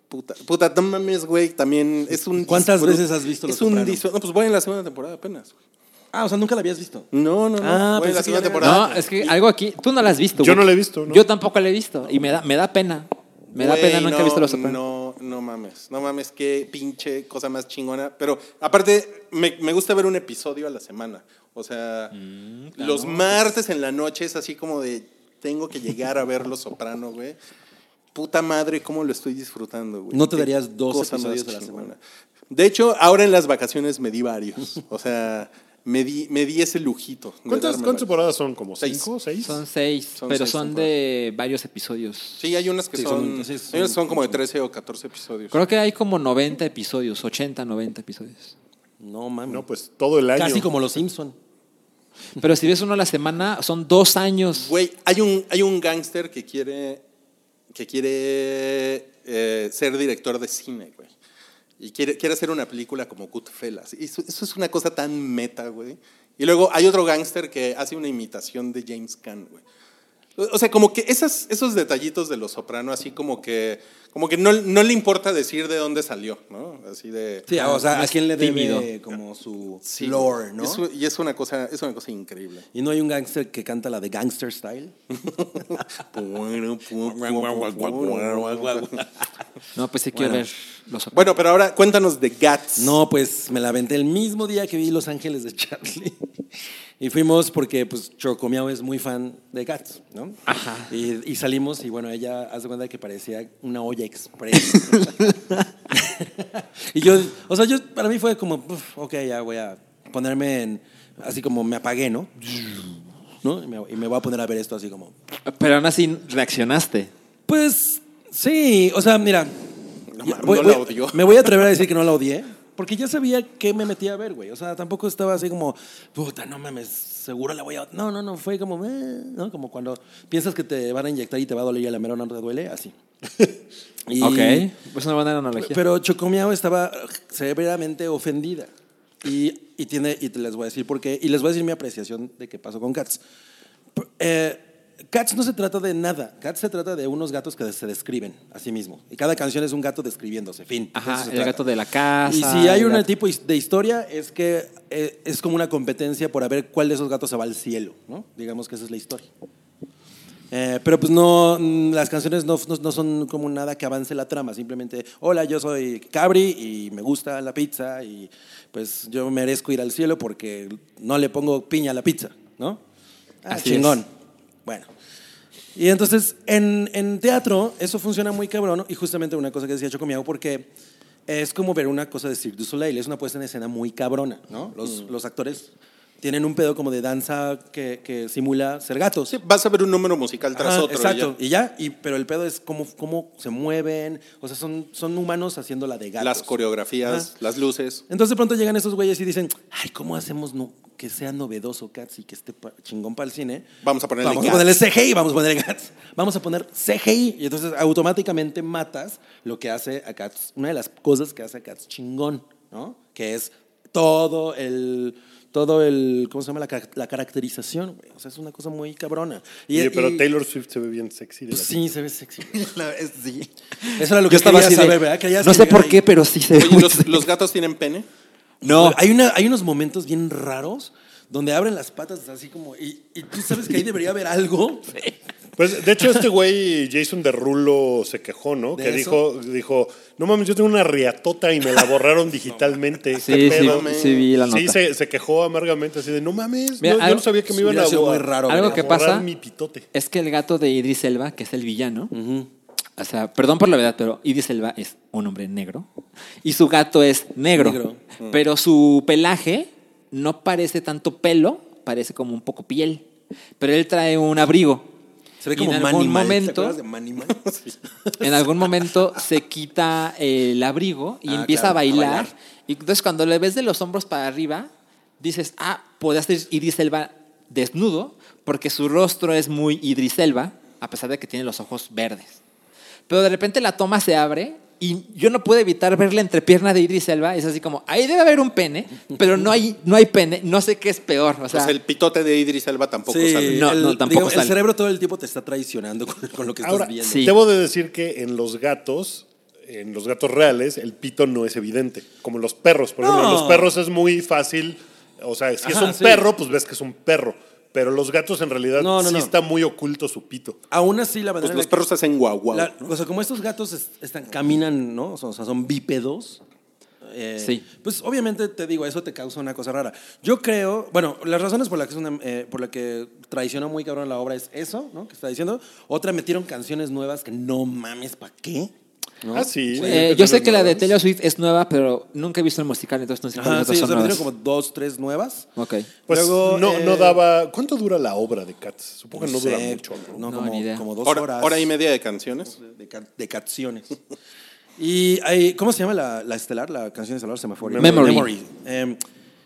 puta, puta, no mames, güey, también es un.
¿Cuántas
disfrute-
veces has visto Los
es un
Soprano?
disfrute- No, pues voy en la segunda temporada apenas. güey.
Ah, o sea, nunca la habías visto.
No, no, no.
Ah,
voy en la
pensé que ya
segunda
había-
temporada.
No, es que algo aquí, tú no la has visto.
Yo
güey.
no la he visto, ¿no?
Yo tampoco la he visto. Y me da, me da pena. Me da
Güey,
pena nunca he visto los Sopranos.
No, no mames, no mames, qué pinche cosa más chingona. Pero aparte, me, me gusta ver un episodio a la semana. O sea,
Mm,
los martes en la noche es así como de, tengo que llegar a ver Los Soprano, güey. Puta madre, cómo lo estoy disfrutando, güey.
¿No te
Qué
darías dos
cosa más
episodios a la
chingona.
semana?
De hecho, ahora en las vacaciones me di varios. O sea, me di, me di ese lujito. de
¿Cuántas, cuántas
darme varios.
temporadas son? ¿Como
Seis.
cinco? ¿Seis?
Son seis,
Son
pero
seis
son
temporadas.
de varios episodios.
Sí, hay unas que
Sí, son
son,
un- sí,
hay
son-
unas que son como de 13 o 14 episodios.
Creo que hay como 90 episodios, 80, 90 episodios.
No mames.
No, pues todo el año.
Casi como los Simpson.
Pero si ves uno a la semana, son dos años.
Güey, hay un, hay un gángster que quiere, que quiere eh, ser director de cine, güey. Y quiere, quiere hacer una película como Goodfellas. Y Eso, eso es una cosa tan meta, güey. Y luego hay otro gángster que hace una imitación de James Caan, güey. O o sea, como que esas, esos detallitos de Los Soprano, así como que, como que no, no le importa decir de dónde salió, ¿no? Así de...
Sí, o sea, ¿a quién le debe
tímido.
como su
Sí,
lore, no?
es un- y es una cosa, es una cosa increíble.
¿Y no hay un gángster que canta la de Gangster Style?
No, pues sí quiero ver los Sopranos.
Bueno, pero ahora cuéntanos de Gats.
No, pues me la aventé el mismo día que vi Los Ángeles de Charlie. Y fuimos porque pues Chocomiao es muy fan de Cats, ¿no? Ajá. Y, y salimos y bueno, ella hace cuenta que parecía una olla express. y yo, o sea, yo para mí fue como, "Uf, ok, ya voy a ponerme en, así como me apagué, ¿no? ¿No? Y me, y me voy a poner a ver esto así como,
Pero aún así reaccionaste.
pues sí, o sea, mira. yo-
mames, no la odió.
Me voy a atrever a decir que no la odié. Porque ya sabía que me metía a ver, güey. O sea, tampoco estaba así como, puta, no mames, seguro la voy a. No, no, no, fue como, eh, ¿no? Como cuando piensas que te van a inyectar y te va a doler y a la mera no te duele, así. Y-
Ok. Es una buena analogía.
pero Chocomiao estaba severamente ofendida. Y, y tiene, y te les voy a decir por qué, y les voy a decir mi apreciación de qué pasó con Cats. P- eh, Cats no se trata de nada. Cats se trata de unos gatos que se describen a sí mismo. Y cada canción es un gato describiéndose, fin.
Ajá,
Eso se
el
trata.
gato de la casa,
Y si hay
el
un
gato-
tipo de historia, es que eh, es como una competencia por a ver cuál de esos gatos se va al cielo, ¿no? Digamos que esa es la historia. Eh, pero pues no, mm, las canciones no, no- no son como nada que avance la trama, simplemente, hola, yo soy Cabri y me gusta la pizza y pues yo merezco ir al cielo porque no le pongo piña a la pizza, ¿no? Ah,
Así
chingón.
es.
Bueno. Y entonces, en, en teatro, eso funciona muy cabrón y justamente una cosa que decía Chocomiao, porque es como ver una cosa de Cirque du Soleil, es una puesta en escena muy cabrona, ¿no? Los,
Mm.
los actores tienen un pedo como de danza que, que simula ser gatos.
Sí, vas a ver un número musical tras
Ajá,
otro. y
Exacto.
ya.
Y ya, y, pero el pedo es cómo, cómo se mueven. O sea, son, son humanos haciendo la de gatos.
Las coreografías,
Ajá.
las luces.
Entonces de pronto llegan esos güeyes y dicen, ay, ¿cómo hacemos no- que sea novedoso Cats y que esté pa- chingón para el cine?
Vamos a ponerle
Vamos a
Cats.
ponerle CGI, vamos a ponerle Cats. Vamos a poner CGI. Y entonces automáticamente matas lo que hace a Cats, una de las cosas que hace a Cats chingón, ¿no? Que es todo el... Todo el, ¿cómo se llama? La, ca- la caracterización, güey. O sea, es una cosa muy cabrona. Y-
Oye, pero
y-
Taylor Swift se ve bien sexy. de
pues
la-
sí, se ve sexy. Eso era lo que
Yo estaba
quería
así de-
saber, ¿verdad? Querías
no
que
sé
llegara
por qué,
ahí.
pero sí se ve.
Oye,
muy
¿los,
sexy.
los gatos tienen pene?
no,
Hay, una, hay unos momentos bien raros donde abren las patas así como... Y, y tú sabes que ahí debería haber algo.
Pues, de hecho, este güey, Jason Derulo, se quejó, ¿no?
¿De
Que
eso?
dijo, dijo, no mames, yo tengo una riatota y me la borraron digitalmente.
sí,
¿qué
sí,
pedo?".
sí vi la nota.
Sí, se, se quejó amargamente, así de, no mames,
Mira,
no, yo
algo-
no sabía que me iban
hubiera
a,
sido muy
borrar
raro,
Algo
a
que
borrar
pasa-
mi pitote.
Es que el gato de Idris Elba, que es el villano, o sea, perdón por la verdad, pero Idris Elba es un hombre negro y su gato es negro.
Negro. Mm.
Pero su pelaje no parece tanto pelo, parece como un poco piel. Pero él trae un abrigo.
Se ve
Y
como
en
Manimal.
algún
¿Te
momento,
acuerdas de Manimal?
en algún momento se quita el abrigo y
Ah,
empieza
claro,
a, bailar,
a bailar.
Y entonces cuando le ves de los hombros para arriba, dices, ah, podría ser Idris Elba desnudo, porque su rostro es muy Idris Elba, a pesar de que tiene los ojos verdes. Pero de repente la toma se abre y yo no pude evitar ver la entrepierna de Idris Elba. Es así como, ahí debe haber un pene, pero no hay, no hay pene, no sé qué es peor. O sea,
pues el pitote de Idris Elba tampoco sale.
No, no, tampoco
digamos, El
sale.
cerebro todo el tiempo te está traicionando con, con lo que estás
Ahora,
viendo.
Sí.
debo de decir que en los gatos, en los gatos reales, el pito no es evidente. Como los perros, por ejemplo,
No.
en los perros es muy fácil. O sea, si es
Ajá,
un
sí.
perro, pues ves que es un perro. Pero los gatos en realidad
No, no,
sí
no.
está muy oculto su pito.
Aún así, la
Pues
manera en
los
la-
perros hacen guau guau.
la- O sea, como estos gatos es- están, caminan, ¿no? O sea, o sea, son bípedos. eh,
Sí.
Pues obviamente te digo, eso te causa una cosa rara. Yo creo, bueno, las razones por las que, es una, eh, por la que traiciona muy cabrón la obra es eso, ¿no? Que está diciendo. Otra, metieron canciones nuevas que no mames, ¿para qué? ¿No?
Ah, sí.
Eh, yo sé que la de Taylor Swift es nueva, pero nunca he visto el musical, entonces no sé
Ajá,
cuáles
Ah,
otras
sí, o
son
sea, metieron
nuevas.
como dos, tres nuevas.
Ok.
Pues
Luego,
no,
eh,
no daba. ¿Cuánto dura la obra de Cats? Supongo que no dura
sé,
mucho. ¿no?
No,
No,
como,
ni idea.
como dos
Hora,
horas.
hora y media de canciones.
de, ca- de canciones. y hay, ¿cómo se llama la, la estelar? La canción estelar se me fue. ahorita.
Memory.
Em,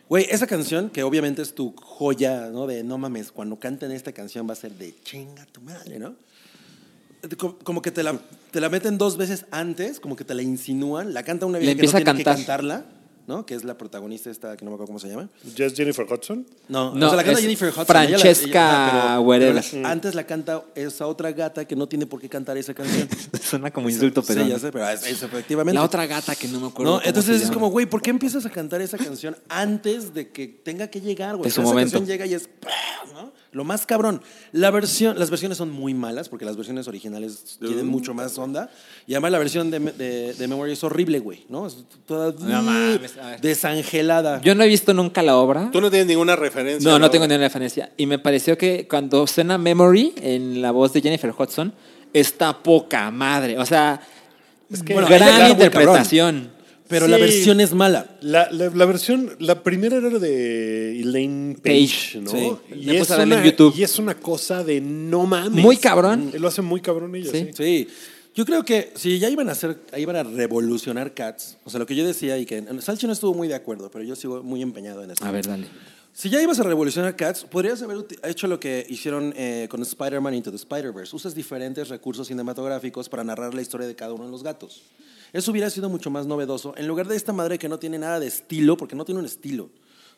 Güey, esa canción que obviamente es tu joya, ¿no? De no mames, cuando canten esta canción va a ser de chinga tu madre, ¿no? De co- Como que te la, te la meten dos veces antes, como que te la insinúan, la canta una
Le
vieja que no
empieza a
tiene que
cantar.
cantarla, ¿no? Que es la protagonista esta, que no me acuerdo cómo se llama.
¿Ya es Jennifer Hudson?
No,
No,
o sea, la canta
es
Jennifer Hudson.
Francesca
ella la- ella- ajá, pero-
whatever.
pero antes la canta esa otra gata que no tiene por qué cantar esa canción.
Suena como insulto, pero.
Sí, ya sé, pero es, es efectivamente.
La otra gata que no me acuerdo.
No,
cómo
entonces
se
es
llama.
como, güey, ¿por qué empiezas a cantar esa canción antes de que tenga que llegar, güey?
De su
esa
momento.
canción llega y es ¿no? lo más cabrón. La versión, las versiones son muy malas porque las versiones originales tienen mucho más onda. Y además la versión de, de- de Memory es horrible, güey, ¿no? Es toda-
No mames, a ver.
desangelada.
Yo no he visto nunca la obra.
Tú no tienes ninguna referencia.
No, no, tengo ninguna referencia. Y me pareció que cuando suena Memory en la voz de Jennifer Hudson, está poca madre. O sea,
Bueno,
gran
es de-
interpretación.
Pero la
Sí.
versión es mala.
La, la- la versión, la primera era de Elaine Page,
Page,
¿no?
sí.
Y,
Me
es
puse a verla
una,
en YouTube.
y es una cosa de no mames. Mm.
Muy cabrón.
Lo hace muy cabrón ella, sí.
Sí.
Sí. Yo creo que si ya iban a hacer, ya iban a revolucionar Cats, o sea, lo que yo decía y que Salchi no estuvo muy de acuerdo, pero yo sigo muy empeñado en eso.
A ver, dale.
Si ya ibas a revolucionar Cats, podrías haber uti- hecho lo que hicieron eh, con Spider-Man Into the Spider-Verse. Usas diferentes recursos cinematográficos para narrar la historia de cada uno de los gatos. Eso hubiera sido mucho más novedoso, en lugar de esta madre que no tiene nada de estilo, porque no tiene un estilo.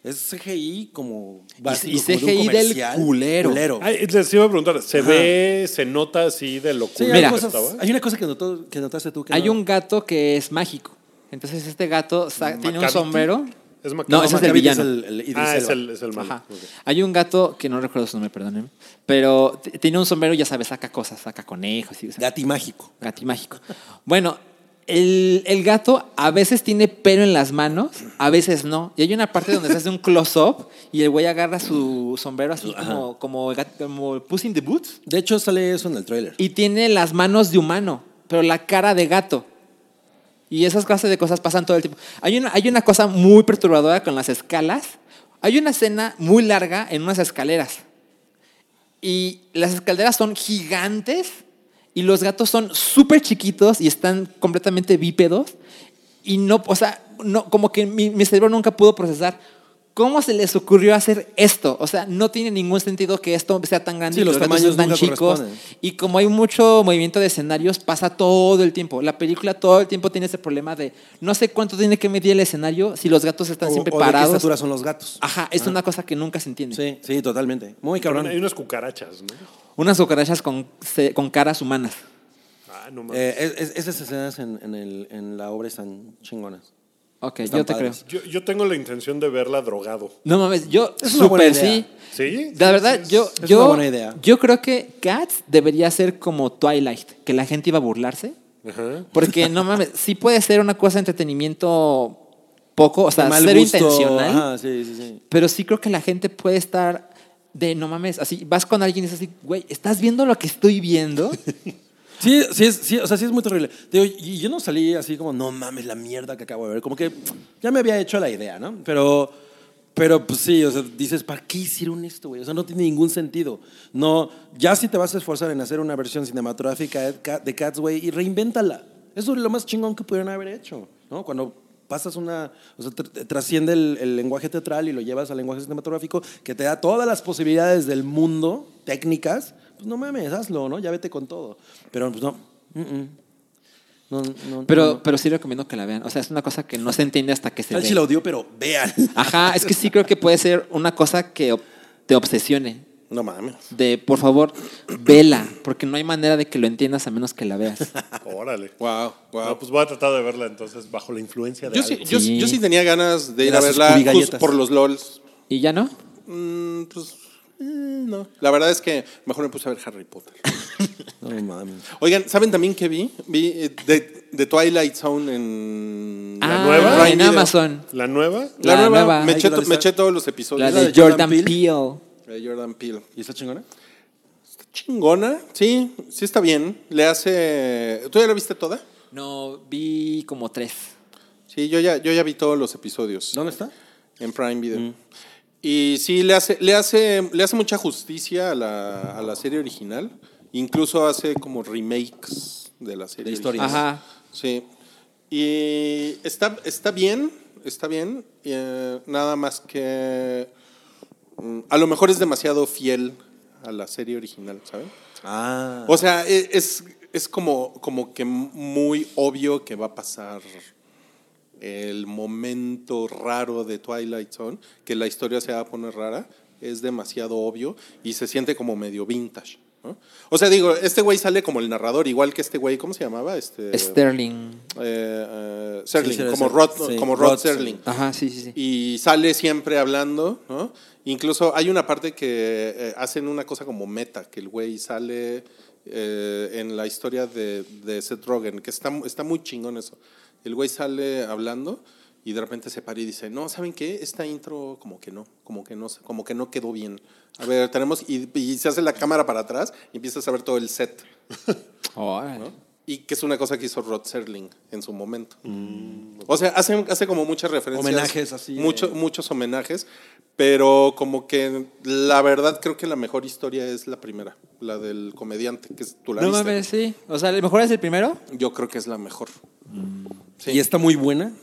Es CGI como básico,
y
como de un
CGI del
comercial.
culero.
Ay, les iba a preguntar, ¿se
Ajá.
ve, se nota así de
Sí,
locura
hay,
Mira.
que
cosas-
estaba?
hay una cosa que, notó- que notaste tú. Que
Hay
no-
un gato que es mágico. Entonces este gato sa- tiene un
¿Macavity?
sombrero.
¿Es Macavity?
no, ese es el
Macavity
villano.
el- el Idris
Ah, es
Elba.
el, es el malo.
Ajá.
Ok.
Hay un gato que no recuerdo su nombre, perdónenme, pero t- tiene un sombrero, ya sabes, saca cosas, saca conejos y o sea,
Gati mágico.
Gati mágico. Bueno, el, el gato a veces tiene pelo en las manos, a veces no. Y hay una parte donde se hace un close-up y el güey agarra su sombrero así como, como, el gat- como Puss in the Boots
De hecho, sale eso en el tráiler.
y tiene las manos de humano, pero la cara de gato. Y esas clases de cosas pasan todo el tiempo. Hay una, hay una cosa muy perturbadora con las escalas. Hay una escena muy larga en unas escaleras. Y las escaleras son gigantes y los gatos son súper chiquitos y están completamente bípedos. Y no, o sea, no, como que mi, mi cerebro nunca pudo procesar. ¿Cómo se les ocurrió hacer esto? O sea, no tiene ningún sentido que esto sea tan grande
Sí,
y
los
los, gatos
tamaños
sean tan
nunca
chicos.
corresponden.
Y como hay mucho movimiento de escenarios, pasa todo el tiempo. La película todo el tiempo tiene ese problema de no sé cuánto tiene que medir el escenario si los gatos están
O-
siempre
o de qué
parados.
estatura son los gatos.
Ajá, es una cosa que nunca se entiende.
Sí, sí, totalmente. Muy
Cabrón,
cabrón.
hay unas cucarachas, ¿no?
Unas cucarachas con, se- con caras humanas.
Ah, no mames.
Eh, es- es- esas escenas en, en el- en la obra están chingonas.
Ok,
Están
yo te
padres.
creo.
Yo, yo tengo la intención de verla drogado.
No mames, yo
Es una buena
súper
idea.
sí.
Sí,
La
sí,
verdad,
sí, es-
yo,
es
yo,
una buena idea.
yo creo que Cats debería ser como Twilight, que la gente iba a burlarse. Porque no mames, sí puede ser una cosa de entretenimiento poco, o sea,
De mal
cero ¿eh?
gusto.
intencional.
Ajá, sí, sí, sí.
Pero sí creo que la gente puede estar de no mames, así vas con alguien y es así, güey, ¿estás viendo lo que estoy viendo?
Sí, sí, es, sí, o sea, sí es muy terrible. Digo, y yo no salí así como, no mames, la mierda que acabo de ver. Como que ya me había hecho la idea, ¿no? Pero, pero pues sí, o sea, dices, ¿para qué hicieron esto, güey? O sea, no tiene ningún sentido. No, ya si te vas a esforzar en hacer una versión cinematográfica de Ca- de Cats, güey, y reinvéntala. Eso es lo más chingón que pudieron haber hecho, ¿no? Cuando pasas una, o sea, tr- trasciende el, el lenguaje teatral y lo llevas al lenguaje cinematográfico, que te da todas las posibilidades del mundo, técnicas, pues no mames, hazlo, ¿no? Ya vete con todo. Pero pues no. mm-mm. No, no,
Pero,
no.
pero sí recomiendo que la vean. O sea, es una cosa que no se entiende hasta que se
Salchi la
ve.
odió, pero vean.
Ajá, es que sí creo que puede ser una cosa que ob- te obsesione.
No mames.
De, por favor, vela, porque no hay manera de que lo entiendas a menos que la veas.
Órale.
Wow, wow.
No, pues voy a tratar de verla entonces bajo la influencia de
yo,
algo.
sí, yo,
Sí.
yo sí tenía ganas de ir
Era
a
sus
verla
curigalletas.
just por los LOLs.
¿Y ya no?
Mm, pues, eh, no. La verdad es que mejor me puse a ver Harry Potter.
No mames.
Oigan, ¿saben también qué vi? Vi eh, de, de Twilight Zone en...
ah,
nueva?
Prime
en
Video.
Amazon.
¿La nueva?
La
La, nueva,
nueva.
Me,
Ay,
eché,
la de-
me eché todos los episodios.
La
¿Es la
de,
de
Jordan
Jordan
Peele.
de Jordan Peele.
¿Y está chingona?
Chingona, sí, sí está bien. Le hace... ¿Tú ya la viste toda?
No, vi como tres.
Sí, yo ya, yo ya vi todos los episodios.
¿Dónde está?
En Prime Video. Y sí, le hace, le hace, le hace mucha justicia a la, a la serie original. Incluso hace como remakes de la serie.
De historias.
original.
Ajá.
Sí. Y está, está bien, está bien. eh, nada más que mm, a lo mejor es demasiado fiel a la serie original, ¿saben?
Ah.
O sea, e- es, es como, como que muy obvio que va a pasar el momento raro de Twilight Zone, que la historia se va a poner rara, es demasiado obvio y se siente como medio vintage. ¿no? O sea, digo, este güey sale como el narrador, igual que este güey, ¿cómo se llamaba? Este,
Sterling.
eh, eh, Serling,
Sí, sí, era
como
Ser-
Rod,
sí,
como Rod
Rod
Serling
Ajá, sí, sí, sí.
y sale siempre hablando, ¿no? Incluso hay una parte que eh, hacen una cosa como meta, que el güey sale eh, en la historia de, de Seth Rogen, que está, mu- está muy chingón eso. El güey sale hablando y de repente se para y dice, no, ¿saben qué? Esta intro como que no, como que no, como que no quedó bien. A ver, tenemos, y, y se hace la cámara para atrás y empiezas a ver todo el set,
Órale.
¿no? Y que es una cosa que hizo Rod Serling en su momento. O sea, hace, hace como muchas referencias.
Mm, Homenajes así,
Mucho-
eh.
Muchos homenajes, pero como que la verdad creo que la mejor historia es la primera, la del comediante, que es tu la
No
viste.
mames, sí. O sea, ¿el mejor es el primero?
Yo creo que es la mejor. Sí.
Mm. Y está muy buena.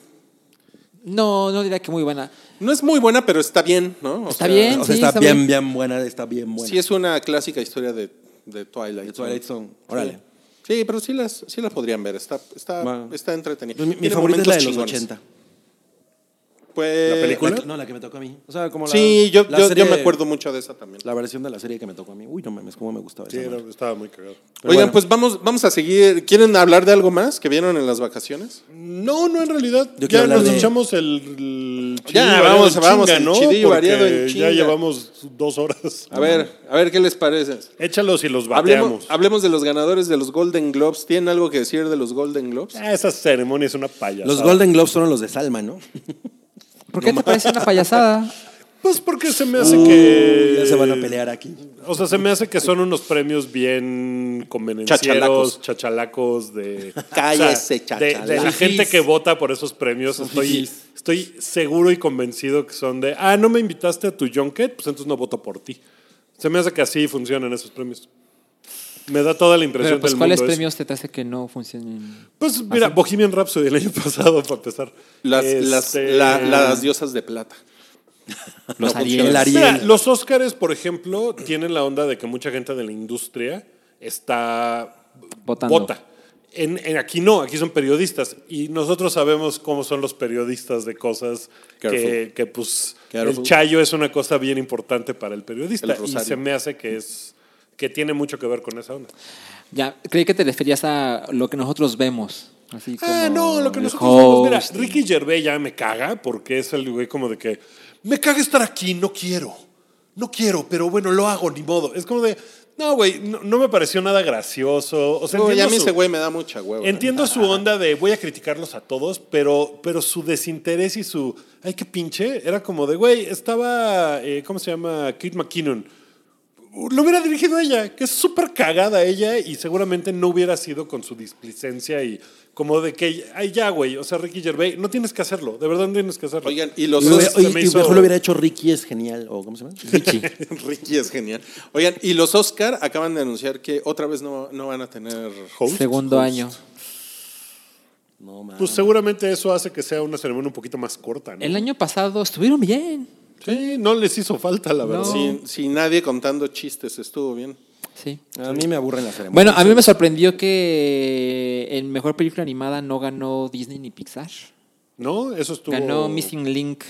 No, no diría que muy buena.
No es muy buena, pero está bien, ¿no? O
Está bien.
O sea,
Sí,
está,
está
bien,
bien.
bien buena, está bien buena.
Sí, es una clásica historia de, de Twilight.
De Twilight Zone. Órale.
Sí, pero sí las, sí las podrían ver. Está, está,
Va.
está entretenida.
Pues mi, mi
Tiene
favorita es la de
momentos
los
chingones.
80.
Pues,
¿La película?
Eh, La que- no, la que me tocó a mí. O sea, como la,
Sí, yo, yo-
la
yo
serie-
me acuerdo mucho de esa también.
La versión de la serie que me tocó a mí. Uy, no mames, cómo me gustaba
Sí,
esa
era-
madre.
estaba muy cagado.
Pero
Oigan,
bueno.
pues vamos, vamos a seguir. ¿Quieren hablar de algo más que vieron en las vacaciones?
No, no, en realidad.
Yo quiero
ya
hablar
nos
de-
echamos el, el
Ya,
chidillo variado
vamos,
en
vamos, el chidillo
Porque
variado en
Ya
chinga.
llevamos dos horas.
A ver, a ver qué les parece.
Échalos y los
Hablemos,
bateamos.
hablemos de los ganadores de los Golden Globes. ¿Tienen algo que decir de los Golden Globes?
Ah, esa ceremonia es una payasada.
Los Golden Globes fueron los de Salma, ¿no?
¿Por qué te parece una payasada?
Pues porque se me
Uh,
hace que...
Ya se van a pelear aquí.
O sea, se me hace que son unos premios bien convenencieros,
Chachalacos.
chachalacos, de...
Cállese,
o sea, de- De, la
chachalaco.
gente que vota por esos premios, estoy,
fifís.
estoy seguro y convencido que son de, ah, no me invitaste a tu junket, pues entonces no voto por ti. Se me hace que así funcionan esos premios. Me da toda la impresión
Pero, pues,
del
¿cuáles
mundo eso.
premios te hace que no funcionen?
Pues mira, Bohemian Rhapsody el año pasado, para empezar.
Las, las,
Este-
la- las diosas de plata.
Los
No
Ariel.
funciona.
El Ariel.
Mira, pues, los Óscares, por ejemplo, tienen la onda de que mucha gente de la industria está
Votando.
vota. En, en- aquí no, aquí son periodistas y nosotros sabemos cómo son los periodistas de cosas que,
Careful.
que, pues
Careful.
el chayo es una cosa bien importante para el periodista
El
y
rosario.
se me hace que es que tiene mucho que ver con esa onda.
Ya, creí que te referías a lo que nosotros vemos. Así
Ah,
como
no, lo que
el
nosotros vemos, mira,
hosting.
Ricky Gervais ya me caga porque es el güey como de que me caga estar aquí, no quiero. No quiero, pero bueno, lo hago, ni modo. Es como de, no, güey, no, no me pareció nada gracioso. O sea,
No, ya a
entiendo
mí
su-
ese güey me da mucha hueva.
Entiendo su onda de voy a criticarlos a todos, pero, pero su desinterés y su. ¡Ay, qué pinche! Era como de, güey, estaba. eh, ¿Cómo se llama? Kate McKinnon. Lo hubiera dirigido ella, que es súper cagada ella y seguramente no hubiera sido con su displicencia y como de que, ay, ya, güey, o sea, Ricky Gervais, no tienes que hacerlo, de verdad no tienes que hacerlo.
Oigan, y los
Y lo hubiera-
Oscars
se
oye,
me
y
pues,
hizo-
mejor lo hubiera hecho Ricky es genial. ¿O cómo se llama? Ricky.
Ricky es genial. Oigan, y los Oscar acaban de anunciar que otra vez no, no van a tener
Host,
Segundo
host.
año.
No
Pues
mames.
seguramente eso hace que sea una ceremonia un poquito más corta, ¿no?
El año pasado estuvieron bien.
Sí, no les hizo falta, la verdad.
No.
sin, sin nadie contando chistes, estuvo bien.
Sí.
A mí me aburren las ceremonias.
Bueno, a mí me sorprendió que en mejor película animada no ganó Disney ni Pixar.
¿No? Eso estuvo.
Ganó Missing Link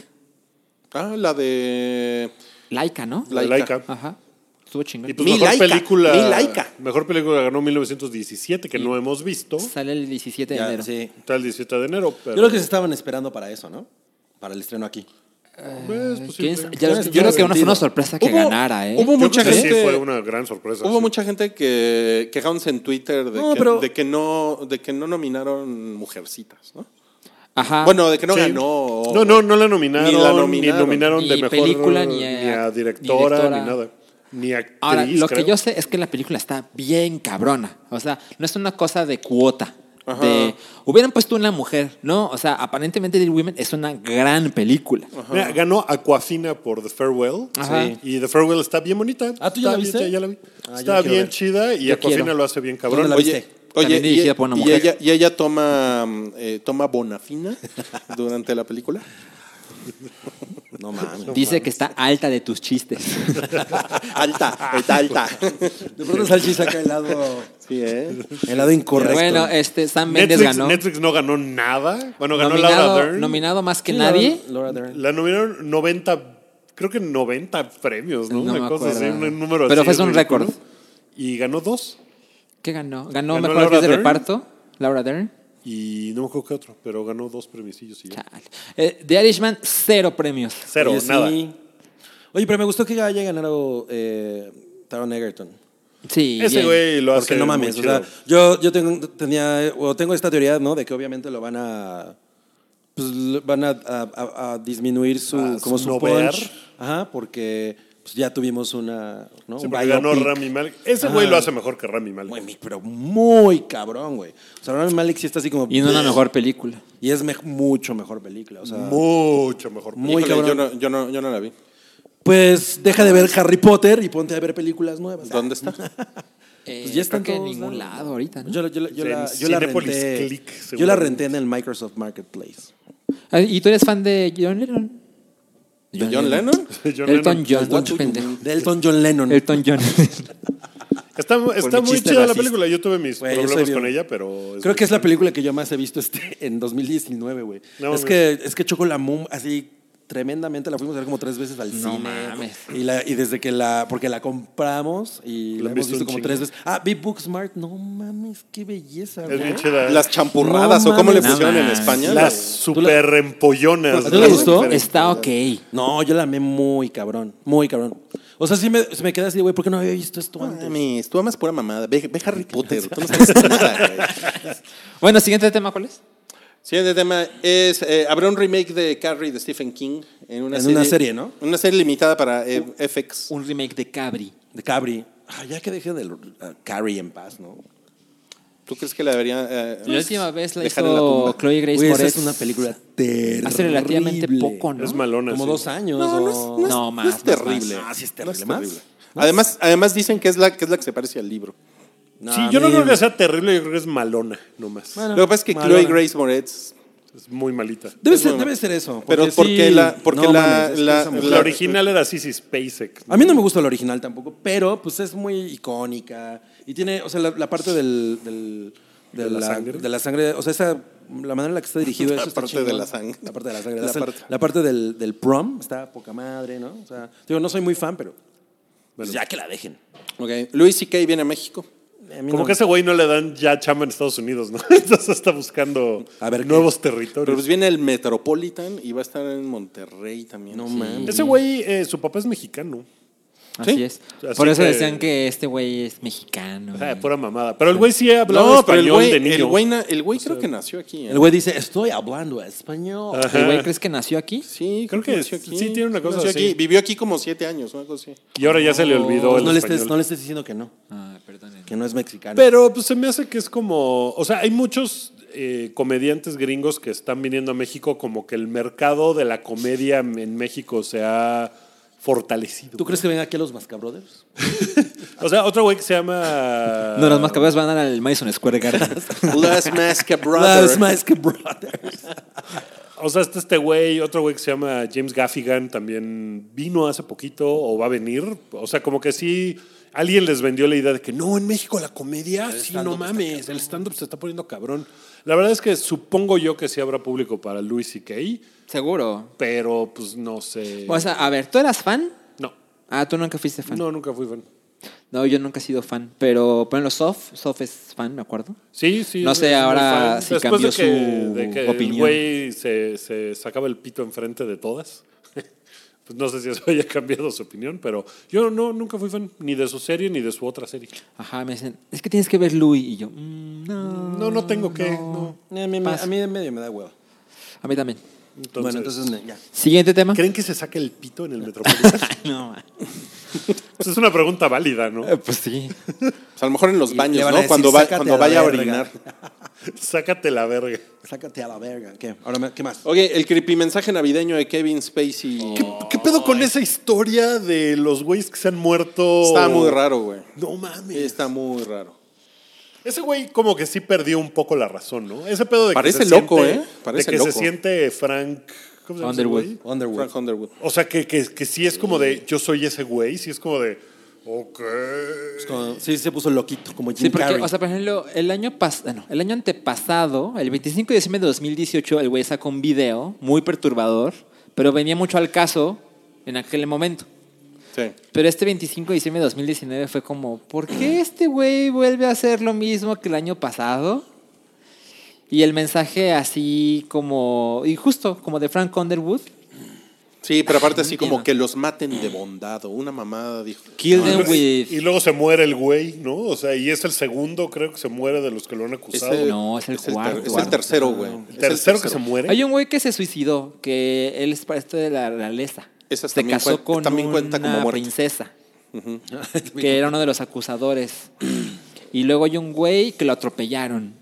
Ah, la de
Laika, Ah, ¿no?
La
Laika.
Laika.
Ajá. Estuvo chingón.
Y pues
Mi
mejor
Laika,
película.
mi Laika.
Mejor película ganó 1917, que no hemos visto.
Sale el 17 de
Ya,
enero.
sí.
Está el 17 de enero.
Yo
Pero,
creo que se estaban esperando para eso, ¿no? Para el estreno aquí.
pues,
eh, ¿Quién
pues, sí,
es?
yo
Ya- yo
tiene
creo que no fue
sentido.
una sorpresa que
Hubo-
ganara, ¿eh?
hubo
creo
mucha
que
gente.
sí fue una gran sorpresa.
Hubo
sí.
mucha gente que quejándose en Twitter de,
No,
que,
pero-
de que no de que no nominaron mujercitas, ¿no?
Ajá.
Bueno, de que no
Ah, Sí.
ganó. o-
No, no, no la nominaron.
Ni la
Ni
nominaron.
nominaron de
Ni
mejor
película, ni
ni
a-
a,
ni
directora,
directora.
ni nada. Ni actriz.
Ahora, lo que
creo.
yo sé es que la película está bien cabrona. O sea, no es una cosa de cuota.
Ajá.
De, hubieran puesto una mujer, ¿no? O sea, aparentemente Dear Women es una gran película.
Mira, ganó Aquafina por The Farewell.
Ajá.
Sí. Y The Farewell está bien bonita.
Ah, ¿tú ya la
Está bien-
viste?
ya la vi.
Ah, yo la
está
quiero
bien
ver.
chida y
Yo
Aquafina
quiero.
lo hace bien cabrón. Pues,
¿Dónde la
Oye,
viste?
oye
También
y,
dirigida por una
y
mujer.
ella, y ella toma, mm, eh, toma bonafina durante la película.
No mames.
Dice que está alta de tus chistes.
alta, está alta.
De pronto Salchi saca el lado,
sí, ¿eh?
el lado incorrecto.
Bueno, este, Sam Mendes
Netflix,
ganó.
Netflix no ganó nada. Bueno, ganó
nominado,
Laura Dern.
nominado más que
Sí,
nadie.
Laura, Laura Dern.
La nominaron 90, creo que 90 premios, ¿no?
No me
Una cosa así,
acuerdo.
un número
Pero
así
fue un
ridículo.
récord.
Y ganó dos.
¿Qué ganó?
Ganó
Ganó, mejor
Laura
actriz de
Dern.
reparto. Laura Dern.
Y no me acuerdo qué otro, pero ganó dos premisillos y ya.
Chale. Eh, The Irishman, cero premios.
Cero,
Oye, sí.
nada.
Oye, pero me gustó que haya ganado eh, Taron Egerton.
Sí.
Ese
bien.
güey lo hace.
Porque no
muy
mames, o
chido.
sea, yo, yo tengo, tenía, o tengo esta teoría, ¿no? De que obviamente lo van a pues le- van a, a- a- a disminuir su,
Ah,
como
su
su
novear.
punch. Ajá, porque pues, ya tuvimos una. ¿no?
Sí,
Un
porque ganó
biopic.
Rami Malek. Ese güey
Ah.
lo hace mejor que Rami Malek.
Muy, mi- pero muy cabrón, güey. O sea, Rami Malek sí está así como.
Y no una mejor película.
Y es me- mucho mejor película. O sea,
Mucho mejor.
Muy
Híjole,
cabrón.
yo no, yo, no, yo no la vi.
pues deja de ver Harry Potter y ponte a ver películas nuevas.
¿Dónde está?
Eh,
Pues ya están
creo que en
todos
ningún
lados.
lado ahorita, ¿no?
Yo, la- yo la- yo
En
la, yo la
Cinépolis
renté.
Click,
yo la
seguramente.
renté en el Microsoft Marketplace.
Ah, ¿Y tú eres fan de John Lennon?
¿De John Lennon?
John
Elton
Lennon.
John,
What
un
to-
pendejo.
De Elton John Lennon.
Elton John.
Está, está
mi
muy
chiste
chida la
racista.
película. Yo tuve mis
Güey, yo soy
problemas
bien-
con ella, pero.
Creo que es la película que yo más he visto este, en 2019, güey.
No,
es, que, es que Choco la Mum, así tremendamente, la fuimos a ver como tres veces al
No
cine.
mames.
Y, la, y desde que la, porque la compramos y
La
la,
han
hemos
visto
visto
un
como
chingo.
tres veces. Ah, vi Booksmart, no mames, qué belleza,
Es
güey.
bien chida.
Las champurradas
No
o cómo le
mames.
pusieron en
No
España.
Eh, Las
¿Tú la-
super empollonas.
¿A ti te
Las
gustó?
super-
Está ok.
No, yo la amé muy cabrón, muy cabrón. O sea, sí me, se me quedé así, güey, ¿por qué no había visto esto antes?
Mames, tú amas pura mamada. Ve, ve Harry Potter. Tú no sabes nada, güey.
Bueno, siguiente tema, ¿cuál es?
Siguiente tema es, eh, habrá un remake de Carrie de Stephen King en una,
En
serie,
una serie, ¿no? Uh.
Una serie limitada para eh, FX.
Un remake de Cabri.
De Cabri. Ah, ya que dejé del a Carrie en paz, ¿no?
¿Tú crees que la debería eh,
La última vez la
dejar en la tumba?
hizo Chloe Grace
Güey, esa
Moretz.
es una película terrible.
Hace relativamente poco, ¿no?
Es malona.
Como
sí.
dos años.
No, no
o-
es, no es-
No,
no
más,
es terrible.
más. Ah, sí es
No
terrible, más.
Además, además dicen que es, la, que es la que se parece al libro.
No,
Sí,
a
yo no
mí-
creo que sea terrible, yo creo que es malona nomás.
Bueno.
Lo que pasa es que
Malona.
Chloe Grace Moretz.
Es muy malita.
Debe
es
ser,
muy
debe
mal.
ser eso.
Pero porque
sí-
la- porque
no
la-
mames, es que
la-
esa mujer-
La original era Sissy Spacek.
pues. A mí no me gusta el original tampoco, pero pues es muy icónica. Y tiene, o sea, la, la parte del, del- de,
¿De la
la,
sangre?
de la sangre, o sea, esa, la manera en la que está dirigido
La
eso está
parte de
chingón.
la sangre.
La parte de la sangre.
La
La, sal-
parte.
la parte del, del prom está poca madre, ¿no? O sea, digo, no soy muy fan, pero pues,
Bueno.
ya que la dejen.
Okay. Luis C.K. viene a México.
A mí
Como
no-
que a ese güey no le dan ya chamba en Estados Unidos, ¿no? Entonces está buscando
A ver qué.
nuevos
Pero
territorios.
pues viene el Metropolitan y va a estar en Monterrey también.
No
Sí.
Mm,
mames.
ese güey, eh, su papá es mexicano.
Así
Sí.
es.
Así
Por eso
que- Ah, pues,
decían que este güey es mexicano.
O sea,
y-
pura mamada. Pero el güey sí hablaba
No, pero
español
el güey,
de niño.
el güey, na- el güey creo que nació aquí. ¿eh?
El güey dice, estoy hablando español.
Ajá.
¿El güey crees que nació aquí?
Sí,
Creo que
nació
sí tiene una cosa
Nació
así.
aquí. Vivió aquí como siete años, una cosa así.
Y ahora ya se le olvidó
Pues
el
no, le
español.
estés, no le estés diciendo que no,
Ah, perdón.
que no es mexicano.
Pero pues se me hace que es como, o sea, hay muchos eh, comediantes gringos que están viniendo a México como que el mercado de la comedia en México se ha fortalecido.
¿Tú crees que venga aquí a los Mascabrothers?
O sea, otro güey que se llama...
No, los más cabezas van a dar al Madison Square Garden.
Las Masca
Los
Brothers.
Mascabrothers.
O sea, está este güey, otro güey que se llama James Gaffigan, también vino hace poquito o va a venir. O sea, como que sí, alguien les vendió la idea de que no, en México la comedia, sí, no mames, el stand-up se está poniendo cabrón. La verdad es que supongo yo que sí habrá público para Louis C.K.,
Seguro.
pero pues no sé.
O sea, a ver, ¿tú eras fan?
no,
Ah, tú nunca fuiste fan.
no, nunca fui fan.
No, yo nunca he sido fan. Pero, por ejemplo, Sof, Sof es fan, me acuerdo.
Sí, sí.
No sé
es muy
ahora
fan.
si
Después
cambió
de que,
su
de que
opinión.
El güey se, se sacaba el pito enfrente de todas. pues no sé si eso haya cambiado su opinión, pero yo no, nunca fui fan ni de su serie ni de su otra serie.
Ajá, me dicen, es que tienes que ver Louis. Y yo, "Mm, Ah, no.
No, no tengo que. no.
A mí, me-
Pasa.
a mí de medio me da hueva.
A mí también.
Entonces,
bueno, entonces ne- ya.
Siguiente tema.
¿Creen que se saca el pito en el Metropolitano?
No, ma.
Esa Pues es una pregunta válida, ¿no?
Eh, pues sí.
Pues a lo mejor en los
Y
baños,
le
¿no?
van a decir,
cuando va-
"Sácate
cuando
a la
vaya a
verga".
orinar.
Sácate la verga.
Sácate a la verga. ¿Qué? Ahora, me- ¿qué más?
Oh,
Oye, el creepy mensaje navideño de Kevin Spacey.
Oh. ¿Qué, qué pedo con esa historia de los güeyes que se han muerto?
Está muy raro, güey.
No mames.
Está muy raro.
Ese güey como que sí perdió un poco la razón, ¿no? Ese pedo de que
Parece
se
loco,
siente-
¿eh? Parece
de que se
loco.
siente Frank ¿cómo se llama ese
Underwood.
güey?
Underwood.
Frank Underwood.
O sea, que, que, que sí es como de yo soy ese güey, sí es como de ok.
Con- sí, se puso loquito, como Jim
eh. Sí, porque,
Carrey.
o sea, por ejemplo, el año, pas ah, no, el año antepasado, el 25 de diciembre de 2018, el güey sacó un video muy perturbador, pero venía mucho al caso en aquel momento.
Sí.
Pero este 25 de diciembre de 2019 fue como, ¿por qué este güey vuelve a hacer lo mismo que el año pasado? Y el mensaje así como, y justo como de Frank Underwood,
Sí, pero aparte así
Ay,
como
Ah.
entiendo.
que los maten de bondad o una mamada dijo.
Kill
Y
them
luego-
with.
Y luego se muere el güey, ¿no? O sea, y es el segundo, creo que se muere de los que lo han acusado.
Ese-
No, es el
ter-
cuarto,
Es el
ah.
cuarto.
tercero, güey.
el
Es
Ah. tercero que se muere.
Hay un güey que se suicidó, que él es parte de la realeza.
Esas
se
también
casó
cuen-
con
también cuenta como
una
muerte.
princesa, que era uno de los acusadores. y luego hay un güey que lo atropellaron.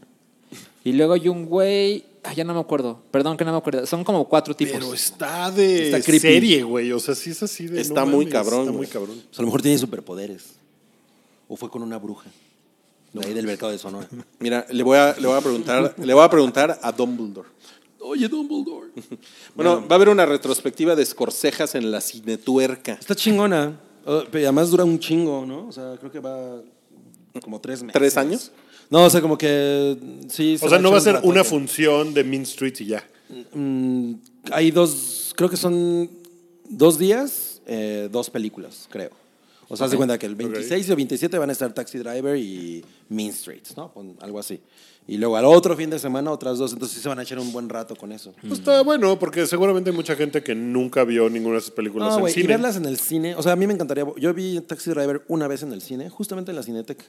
Y luego hay un güey, ah, ya no me acuerdo, perdón que no me acuerdo, son como cuatro tipos.
Pero está de
Está creepy.
serie, güey. O sea, sí es así de.
Está muy cabrón,
Está
güey.
muy cabrón.
Pues a lo mejor tiene superpoderes. O fue con una bruja. De ahí del mercado de Sonora.
Mira, le voy a, le voy a preguntar, le voy a preguntar a Dumbledore.
Oye, Dumbledore.
Bueno, va a haber una retrospectiva de Scorsejas en la cinetuerca.
Está chingona. Oh, pero además dura un chingo, ¿no? O sea, creo que va como tres meses.
¿Tres años?
No, o sea, como que sí.
O sea, no va a
echar
ser
un
una
ratote.
función de Mean Street y ya.
Mm, hay dos, creo que son dos días, eh, dos películas, creo. O sea, haz de cuenta que el 26 o 27 van a estar Taxi Driver y Mean Streets, ¿no? Pon- Algo así. Y luego al otro fin de semana otras dos, entonces sí se van a echar un buen rato con eso.
Pues está bueno, porque seguramente hay mucha gente que nunca vio ninguna de esas películas
No,
en
Ah, güey, y
cine.
verlas en el cine. O sea, a mí me encantaría. Yo vi Taxi Driver una vez en el cine, justamente en la Cineteca.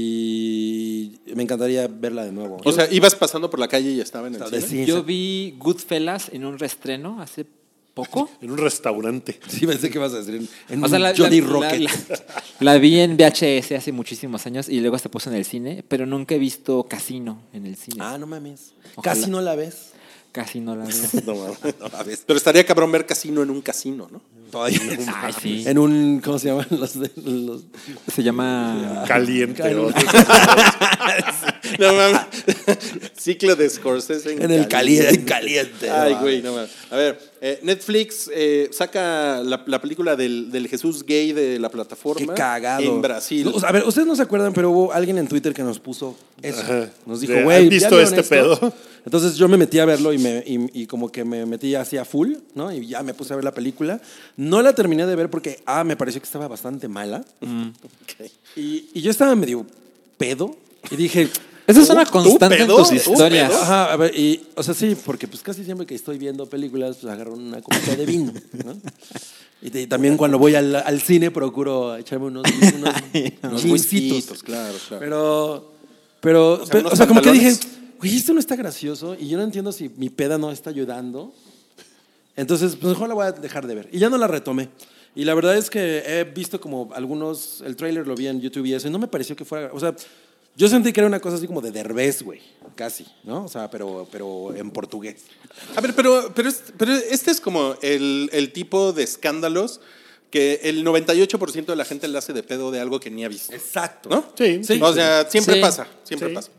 Y me encantaría verla de nuevo.
O sea, ibas pasando por la calle y estaba en el
Está
cine.
de cine.
Yo vi Goodfellas en un restreno hace poco.
En un restaurante.
Sí, pensé que ibas a decir. En
O sea, la,
Johnny
la- la-
Rocket.
la- la vi en VHS hace muchísimos años y luego se puso en el cine, pero nunca he visto Casino en el cine.
Ah, no mames.
Ojalá.
Casi no la ves.
Casi no la vi.
No, mames. Pero estaría cabrón ver casino en un casino, ¿no?
Todavía.
Ay, sí.
En un. ¿Cómo se llaman los.? de- los-
Se llama...
Caliente. ¿no?
No mames. Ciclo de Scorsese
en el caliente. en caliente.
Ay, güey, no mames. A ver, eh, Netflix eh, saca la, la película del, del Jesús gay de la
Qué
plataforma.
cagado.
En Brasil.
No, o sea, a ver, ustedes no se acuerdan, pero hubo alguien en Twitter que nos puso eso.
Ajá.
Nos dijo,
De,
güey,
¿han
¿ya
visto
vieron
este
esto?".
pedo?
Entonces yo me metí a verlo y, me, y, y como que me metí así a full, ¿no? Y ya me puse a ver la película. No la terminé de ver porque, ah, me pareció que estaba bastante mala.
Mm.
Y, y yo estaba medio pedo y dije...
Esa es
"Oh,
una constante en
pedo?
tus
¿Tú,
historias.
pedo?
Ajá, a ver, y, o sea, sí, porque pues casi siempre que estoy viendo películas, pues agarro una copita de vino, ¿no? Y, te- también cuando voy al, al cine procuro echarme unos, unos,
Unos
whiskitos.
whiskitos, claro, claro.
Pero, pero, pero, o sea,
unos
como que dije,
pantalones.
güey, esto no está gracioso y yo no entiendo si mi peda no está ayudando. Entonces, pues mejor la voy a dejar de ver. Y ya no la retomé. Y la verdad es que he visto como algunos, el tráiler lo vi en YouTube y eso, y no me pareció que fuera, o sea, yo sentí que era una cosa así como de derbez, güey, casi, ¿no? O sea, pero, pero en portugués.
A ver, pero, pero, es- pero este es como el, el tipo de escándalos que el 98% de la gente le hace de pedo de algo que ni ha visto.
Exacto.
¿No?
Sí. Sí.
O sea, siempre
Sí.
pasa, siempre
Sí.
pasa.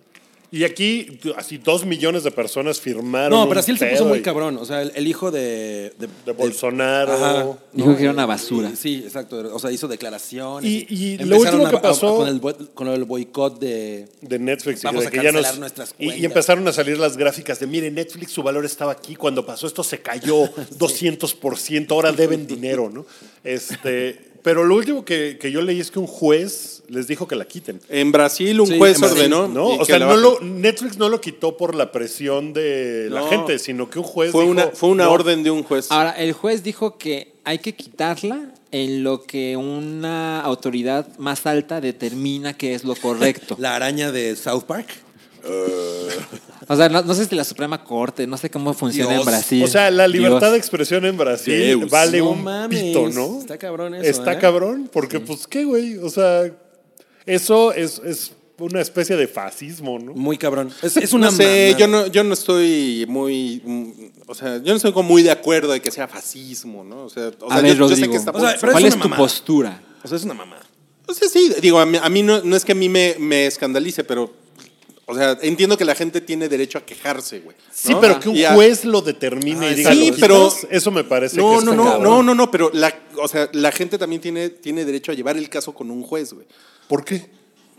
Y aquí, así, dos millones de personas firmaron.
No,
un
Brasil se puso
pedo
muy
y-
cabrón. O sea, el, el hijo de... De,
De Bolsonaro.
Dijo que era una basura.
Sí, sí, exacto. O sea, hizo declaraciones.
Y- y lo
empezaron
último que
a- a-
pasó-
con, el, boi- con el boicot de...
de Netflix.
Vamos
de
a
que ya
cancelar nuestras
y, y
cuentas.
empezaron a salir las gráficas de, mire, Netflix, su valor estaba aquí, cuando pasó esto se cayó 200%, ahora deben dinero, ¿no? Este, pero lo último que, que yo leí es que un juez les dijo que la quiten.
En Brasil un
Sí,
juez
en Brasil,
ordenó.
¿No?
y
O
que
sea,
la
no lo,
bajen.
Netflix no lo quitó por la presión de la
No.
gente, sino que un juez
Fue
dijo,
una, fue una
"No".
orden de un juez.
Ahora, el juez dijo que hay que quitarla en lo que una autoridad más alta determina que es lo correcto.
La araña de South Park.
O sea, no, no sé si la Suprema Corte, no sé cómo funciona
Dios.
en Brasil.
O sea, la libertad
Dios.
de expresión en Brasil
Deus.
vale
No
un
mames,
pito, ¿no?
está cabrón eso,
Está
¿eh?
cabrón, porque pues qué, güey. O sea, eso es, es una especie de fascismo, ¿no?
Mm,
Muy cabrón. Es, es una
no sé,
mamada.
yo no, yo no estoy muy. mm, O sea, yo no estoy como muy de acuerdo de que sea fascismo, ¿no? O sea, o
A
sea,
ver,
yo, yo
Rodrigo,
sé que está
O sea,
por-
pero es
¿cuál
una
es tu
mamada.
postura?
O sea, es una mamá.
O sea, sí, digo, a mí, a mí no, no es que a mí me, me escandalice, pero. O sea, entiendo que la gente tiene derecho a quejarse, güey.
Sí,
¿no?
pero que un
Y a-
juez lo determine
Ah,
y diga,
sí,
"Lo
pero-
quitas", eso me parece que
No,
es
no, no,
cabrón.
no, no, no, pero la, o sea, la gente también tiene, tiene derecho a llevar el caso con un juez, güey.
¿Por qué?
Eh,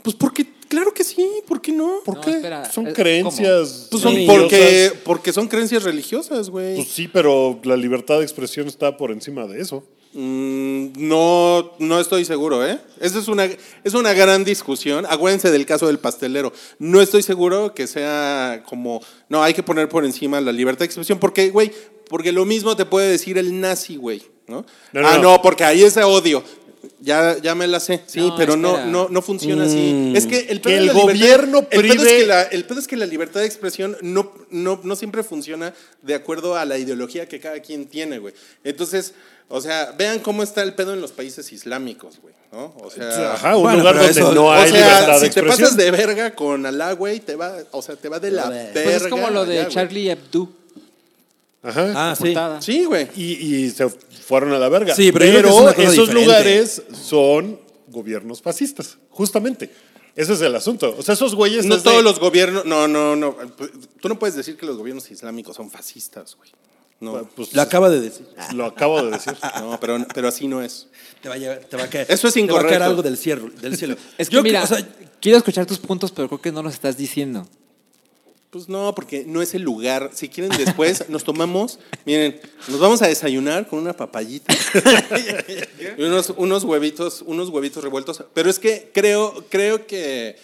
Pues porque, claro que sí, ¿por qué no?
¿Por
No,
qué?
espera,
Pues son
eh,
creencias.
Pues son
Sí.
porque,
religiosas.
porque son creencias religiosas, güey.
Pues sí, pero la libertad de expresión está por encima de eso.
Mm, no, no estoy seguro, ¿eh? Esa es una, es una gran discusión. Acuérdense del caso del pastelero. No estoy seguro que sea como, no, hay que poner por encima la libertad de expresión, porque, güey, Porque lo mismo te puede decir el nazi, güey. ¿no?
No, no,
ah,
no.
no. porque ahí es de odio. Ya, ya me la sé. Sí,
No,
pero no,
espera.
no, no funciona así. Es que el, pedo
Mm. Que
de
el
la libertad-
gobierno
el pedo es
prive-
que la- Ah, el pedo es que la libertad de expresión no, no, no siempre funciona de acuerdo a la ideología que cada quien tiene, güey. Entonces, o sea, vean cómo está el pedo en los países islámicos, güey. ¿no? O sea,
Ajá, un
Bueno,
lugar
pero
donde
eso-
no
o
hay
sea,
libertad de
si te
expresión.
pasas de verga con Alá, güey, te va, o sea, te va de la verga.
Pues es como lo de
allá, güey.
Charlie Hebdo.
Ajá.
Ah, sí.
portada.
Sí, güey.
y, y se fueron a la verga.
Sí, pero yo creo que es una
esos
cosa diferente.
lugares son gobiernos fascistas, justamente. Ese es el asunto. O sea, esos güeyes.
No
es de-
todos los gobiernos, no, no, no. Pues, Tú no puedes decir que los gobiernos islámicos son fascistas, güey. No,
pues,
Lo acaba de decir.
lo acabo de decir.
no, pero, pero así no es.
Te va a, llevar- te va a caer.
Eso es
Te va a caer
incorrecto.
algo del cielo. Del cielo.
Es que
Yo
mira,
o sea,
quiero escuchar tus puntos, pero creo que no los estás diciendo.
Pues no, porque no es el lugar. Si quieren después, nos tomamos, miren, nos vamos a desayunar con una papayita. y unos, unos huevitos, unos huevitos revueltos. Pero es que creo, creo que,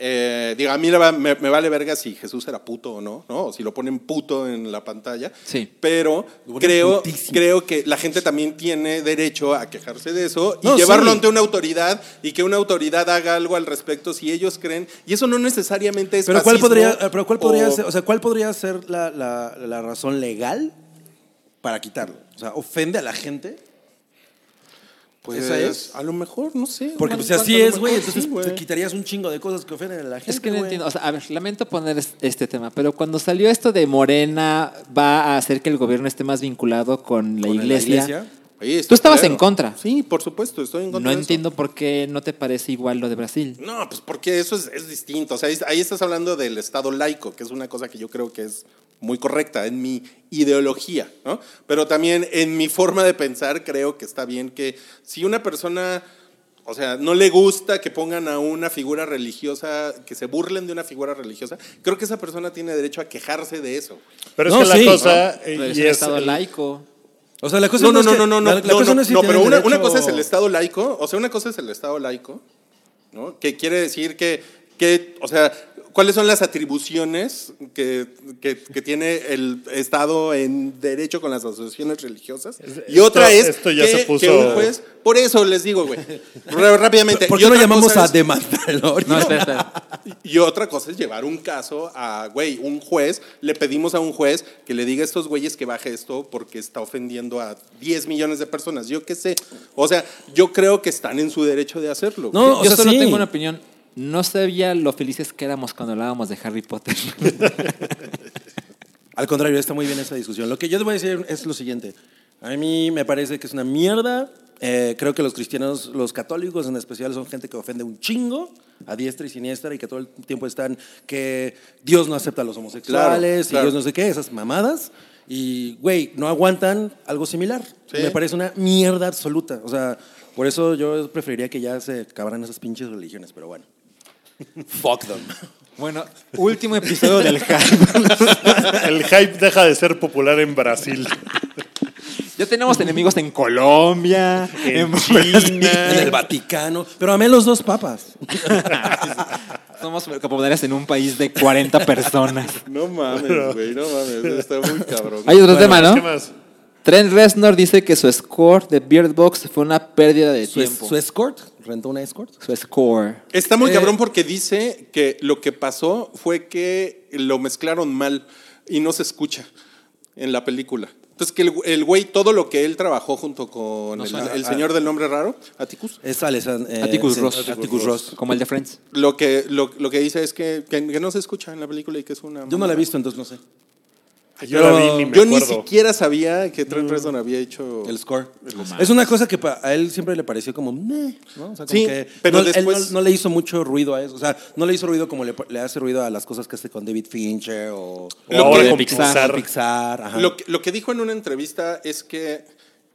eh, digo, a mí la va- me, me vale verga si Jesús era puto o no, ¿no? O si lo ponen puto en la pantalla.
Sí.
Pero
Lo ponen
creo,
putísimo.
creo que la gente también tiene derecho a quejarse de eso y
No,
llevarlo
sí.
ante una autoridad y que una autoridad haga algo al respecto si ellos creen. Y eso no necesariamente es
pero, ¿cuál
fascismo
podría, eh, pero ¿cuál podría
o-
ser, o sea, ¿cuál podría ser la, la- la razón legal para quitarlo? O sea, ¿ofende a la gente?
Pues
¿Esa es?
a lo mejor, no sé.
Porque
igual
pues,
y
así
cuanto
es, güey.
mejor,
Entonces pues,
sí,
te quitarías un chingo de cosas que ofenden a la gente.
Es que no
güey.
entiendo. O sea, a ver, lamento poner es- este tema, pero cuando salió esto de Morena va a hacer que el gobierno esté más vinculado con la
Con
iglesia.
Oye, está
Tú estabas
culero.
en contra.
Sí, por supuesto, estoy en contra.
No
de eso.
entiendo por qué no te parece igual lo de Brasil.
No, pues porque eso es, es distinto. O sea, ahí, ahí estás hablando del Estado laico, que es una cosa que yo creo que es muy correcta en mi ideología, ¿no? Pero también en mi forma de pensar creo que está bien que si una persona, o sea, no le gusta que pongan a una figura religiosa, que se burlen de una figura religiosa, creo que esa persona tiene derecho a quejarse de eso.
Pero es
No,
que la
sí.
cosa. eh,
Pero es
y
un
es-
estado laico.
O sea, la cosa
No, no,
es
no,
que-
no, no, no,
la- la cosa
no,
es si
no,
tienes
pero una,
derecho-
una cosa es el Estado laico, o sea, una cosa es el Estado laico, ¿no? Que quiere decir que, que o sea, ¿cuáles son las atribuciones que, que- que tiene el Estado en derecho con las asociaciones religiosas? Y
esto-
otra es
esto ya
que,
se puso-
que un juez, por eso les digo, güey, r- rápidamente.
¿Por
y
qué no
otra
llamamos
cosa
a
es-
demandarlo?
No, espera, espera.
y otra cosa es llevar un caso a, güey, un juez, le pedimos a un juez que le diga a estos güeyes que baje esto porque está ofendiendo a 10 millones de personas, yo qué sé. O sea, yo creo que están en su derecho de hacerlo. güey.
No, o
Yo
sea,
solo
sí.
tengo una opinión. No sabía lo felices que éramos cuando hablábamos de Harry Potter.
Al contrario, está muy bien esta discusión. Lo que yo te voy a decir es lo siguiente. A mí me parece que es una mierda. Eh, creo que los cristianos, los católicos en especial, son gente que ofende un chingo a diestra y siniestra y que todo el tiempo están que Dios no acepta a los
Claro,
homosexuales
claro.
y Dios no sé qué, esas mamadas. Y, güey, no aguantan algo similar.
Sí.
Me parece una mierda absoluta. O sea, por eso yo preferiría que ya se acabaran esas pinches religiones, pero bueno. Fuck them.
bueno, último episodio del hype.
el hype deja de ser popular en Brasil,
Ya tenemos enemigos en Colombia,
en
en
China.
Eh.
En el Vaticano. Pero amé los dos papas.
Somos comunidades en un país de 40 personas.
No mames, güey, no mames, está muy cabrón.
Hay otro
Bueno,
tema,
¿Qué
¿no?
más?
Trent Reznor dice que su score de Beard Box fue una pérdida de
su,
tiempo.
su escort, rentó una escort.
Su score.
Está muy cabrón porque dice que lo que pasó fue que lo mezclaron mal y no se escucha en la película. Entonces, que el, el güey, todo lo que él trabajó junto con el, el señor del nombre raro, Aticus,
Es Alessandro.
Atticus eh, Ross.
eh, Atticus Ross.
Como el de Friends.
Lo que, lo, lo que dice es que, que- que no se escucha en la película y que es una.
Yo no la he
mamada.
visto, entonces no sé.
Yo la vi, ni me
Yo ni
acuerdo.
siquiera sabía que Trent Reznor había hecho.
El score. es una cosa que pa- a él siempre le pareció como, "Meh", ¿no? O sea, como
Sí,
que
pero
no, él
después-
no, no le hizo mucho ruido a eso. O sea, no le hizo ruido como le, le hace ruido a las cosas que hace con David Fincher o,
O
Lo
ahora
que-
con
Pixar.
Pixar.
o Pixar. ajá.
Lo, que- lo que dijo en una entrevista es que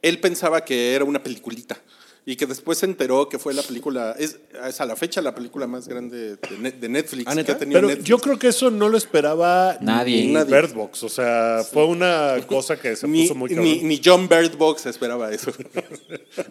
él pensaba que era una peliculita. Y que después se enteró que fue la película, es, es a la fecha la película más grande de, Ne- de Netflix
¿Ah,
que
neta?
ha tenido
Pero
Netflix.
yo creo que eso no lo esperaba
Nadie.
ni
Nadie.
Bird Box. O sea, fue una cosa que se
ni,
puso muy cabrón.
ni,
Ni,
ni John Bird Box esperaba eso.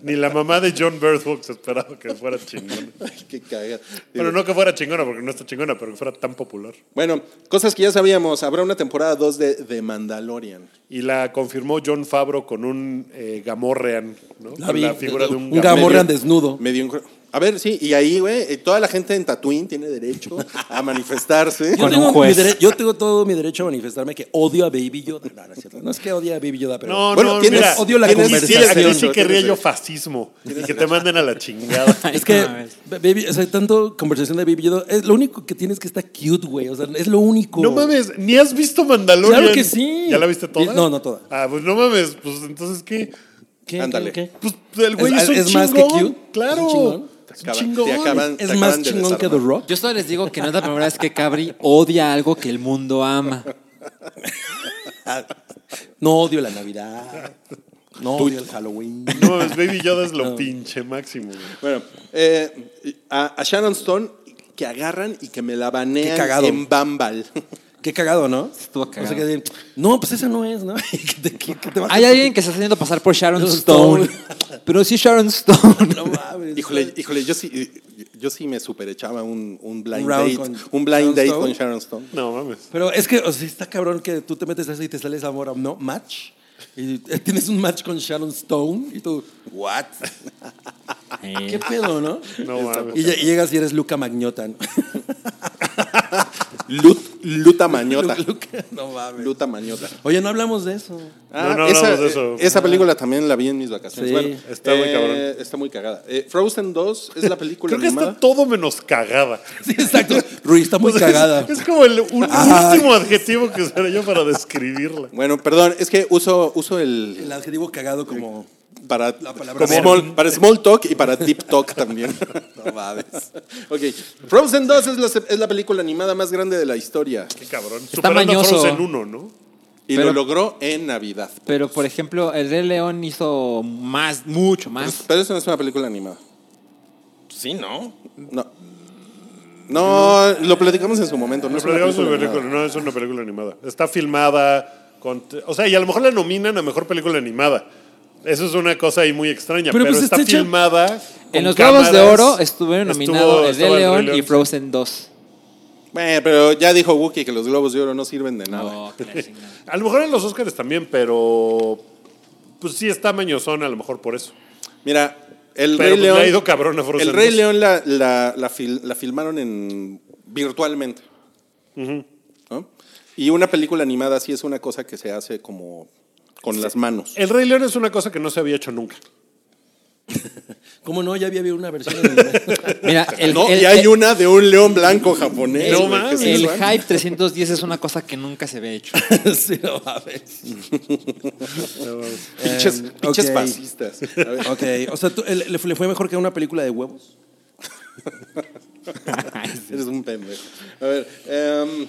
la mamá de John Bird Box esperaba que fuera chingona.
Ay, qué cagada.
Bueno, no que fuera chingona, porque no está chingona, pero que fuera tan popular.
Bueno, cosas que ya sabíamos. Habrá una temporada 2 de, de Mandalorian.
Y la confirmó John Favreau con un eh, Gamorrean, ¿no?
La
Con
vi.
la figura de un,
Un
Gamorrean.
Gamorrean desnudo.
Medio incre- a ver, sí, y ahí, güey, eh, toda la gente en Tatooine tiene derecho a manifestarse.
Yo
Con
tengo,
un juez.
mi dere- yo tengo todo mi derecho a manifestarme que odio a Baby Yoda. No, no, es cierto. No es que odie a Baby Yoda, pero
No,
Bueno,
no,
tienes-
mira,
odio la
tienes-
conversación.
aquí sí
Tienes
querría yo
derecho.
fascismo. Y que te manden a la chingada.
es que
Ay,
Baby, o sea, tanto conversación de Baby Yoda, es lo único que tienes que está cute, güey, o sea, es lo único.
No mames, ni has visto Mandalorian.
uh. Claro que sí.
¿Ya la viste toda?
No, no toda.
Ah, pues no mames, pues entonces qué.
¿Qué,
Ándale.
qué, qué?
Pues el güey es,
¿Es-
un
es
chingón.
más que cute?
Claro.
¿Es un chingón?
Es
Te
un
acaban-
chingón.
te acaban-
Es
te
más
acaban de
chingón que The
desarmar.
Rock.
Yo solo les digo que no es la primera vez que Cabri odia algo que el mundo ama.
No odio la Navidad. No odio el Halloween.
No mames, Baby Yoda es lo pinche máximo. güey.
Bueno, eh, a, a Sharon Stone que agarran y que me la
Qué
banean
cagado.
en Bambal.
Qué cagado, ¿no?
Estuvo cagado.
O sea, que dicen, no, pues esa no es, ¿no? Y que te- que- que te bajas-
Hay alguien que se está haciendo pasar por Sharon
Stone.
Stone. Pero sí Sharon Stone.
No mames.
híjole, híjole, yo sí, yo sí me superechaba un, un blind
Un
date,
round con
un blind
Sharon
date
Stone.
con Sharon Stone.
No mames.
Pero es que, o sea, está cabrón que tú te metes a eso y te sales amor, a- ¿no? Match. Y eh, tienes un match con Sharon Stone y tú, ¿what? ¿Qué pedo, no?
No mames.
Y, lle- y llegas y eres Luca Magnotta. ¿no?
Lut- luta mañota.
Lu- Luca, no mames.
Luta mañota.
Oye, no hablamos de eso.
Ah,
no
esa,
hablamos de eso. Ah.
esa película también la vi en mis vacaciones.
Sí.
Bueno,
Está muy cabrón.
Está muy cagada. Eh, Frozen 2 es la película
Creo que
animada.
está todo menos cagada.
Sí, exacto. Ruiz está muy
O sea, Pues es-
cagada.
Es, como el un-
Ah.
último adjetivo que usaré yo para describirla.
Bueno, perdón, es que uso, uso el
El adjetivo cagado como...
para,
La palabra
para
bien.
small, para small talk y para deep talk también.
No mames.
ok, Frozen 2 es la, se- es la película animada más grande de la historia
Qué cabrón. Superando a
mañoso.
Frozen 1, ¿no?
y
Pero-
lo logró en Navidad.
Pero, por ejemplo, el Rey León hizo más, mucho más.
Pero eso no es una película animada. Sí, ¿no? No. No, lo platicamos en su momento. No,
No,
es una
pero digamos
película
una película,
animada.
no, es una película animada. Está filmada. Con, o sea, y a lo mejor la nominan a mejor película animada. Eso es una cosa ahí muy extraña. Pero,
Pero, pues,
está
está hecha-
filmada.
En
con
los Globos de
cámaras.
Oro estuvieron
Estuvo-
nominados El Rey
estaba
León
Rey
y Frozen 2.
Bueno, pero ya dijo Wookiee que los globos de oro no sirven de nada.
Oh, que la chingada.
A lo mejor en los Oscars también, pero. Pues sí está mañosón, a lo mejor por eso.
Mira, el
Pero
Rey
pues le
León.
ha ido cabrón a Frozen
El Rey
dos.
León la, la- la fil- la filmaron en virtualmente. ¿no? Y una película animada sí es una cosa que se hace como con las manos.
El Rey León es una cosa que no se había hecho nunca.
¿Cómo no? Ya había habido una versión en-
Mira, el,
No,
el-
y hay
el-
una de un león blanco japonés.
No
güey, que
mames.
sí es
el
blanco.
Hype 310 es una cosa que nunca se había hecho.
sí, no mames.
Pinches,
Em,
pinches
ok.
fascistas. A ver,
Ok, o sea, tú- el- le, fue- ¿le fue mejor que una película de huevos?
Eres un pendejo. A ver, em,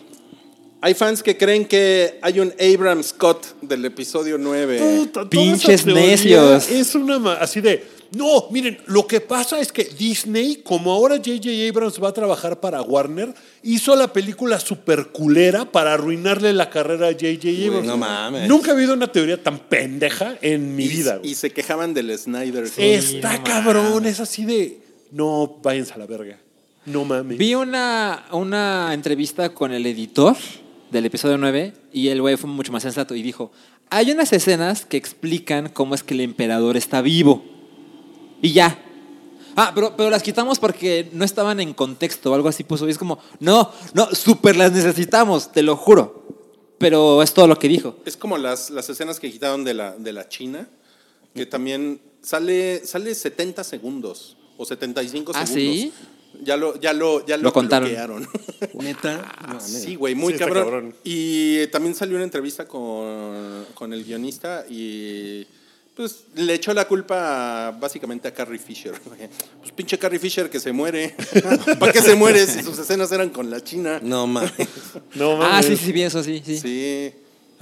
hay fans que creen que hay un Abraham Scott del episodio 9.
Puta, toda
Pinches
esa teoría
necios.
Es una ma- así de, no, miren, lo que pasa es que Disney, como ahora J.J. Abrams va a trabajar para Warner, hizo la película super culera para arruinarle la carrera a J.J. Abrams.
no mames.
Nunca ha habido una teoría tan pendeja en mi
y,
vida. güey.
y se quejaban del Snyder. Cut.
Está
no
cabrón, es así de, no, váyanse a la verga. No mames.
Vi una, una entrevista con el editor del episodio 9 y el güey fue mucho más sensato y dijo, hay unas escenas que explican cómo es que el emperador está vivo. Y ya. Ah, pero, pero las quitamos porque no estaban en contexto o algo así puso. Y es como, no, no, súper las necesitamos, te lo juro. Pero es todo lo que dijo.
Es como las, las escenas que quitaron de la, de la China, que también sale, sale 70 segundos o 75
¿Ah,
segundos.
sí?
Ya lo, ya lo, ya lo,
Lo contaron. Ah,
bloquearon.
Neta. No,
sí, güey,
Sí,
muy
está
cabrón.
cabrón.
Y eh, también salió una entrevista con, con el guionista y pues le echó la culpa a- básicamente a Carrie Fisher. Pues pinche Carrie Fisher que se muere. ¿Para qué se muere si sus escenas eran con la China?
No mames.
No mames.
Ah, sí, sí, bien, eso sí, sí.
Sí.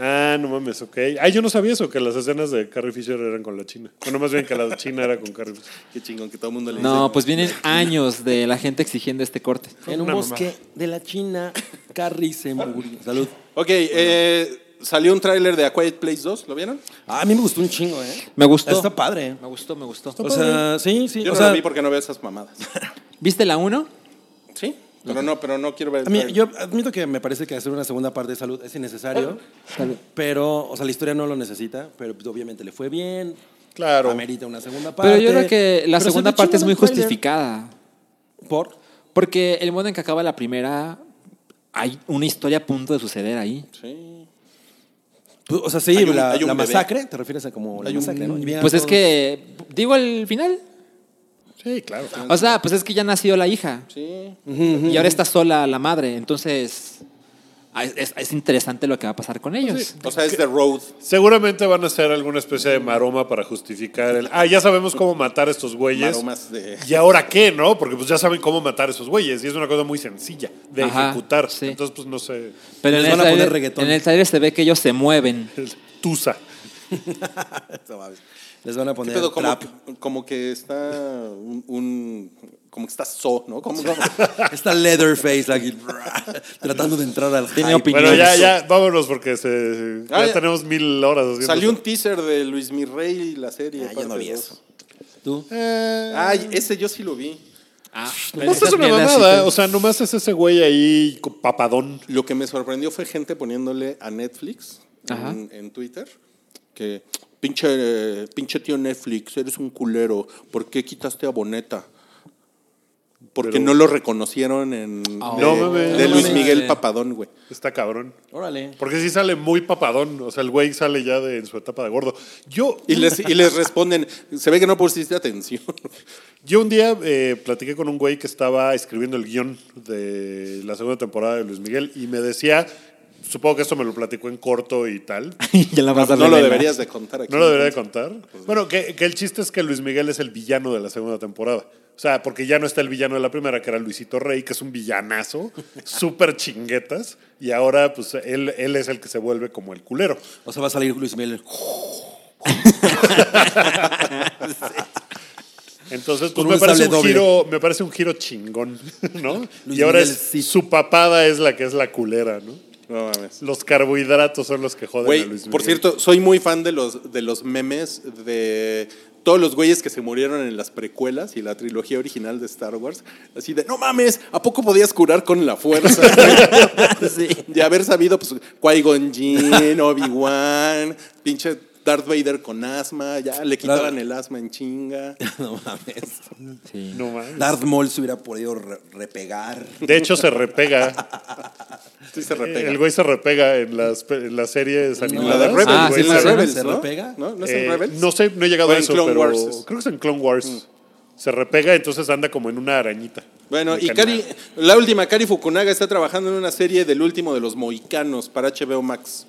Ah, no mames, ok. Ah, yo no sabía eso, que las escenas de Carrie Fisher eran con la China. Bueno, más bien que la China era con Carrie Fisher.
Qué chingón que todo el mundo le
No,
dice.
pues vienen años de la gente exigiendo este corte.
En un
Una
bosque de la China, Carrie se murió. Salud.
Ok, eh, salió un tráiler de A Quiet Place 2, ¿lo vieron?
Ah, a mí me gustó un chingo, ¿eh?
Me gustó.
Está padre.
Me gustó, me gustó.
O sea, sí, sí.
Yo
o
no
sea,
lo vi porque no veo esas mamadas.
¿Viste la 1?
¿Sí? Pero no, pero no quiero ver. el
a mí-
tráiler.
yo admito que me parece que hacer una segunda parte de salud es innecesario, pero, o sea, la historia no lo necesita, pero pues, obviamente le fue bien.
Claro.
Amerita una segunda parte.
Pero yo creo que la
Pero se
segunda
ve
parte es
chingón
muy
el tráiler.
justificada.
Por.
Porque el modo en que acaba la primera, hay una historia a punto de suceder ahí.
Sí.
Pues, O sea, sí,
Hay un-
la,
hay un
la
bebé.
masacre, ¿te refieres a como la
Hay un-
masacre, ¿no? Y vienen
Pues es
todos-
que, digo el final.
Sí, claro.
O sea, pues es que ya nació la hija.
Sí.
Y ahora está sola la madre. Entonces, ah, es, es- es interesante lo que va a pasar con ellos.
O sea, es The Road.
Seguramente van a hacer alguna especie de maroma para justificar el. Ah, ya sabemos cómo matar a estos güeyes.
Maromas de.
¿Y ahora qué, no? Porque pues ya saben cómo matar a esos güeyes. Y es una cosa muy sencilla de
Ajá,
ejecutar.
sí.
Entonces, pues no sé.
Pero en
Les
el,
van a poner
trailer,
reggaetón.
en el trailer se ve que ellos se mueven.
Tusa.
No mames. Les van a
¿Qué
poner
pedo? Como,
trap.
como que está un, un- Como que está so, ¿no? Como, como-
Está Leatherface aquí, tratando de entrar al
Tiene
hype.
opinión.
Bueno, ya,
Eso.
ya, vámonos porque se, ya,
Ah, ya.
tenemos mil horas haciendo.
Salió un
esto.
teaser de Luis Mirrey, la serie.
Ah, yo no
parte
vi
dos.
eso. ¿Tú?
Ay, ese yo sí lo vi.
Ah,
Pues
No, esto es una mamada. O sea, nomás es ese güey ahí co- papadón.
Lo que me sorprendió fue gente poniéndole a Netflix
Ajá.
en, en Twitter que pinche, eh, pinche tío Netflix, eres un culero. ¿Por qué quitaste a Boneta? Porque
Pero-
no lo reconocieron en de,
Ah, No mames.
de
No
Luis
mames.
Miguel Papadón, güey.
Está cabrón.
Órale.
Porque sí sale muy papadón. O sea, el güey sale ya de, en su etapa de gordo. Yo,
Y les, y les responden, se ve que no pusiste atención.
yo un día eh, platiqué con un güey que estaba escribiendo el guión de la segunda temporada de Luis Miguel y me decía, supongo que esto me lo platicó en corto y tal.
eh.
ya la
No,
vas a
lo
revelar.
deberías de contar aquí.
No lo debería de contar. Bueno, que, que el chiste es que Luis Miguel es el villano de la segunda temporada. O sea, porque ya no está el villano de la primera, que era Luisito Rey, que es un villanazo, súper chinguetas, y ahora pues él, él es el que se vuelve como el culero.
O sea, va a salir Luis Miguel.
Entonces, pues
Con
me
un
parece
sable
un,
doble.
giro, me parece un giro chingón, ¿no?
Luis
y ahora
Miguel
es-
sí.
su papada es la que es la culera, ¿no?
No mames.
Los carbohidratos son los que joden a
Güey,
Luis Miguel.
por cierto, soy muy fan de los, de los memes de todos los güeyes que se murieron en las precuelas y la trilogía original de Star Wars. Así de, no mames, ¿a poco podías curar con la fuerza? De haber sabido, pues, Qui-Gon Jinn, Obi-Wan, pinche Darth Vader con asma, ya le quitaban el asma en chinga.
No mames.
Sí.
No mames.
Darth Maul se hubiera podido re- repegar.
De hecho, se repega.
Sí se
Eh, El
repega.
güey se repega en las, pe- en las series
En la
animadas.
de Rebels,
Ah,
güey,
sí,
en
sí,
la
sí.
Rebels,
¿Se
¿no?
repega?
¿No? ¿No es
Eh,
en Rebels?
No sé, no he llegado
O
a
en
eso,
Clone
pero
Wars. Mm.
creo que es en Clone Wars. Se repega, entonces anda como en una arañita.
Bueno, y
Mecanizada.
Cari, la última, Cari Fukunaga está trabajando en una serie del último de los mohicanos para HBO Max.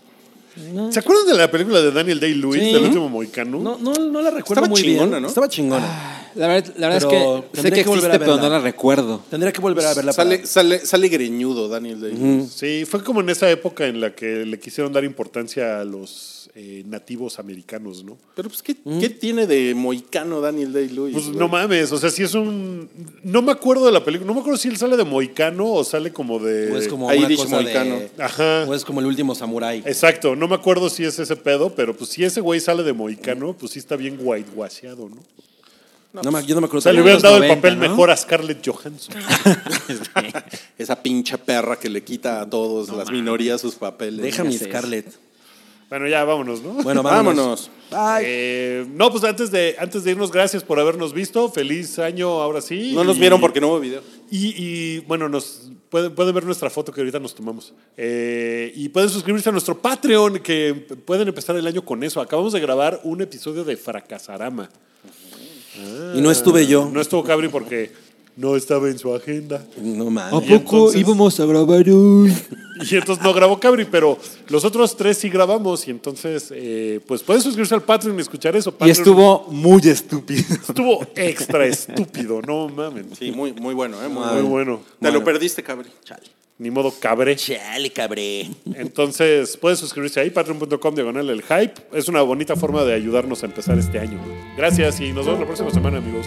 ¿Se acuerdan de la película de Daniel Day-Lewis,
Sí.
El último Mohicano?
No, no, no la recuerdo
Estaba
muy
chingona,
bien.
¿no?
Estaba chingona.
La verdad, la verdad
Pero
es que sé
tendría
que
que volver a
existe, pero
verla.
no la recuerdo.
Tendría que volver a verla.
Sale,
para-
sale, sale greñudo Daniel Day.
Sí, fue como en esa época en la que le quisieron dar importancia a los eh, nativos americanos, ¿no?
Pero pues, ¿qué, qué tiene de mohicano Daniel Day-Lewis?
Pues
güey?
no mames, o sea, si es un... No me acuerdo de la película, no me acuerdo si él sale de Mohicano o sale como de...
o es como
ahí
una
dice
cosa
Moicano.
de...
Ajá.
O es como el último samurái.
Exacto, no me acuerdo si es ese pedo, pero pues si ese güey sale de Mohicano, pues sí está bien whitewasheado, ¿no?
No, me- yo no me acuerdo.
O sea, le
Salió
hubieran
en los
dado el
90,
papel
¿no?
mejor a Scarlett Johansson.
Esa pinche perra que le quita a todos las minorías sus papeles.
Déjame
Digas eso.
Scarlett.
Bueno, ya vámonos, ¿no?
Bueno,
Vámonos.
vámonos. Bye.
Eh, no, pues antes de, antes de irnos, gracias por habernos visto. Feliz año ahora sí.
No nos
Y-
vieron porque no hubo video.
Y, y, bueno, nos pueden, pueden ver nuestra foto que ahorita nos tomamos. Eh, y pueden suscribirse a nuestro Patreon, que pueden empezar el año con eso. Acabamos de grabar un episodio de Fracasarama.
Y no estuve yo.
No estuvo Cabri porque no estaba en su agenda.
No
¿A
mames.
poco
entonces-
íbamos a grabar hoy?
Y entonces no grabó Cabri, pero los otros tres sí grabamos. Y entonces, eh, pues pueden suscribirse al Patreon y escuchar eso.
Y
Patreon-
estuvo muy estúpido.
Estuvo extra estúpido, no mamen.
Sí, muy, muy bueno, ¿eh? Muy
Ah, Muy
bueno.
bueno.
Te lo perdiste, cabrón.
Me ni modo cabré.
Chale, cabré.
Entonces, pueden suscribirse ahí, patreon.com, diagonal el hype. Es una bonita forma de ayudarnos a empezar este año. Gracias y nos vemos la próxima semana, amigos.